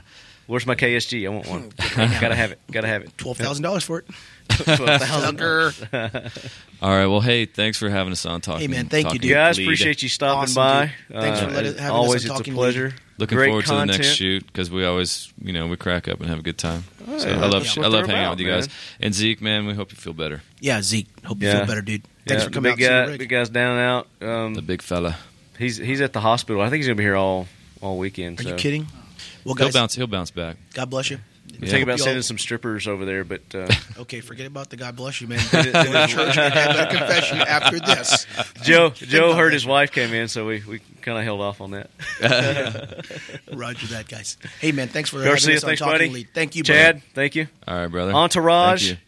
Speaker 4: Where's my KSG? I want one. Gotta have it. Gotta have it.
Speaker 6: Twelve thousand dollars for it.
Speaker 9: Tucker.
Speaker 5: All right. Well, hey, thanks for having us on. Talking.
Speaker 6: Hey, man, thank you,
Speaker 5: talking
Speaker 6: dude.
Speaker 4: Guys,
Speaker 5: lead.
Speaker 4: appreciate you stopping
Speaker 6: Awesome,
Speaker 4: by.
Speaker 6: dude. Thanks for
Speaker 4: Uh,
Speaker 6: letting-
Speaker 4: as
Speaker 6: having us on
Speaker 4: always, it's a
Speaker 6: Talking
Speaker 4: pleasure.
Speaker 5: Looking
Speaker 4: Great
Speaker 5: forward to the next
Speaker 4: content.
Speaker 5: shoot because we always, you know, we crack up and have a good time. So
Speaker 4: yeah,
Speaker 5: I love,
Speaker 4: that's
Speaker 5: sh-
Speaker 4: what
Speaker 5: I love
Speaker 4: they're
Speaker 5: hanging out
Speaker 4: about,
Speaker 5: with you guys.
Speaker 4: man.
Speaker 5: And Zeke, man, we hope you feel better.
Speaker 6: Yeah, Zeke. Hope you
Speaker 4: Yeah.
Speaker 6: feel better, dude. Thanks
Speaker 4: Yeah,
Speaker 6: for coming out.
Speaker 4: the big
Speaker 6: and seeing
Speaker 4: Guy,
Speaker 6: Rick.
Speaker 4: big guy's down and out.
Speaker 5: The
Speaker 4: Um,
Speaker 5: big fella.
Speaker 4: he's he's at the hospital. I think he's gonna be here all all weekend.
Speaker 6: Are
Speaker 4: so.
Speaker 6: you kidding? Well,
Speaker 5: He'll
Speaker 6: guys,
Speaker 5: bounce. He'll bounce back.
Speaker 6: God bless you.
Speaker 5: Yeah.
Speaker 4: Think about
Speaker 6: Y'all-
Speaker 4: sending some strippers over there, but uh,
Speaker 6: Okay, forget about the God bless you, man. Go to church and have a confession after this.
Speaker 4: Joe
Speaker 6: Think
Speaker 4: Joe
Speaker 6: about
Speaker 4: heard
Speaker 6: that.
Speaker 4: his wife came in, so we, we kind of held off on that.
Speaker 6: Roger that, guys. Hey, man, thanks for having
Speaker 4: Garcia,
Speaker 6: us on
Speaker 4: thanks,
Speaker 6: Talking
Speaker 4: buddy.
Speaker 6: Lead. Thank you, brother.
Speaker 4: Chad. Thank you.
Speaker 5: All right, brother.
Speaker 4: Entourage.
Speaker 5: Thank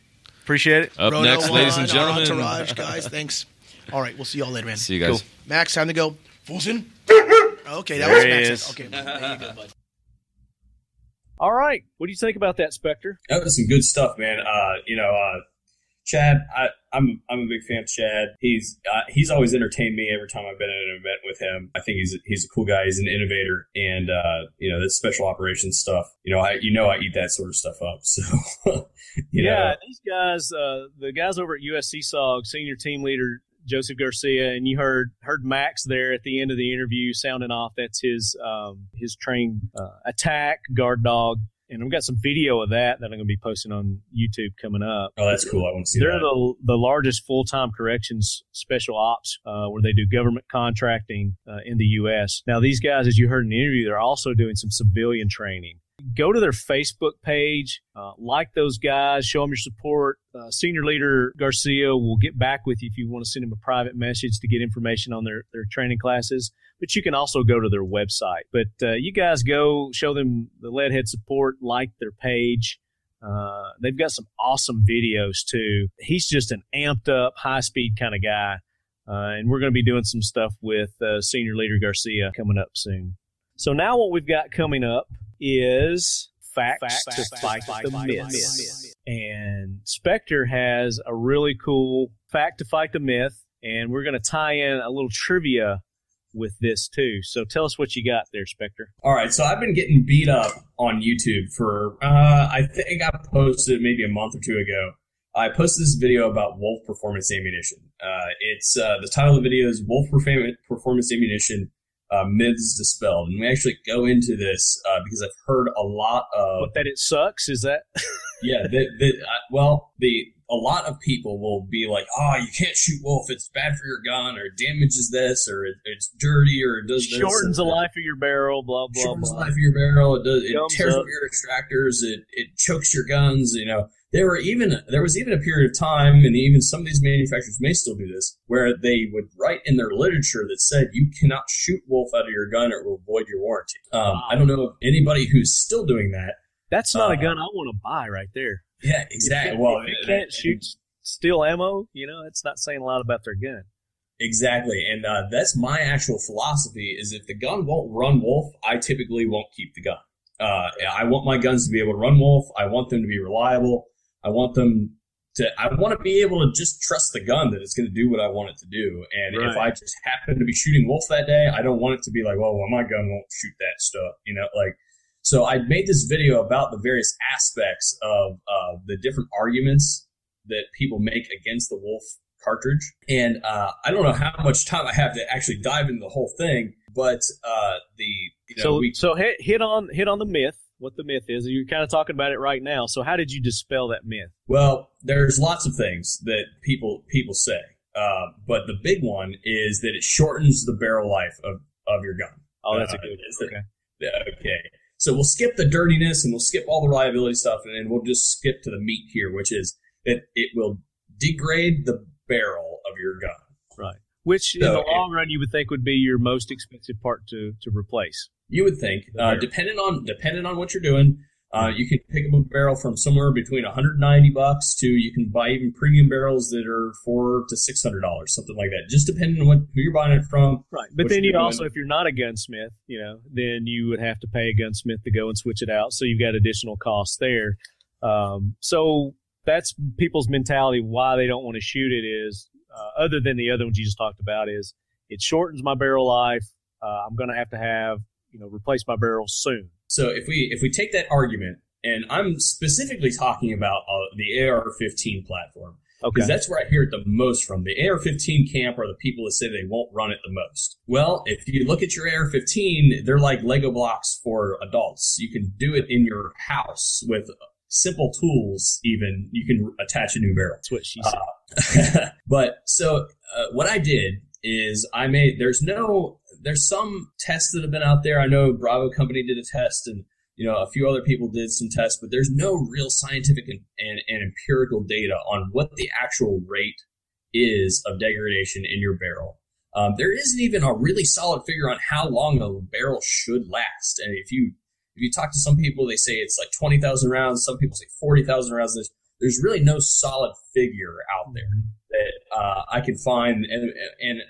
Speaker 4: Appreciate it.
Speaker 5: you. Up
Speaker 6: Roto
Speaker 5: next, ladies
Speaker 6: One,
Speaker 5: and gentlemen.
Speaker 6: Entourage, guys. Thanks. All right, we'll see y'all later, man.
Speaker 5: See you guys.
Speaker 4: Cool.
Speaker 6: Max, time to go. Fusin. Okay, that was
Speaker 4: There he
Speaker 6: Max's.
Speaker 4: is.
Speaker 6: Okay, well, there you go, bud.
Speaker 1: All right. What do you think about that, Spectre?
Speaker 2: That was some good stuff, man. Uh, you know, uh, Chad, I, I'm I'm a big fan of Chad. He's uh, he's always entertained me every time I've been at an event with him. I think he's a, he's a cool guy. He's an innovator, and uh, you know, that special operations stuff. You know, I you know I eat that sort of stuff up. So, you
Speaker 1: yeah,
Speaker 2: know,
Speaker 1: these guys, uh, the guys over at USC SOG, senior team leader Joseph Garcia, and you heard heard Max there at the end of the interview sounding off. That's his um, his trained uh, attack guard dog, and I've got some video of that that I'm going to be posting on YouTube coming up.
Speaker 2: oh, that's cool. I want to see
Speaker 1: They're
Speaker 2: that.
Speaker 1: the the largest full time corrections special ops uh, where they do government contracting uh, in the U.S. Now these guys, as you heard in the interview, they're also doing some civilian training. Go to their Facebook page, uh, like those guys, show them your support. Uh, Senior Leader Garcia will get back with you if you want to send him a private message to get information on their, their training classes. But you can also go to their website. But uh, you guys go show them the Leadhead support, like their page, uh, they've got some awesome videos too. He's just an amped up, high speed kind of guy. Uh, and we're going to be doing some stuff with uh, Senior Leader Garcia coming up soon. So now what we've got coming up is facts, to fight, the myth. And Spectre has a really cool fact to fight the myth, and we're going to tie in a little trivia with this too. So tell us what you got there, Spectre.
Speaker 2: All right, so I've been getting beat up on YouTube for uh, I think I posted maybe a month or two ago. I posted this video about Wolf Performance Ammunition. Uh, it's uh, the title of the video is Wolf Perform- Performance Ammunition uh, Myths Dispelled, and we actually go into this uh, because I've heard a lot of
Speaker 1: But that it sucks is that
Speaker 2: yeah, the, the, uh, well, the a lot of people will be like, oh, you can't shoot wolf; it's bad for your gun, or it damages this, or it, it's dirty, or it does this,
Speaker 1: shortens the
Speaker 2: or-
Speaker 1: life of your barrel, blah blah
Speaker 2: shortens the
Speaker 1: blah.
Speaker 2: life of your barrel. It does. It
Speaker 1: Gums
Speaker 2: tears
Speaker 1: up.
Speaker 2: up your extractors. It it chokes your guns. You know, there were even there was even a period of time, and even some of these manufacturers may still do this, where they would write in their literature that said you cannot shoot wolf out of your gun or it will void your warranty. Um, I don't know of anybody who's still doing that.
Speaker 1: That's not a
Speaker 2: Uh,
Speaker 1: gun I want to buy right there.
Speaker 2: Yeah,
Speaker 1: If
Speaker 2: exactly.
Speaker 1: you-
Speaker 2: Well,
Speaker 1: if you
Speaker 2: and-
Speaker 1: can't
Speaker 2: and-
Speaker 1: shoot steel ammo, you know, it's not saying a lot about their gun.
Speaker 2: Exactly, and uh, that's my actual philosophy: is if the gun won't run wolf, I typically won't keep the gun. Uh, I want my guns to be able to run wolf. I want them to be reliable. I want them to. I want to be able to just trust the gun that it's going to do what I want it to do. And if
Speaker 1: Right.
Speaker 2: I just happen to be shooting wolf that day, I don't want it to be like, well, well, my gun won't shoot that stuff. You know, like so. I made this video about the various aspects of uh, the different arguments that people make against the wolf cartridge. And uh, I don't know how much time I have to actually dive into the whole thing, but uh, the you know,
Speaker 1: so
Speaker 2: we,
Speaker 1: so hit, hit on hit on the myth, what the myth is. You're kind of talking about it right now. So how did you dispel that myth?
Speaker 2: well, there's lots of things that people people say, uh, but the big one is that it shortens the barrel life of of your gun.
Speaker 1: Oh, that's a
Speaker 2: Uh,
Speaker 1: good
Speaker 2: is
Speaker 1: one.
Speaker 2: it-
Speaker 1: Okay.
Speaker 2: Yeah, okay. So we'll skip the dirtiness and we'll skip all the reliability stuff, and then we'll just skip to the meat here, which is that it will degrade the barrel of your gun.
Speaker 1: Which in
Speaker 2: So
Speaker 1: the
Speaker 2: it-
Speaker 1: long run you would think would be your most expensive part to to replace.
Speaker 2: You would think, uh, depending on depending on what you're doing, uh, you can pick up a barrel from somewhere between 190 bucks to you can buy even premium barrels that are four to six hundred dollars, something like that. Just depending on what who you're buying it from.
Speaker 1: Right. But
Speaker 2: Which
Speaker 1: then you
Speaker 2: you're doing-
Speaker 1: also if you're not a gunsmith, you know, then you would have to pay a gunsmith to go and switch it out. So you've got additional costs there. Um, so that's people's mentality why they don't want to shoot it is uh, other than the other ones you just talked about is it shortens my barrel life. Uh, I'm going to have to have, you know, replace my barrel soon.
Speaker 2: So if we if we take that argument, and I'm specifically talking about uh, the AR-15 platform.
Speaker 1: Okay.
Speaker 2: because that's where I hear it the most from. The AR-15 camp are the people that say they won't run it the most. Well, if you look at your AR-15, they're like Lego blocks for adults. You can do it in your house with simple tools. Even you can attach a new barrel.
Speaker 1: that's what she said.
Speaker 2: but so uh, what I did is I made there's no there's some tests that have been out there. I know Bravo Company did a test and you know a few other people did some tests, but there's no real scientific and, and, and empirical data on what the actual rate is of degradation in your barrel. Um, there isn't even a really solid figure on how long a barrel should last. And if you if you talk to some people, they say it's like twenty thousand rounds. Some people say forty thousand rounds. There's there's really
Speaker 1: Mm-hmm.
Speaker 2: no solid figure out there that uh, I can find, and, and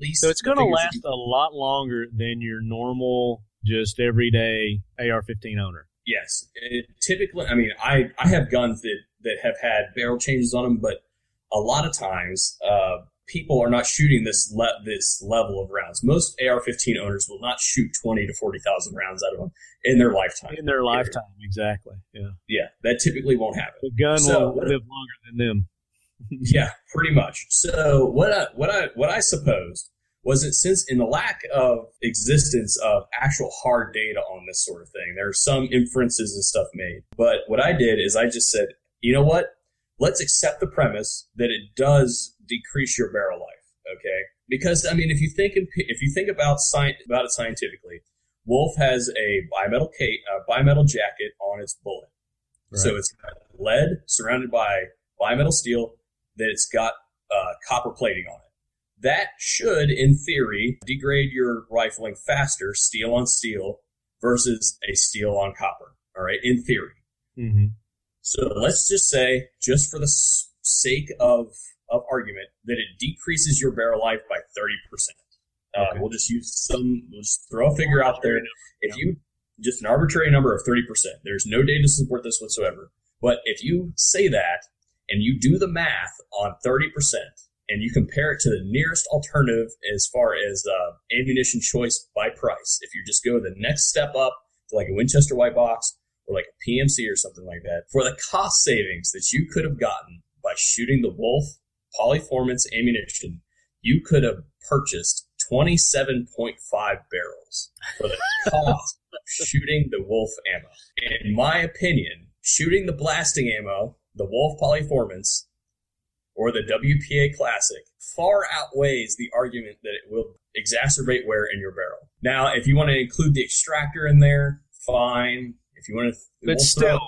Speaker 2: least
Speaker 1: So it's going to
Speaker 2: figures-
Speaker 1: last a lot longer than your normal, just everyday AR-15 owner.
Speaker 2: Yes, it, typically, I mean, I I have guns that that have had barrel changes on them, but a lot of times, uh, people are not shooting this le- this level of rounds. Most AR-15 owners will not shoot twenty to forty thousand rounds out of them in their lifetime.
Speaker 1: In their lifetime, exactly. Yeah,
Speaker 2: yeah, that typically won't happen.
Speaker 1: the gun
Speaker 2: So-
Speaker 1: will live longer than them.
Speaker 2: Yeah, pretty much. So what I what I what I supposed was that since in the lack of existence of actual hard data on this sort of thing, there are some inferences and stuff made. But what I did is I just said, you know what? Let's accept the premise that it does decrease your barrel life. Okay, because I mean, if you think in- if you think about science about it scientifically, Wolf has a bimetal ca- uh, bimetal jacket on its bullet, so it's got lead surrounded by bimetal steel that it's got uh, copper plating on it. That should, in theory, degrade your rifling faster, steel on steel versus a steel on copper. All right, in theory.
Speaker 1: Mm-hmm.
Speaker 2: So let's just say, just for the s- sake of of argument, that it decreases your barrel life by thirty percent. Uh, We'll just use some. We'll just throw a figure out there. If you just an arbitrary number of thirty percent, there's no data to support this whatsoever. But if you say that and you do the math on thirty percent, and you compare it to the nearest alternative as far as uh, ammunition choice by price, if you just go the next step up to like a Winchester White Box or like a PMC or something like that, for the cost savings that you could have gotten by shooting the Wolf Polyformance ammunition, you could have purchased 27.5 barrels for the cost of shooting the Wolf ammo. In my opinion, shooting the blasting ammo, the Wolf Polyformance, or the WPA Classic far outweighs the argument that it will exacerbate wear in your barrel. Now, if you want to include the extractor in there, fine. If you want to,
Speaker 1: But still,
Speaker 2: An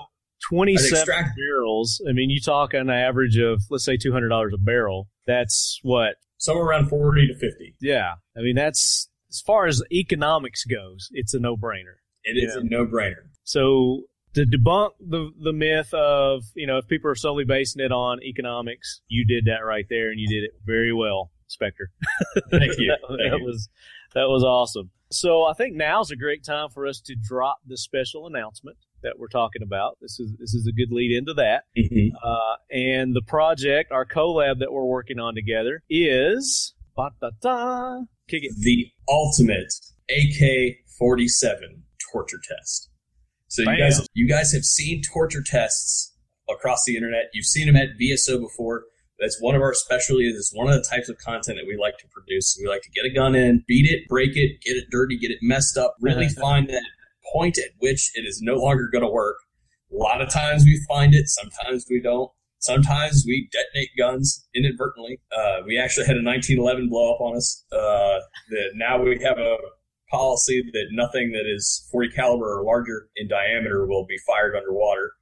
Speaker 1: twenty-seven
Speaker 2: extract-
Speaker 1: barrels. I mean, you talk on an average of let's say two hundred dollars a barrel. That's what.
Speaker 2: somewhere around forty to fifty.
Speaker 1: Yeah, I mean that's as far as economics goes, it's a no-brainer.
Speaker 2: It is a no-brainer.
Speaker 1: So to debunk the the myth of you know if people are solely basing it on economics, you did that right there, and you did it very well, Spectre.
Speaker 2: Thank you.
Speaker 1: that,
Speaker 2: Thank
Speaker 1: that
Speaker 2: you.
Speaker 1: was that was awesome. So I think now's a great time for us to drop the special announcement that we're talking about. This is this is a good lead into that.
Speaker 2: Mhm.
Speaker 1: Uh, and the project, our collab that we're working on together is ba-da-da, kick it.
Speaker 2: The ultimate AK-47 torture test. So
Speaker 1: Bam.
Speaker 2: you guys, you guys have seen torture tests across the internet. You've seen them at VSO before. That's one of our specialties. It's one of the types of content that we like to produce. We like to get a gun in, beat it, break it, get it dirty, get it messed up. Really find that point at which it is no longer going to work. A lot of times we find it. Sometimes we don't. Sometimes we detonate guns inadvertently. Uh, we actually had a 1911 blow up on us. Uh, that now we have a policy that nothing that is 40 caliber or larger in diameter will be fired underwater.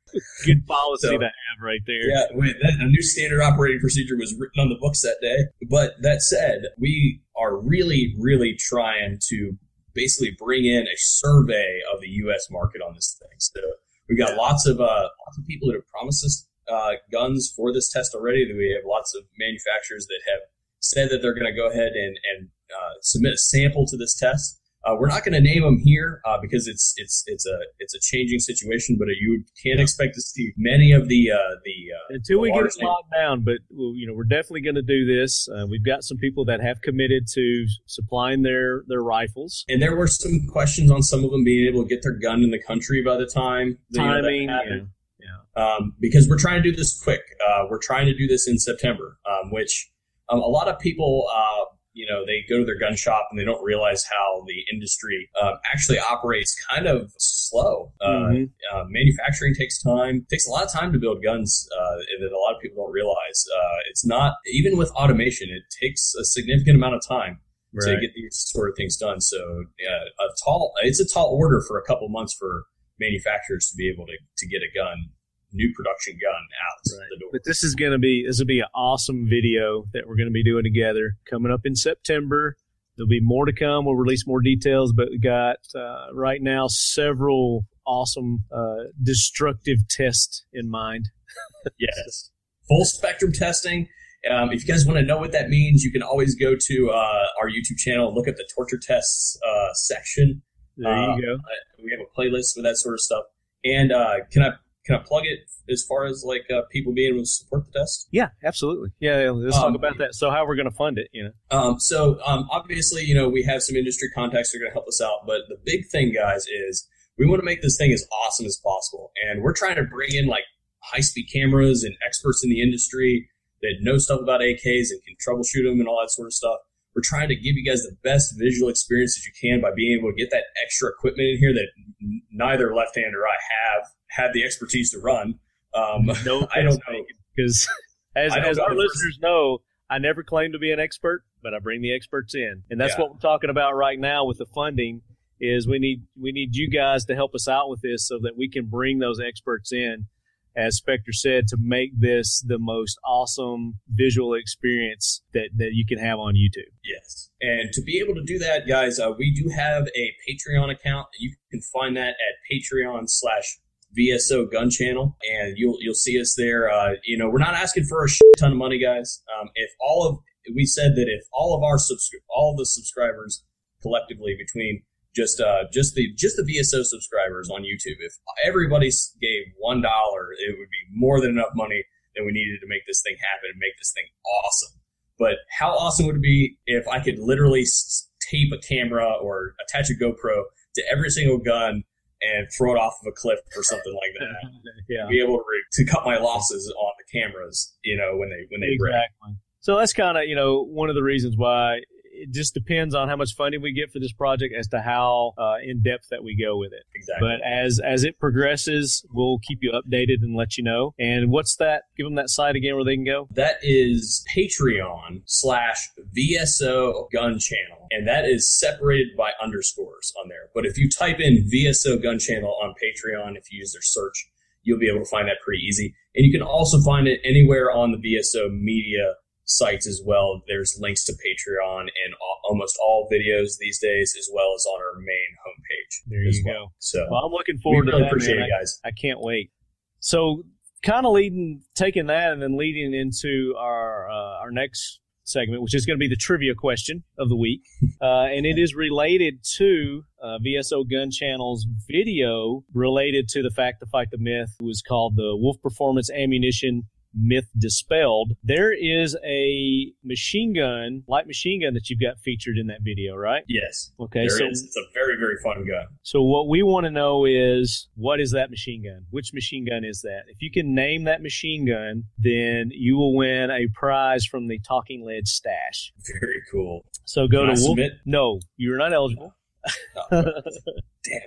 Speaker 1: Good policy
Speaker 2: So-
Speaker 1: to have right there.
Speaker 2: Yeah, we, that, a new standard operating procedure was written on the books that day. But that said, we are really, really trying to basically bring in a survey of the U.S. market on this thing. So we've got lots of uh, lots of people that have promised us uh, guns for this test already. We have lots of manufacturers that have said that they're going to go ahead and and uh, submit a sample to this test. Uh, we're not going to name them here uh, because it's it's it's a it's a changing situation, but you can expect to see many of the uh, the uh,
Speaker 1: until we get it
Speaker 2: largely-
Speaker 1: locked down. But well, you know, we're definitely going to do this. Uh, we've got some people that have committed to supplying their their rifles.
Speaker 2: And there were some questions on some of them being able to get their gun in the country by the time that, you know, that
Speaker 1: Timing,
Speaker 2: happened. um, because we're trying to do this quick. Uh, we're trying to do this in September, um, which um, a lot of people, uh, you know, they go to their gun shop and they don't realize how the industry uh, actually operates kind of slow. Uh,
Speaker 1: Mhm.
Speaker 2: uh, manufacturing takes time. takes a lot of time to build guns uh, that a lot of people don't realize. Uh, it's not, even with automation, it takes a significant amount of time to
Speaker 1: Right.
Speaker 2: get these sort of things done. So uh, a tall, it's a tall order for a couple months for manufacturers to be able to, to get a gun, new production gun out
Speaker 1: Right.
Speaker 2: the door.
Speaker 1: But this is going to be this will be an awesome video that we're going to be doing together coming up in September. There'll be more to come. We'll release more details, but we got uh, right now several awesome uh, destructive tests in mind.
Speaker 2: Yes, full spectrum testing. Um, if you guys want to know what that means, you can always go to uh, our YouTube channel, look at the torture tests uh, section.
Speaker 1: There
Speaker 2: Uh,
Speaker 1: you go.
Speaker 2: We have a playlist with that sort of stuff. And uh, can I can I plug it as far as like uh, people being able to support the test?
Speaker 1: Yeah, absolutely. Yeah, yeah, let's talk
Speaker 2: Um,
Speaker 1: about that. So, how we're going to fund it? You know,
Speaker 2: Um, so um, obviously, you know, we have some industry contacts that are going to help us out. But the big thing, guys, is we want to make this thing as awesome as possible, and we're trying to bring in like high speed cameras and experts in the industry that know stuff about AKs and can troubleshoot them and all that sort of stuff. We're trying to give you guys the best visual experience that you can by being able to get that extra equipment in here that n- neither left hand or I have had the expertise to run. Um,
Speaker 1: no,
Speaker 2: I don't know.
Speaker 1: because as,
Speaker 2: I don't
Speaker 1: as
Speaker 2: know
Speaker 1: our
Speaker 2: the first-
Speaker 1: listeners know, I never claim to be an expert, but I bring the experts in, and that's
Speaker 2: Yeah.
Speaker 1: what we're talking about right now with the funding. Is we need we need you guys to help us out with this so that we can bring those experts in, as Spectre said, to make this the most awesome visual experience that that you can have on YouTube.
Speaker 2: Yes. And to be able to do that, guys, uh, we do have a Patreon account. You can find that at Patreon slash VSO Gun Channel, and you'll you'll see us there. Uh, you know, we're not asking for a shit ton of money, guys. Um, if all of we said that if all of our subscri- all the subscribers collectively between just uh just the just the VSO subscribers on YouTube, if everybody s- gave one dollar, it would be more than enough money that we needed to make this thing happen and make this thing awesome but how awesome would it be if I could literally s- tape a camera or attach a GoPro to every single gun and throw it off of a cliff or something like that?
Speaker 1: yeah,
Speaker 2: Be able to, re- to cut my losses on the cameras, you know, when they when they break.
Speaker 1: Exactly. So that's kind of you know one of the reasons why it just depends on how much funding we get for this project as to how uh, in depth that we go with it.
Speaker 2: Exactly.
Speaker 1: But as as it progresses, we'll keep you updated and let you know. And what's that? Give them that site again where they can go.
Speaker 2: That is Patreon slash VSO Gun Channel, and that is separated by underscores on there. But if you type in VSO Gun Channel on Patreon, if you use their search, you'll be able to find that pretty easy. And you can also find it anywhere on the VSO media sites as well. There's links to Patreon and al- almost all videos these days, as well as on our main homepage.
Speaker 1: There you
Speaker 2: as well.
Speaker 1: go.
Speaker 2: So
Speaker 1: Well, I'm looking
Speaker 2: we
Speaker 1: forward to
Speaker 2: really
Speaker 1: that.
Speaker 2: appreciate
Speaker 1: man.
Speaker 2: it, guys.
Speaker 1: I can't wait. So, kind of leading, taking that, and then leading into our uh, our next segment, which is going to be the trivia question of the week, uh, and it is related to uh, VSO Gun Channel's video related to the fact to fight the myth was called the Wolf Performance Ammunition myth dispelled there is a machine gun light machine gun that you've got featured in that video right
Speaker 2: Yes.
Speaker 1: okay
Speaker 2: there it is.
Speaker 1: so
Speaker 2: It's a very, very fun gun.
Speaker 1: so what we want to know is what is that machine gun? Which machine gun is that? If you can name that machine gun, then you will win a prize from the Talking Lead stash.
Speaker 2: Very cool.
Speaker 1: So go
Speaker 2: Can I
Speaker 1: to Wolf.
Speaker 2: submit?
Speaker 1: No, you're not eligible.
Speaker 2: Oh, damn it.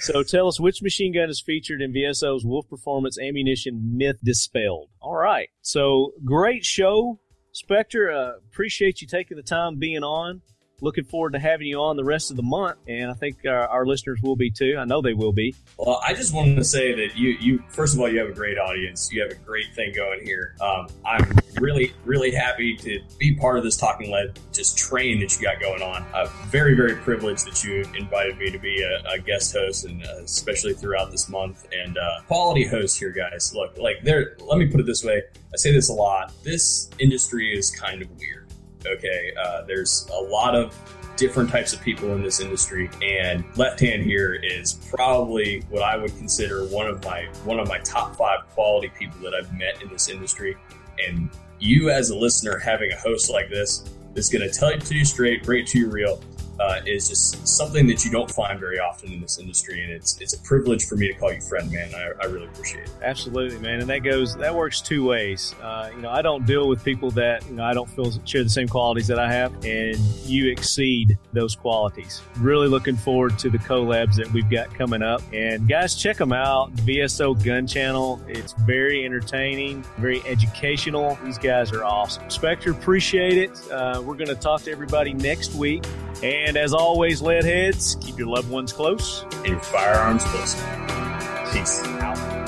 Speaker 1: so tell us which machine gun is featured in VSO's Wolf Performance Ammunition Myth Dispelled. All right. So great show, Spectre. Uh, appreciate you taking the time being on. Looking forward to having you on the rest of the month, and I think our, our listeners will be too. I know they will be.
Speaker 2: Well, I just wanted to say that you, you first of all, you have a great audience. You have a great thing going here. Um, I'm really, really happy to be part of this Talking Lead just train that you got going on. I'm very, very privileged that you invited me to be a, a guest host, and uh, especially throughout this month. And uh, quality host here, guys. Look, like there. Let me put it this way. I say this a lot. This industry is kind of weird. Okay, uh, there's a lot of different types of people in this industry and left hand here is probably what i would consider one of my one of my top five quality people that i've met in this industry and you as a listener having a host like this that's going to tell it to you straight bring it to you real uh, is just something that you don't find very often in this industry and it's it's a privilege for me to call you friend man i, I really appreciate it
Speaker 1: Absolutely, man, and that goes that works two ways. Uh, you know, I don't deal with people that you know I don't feel share the same qualities that I have, and you exceed those qualities. Really looking forward to the collabs that we've got coming up, and guys, check them out. VSO Gun Channel, it's very entertaining, very educational. These guys are awesome. Spectre, appreciate it. Uh, we're going to talk to everybody next week, and as always, lead heads, keep your loved ones close.
Speaker 2: and your firearms close peace out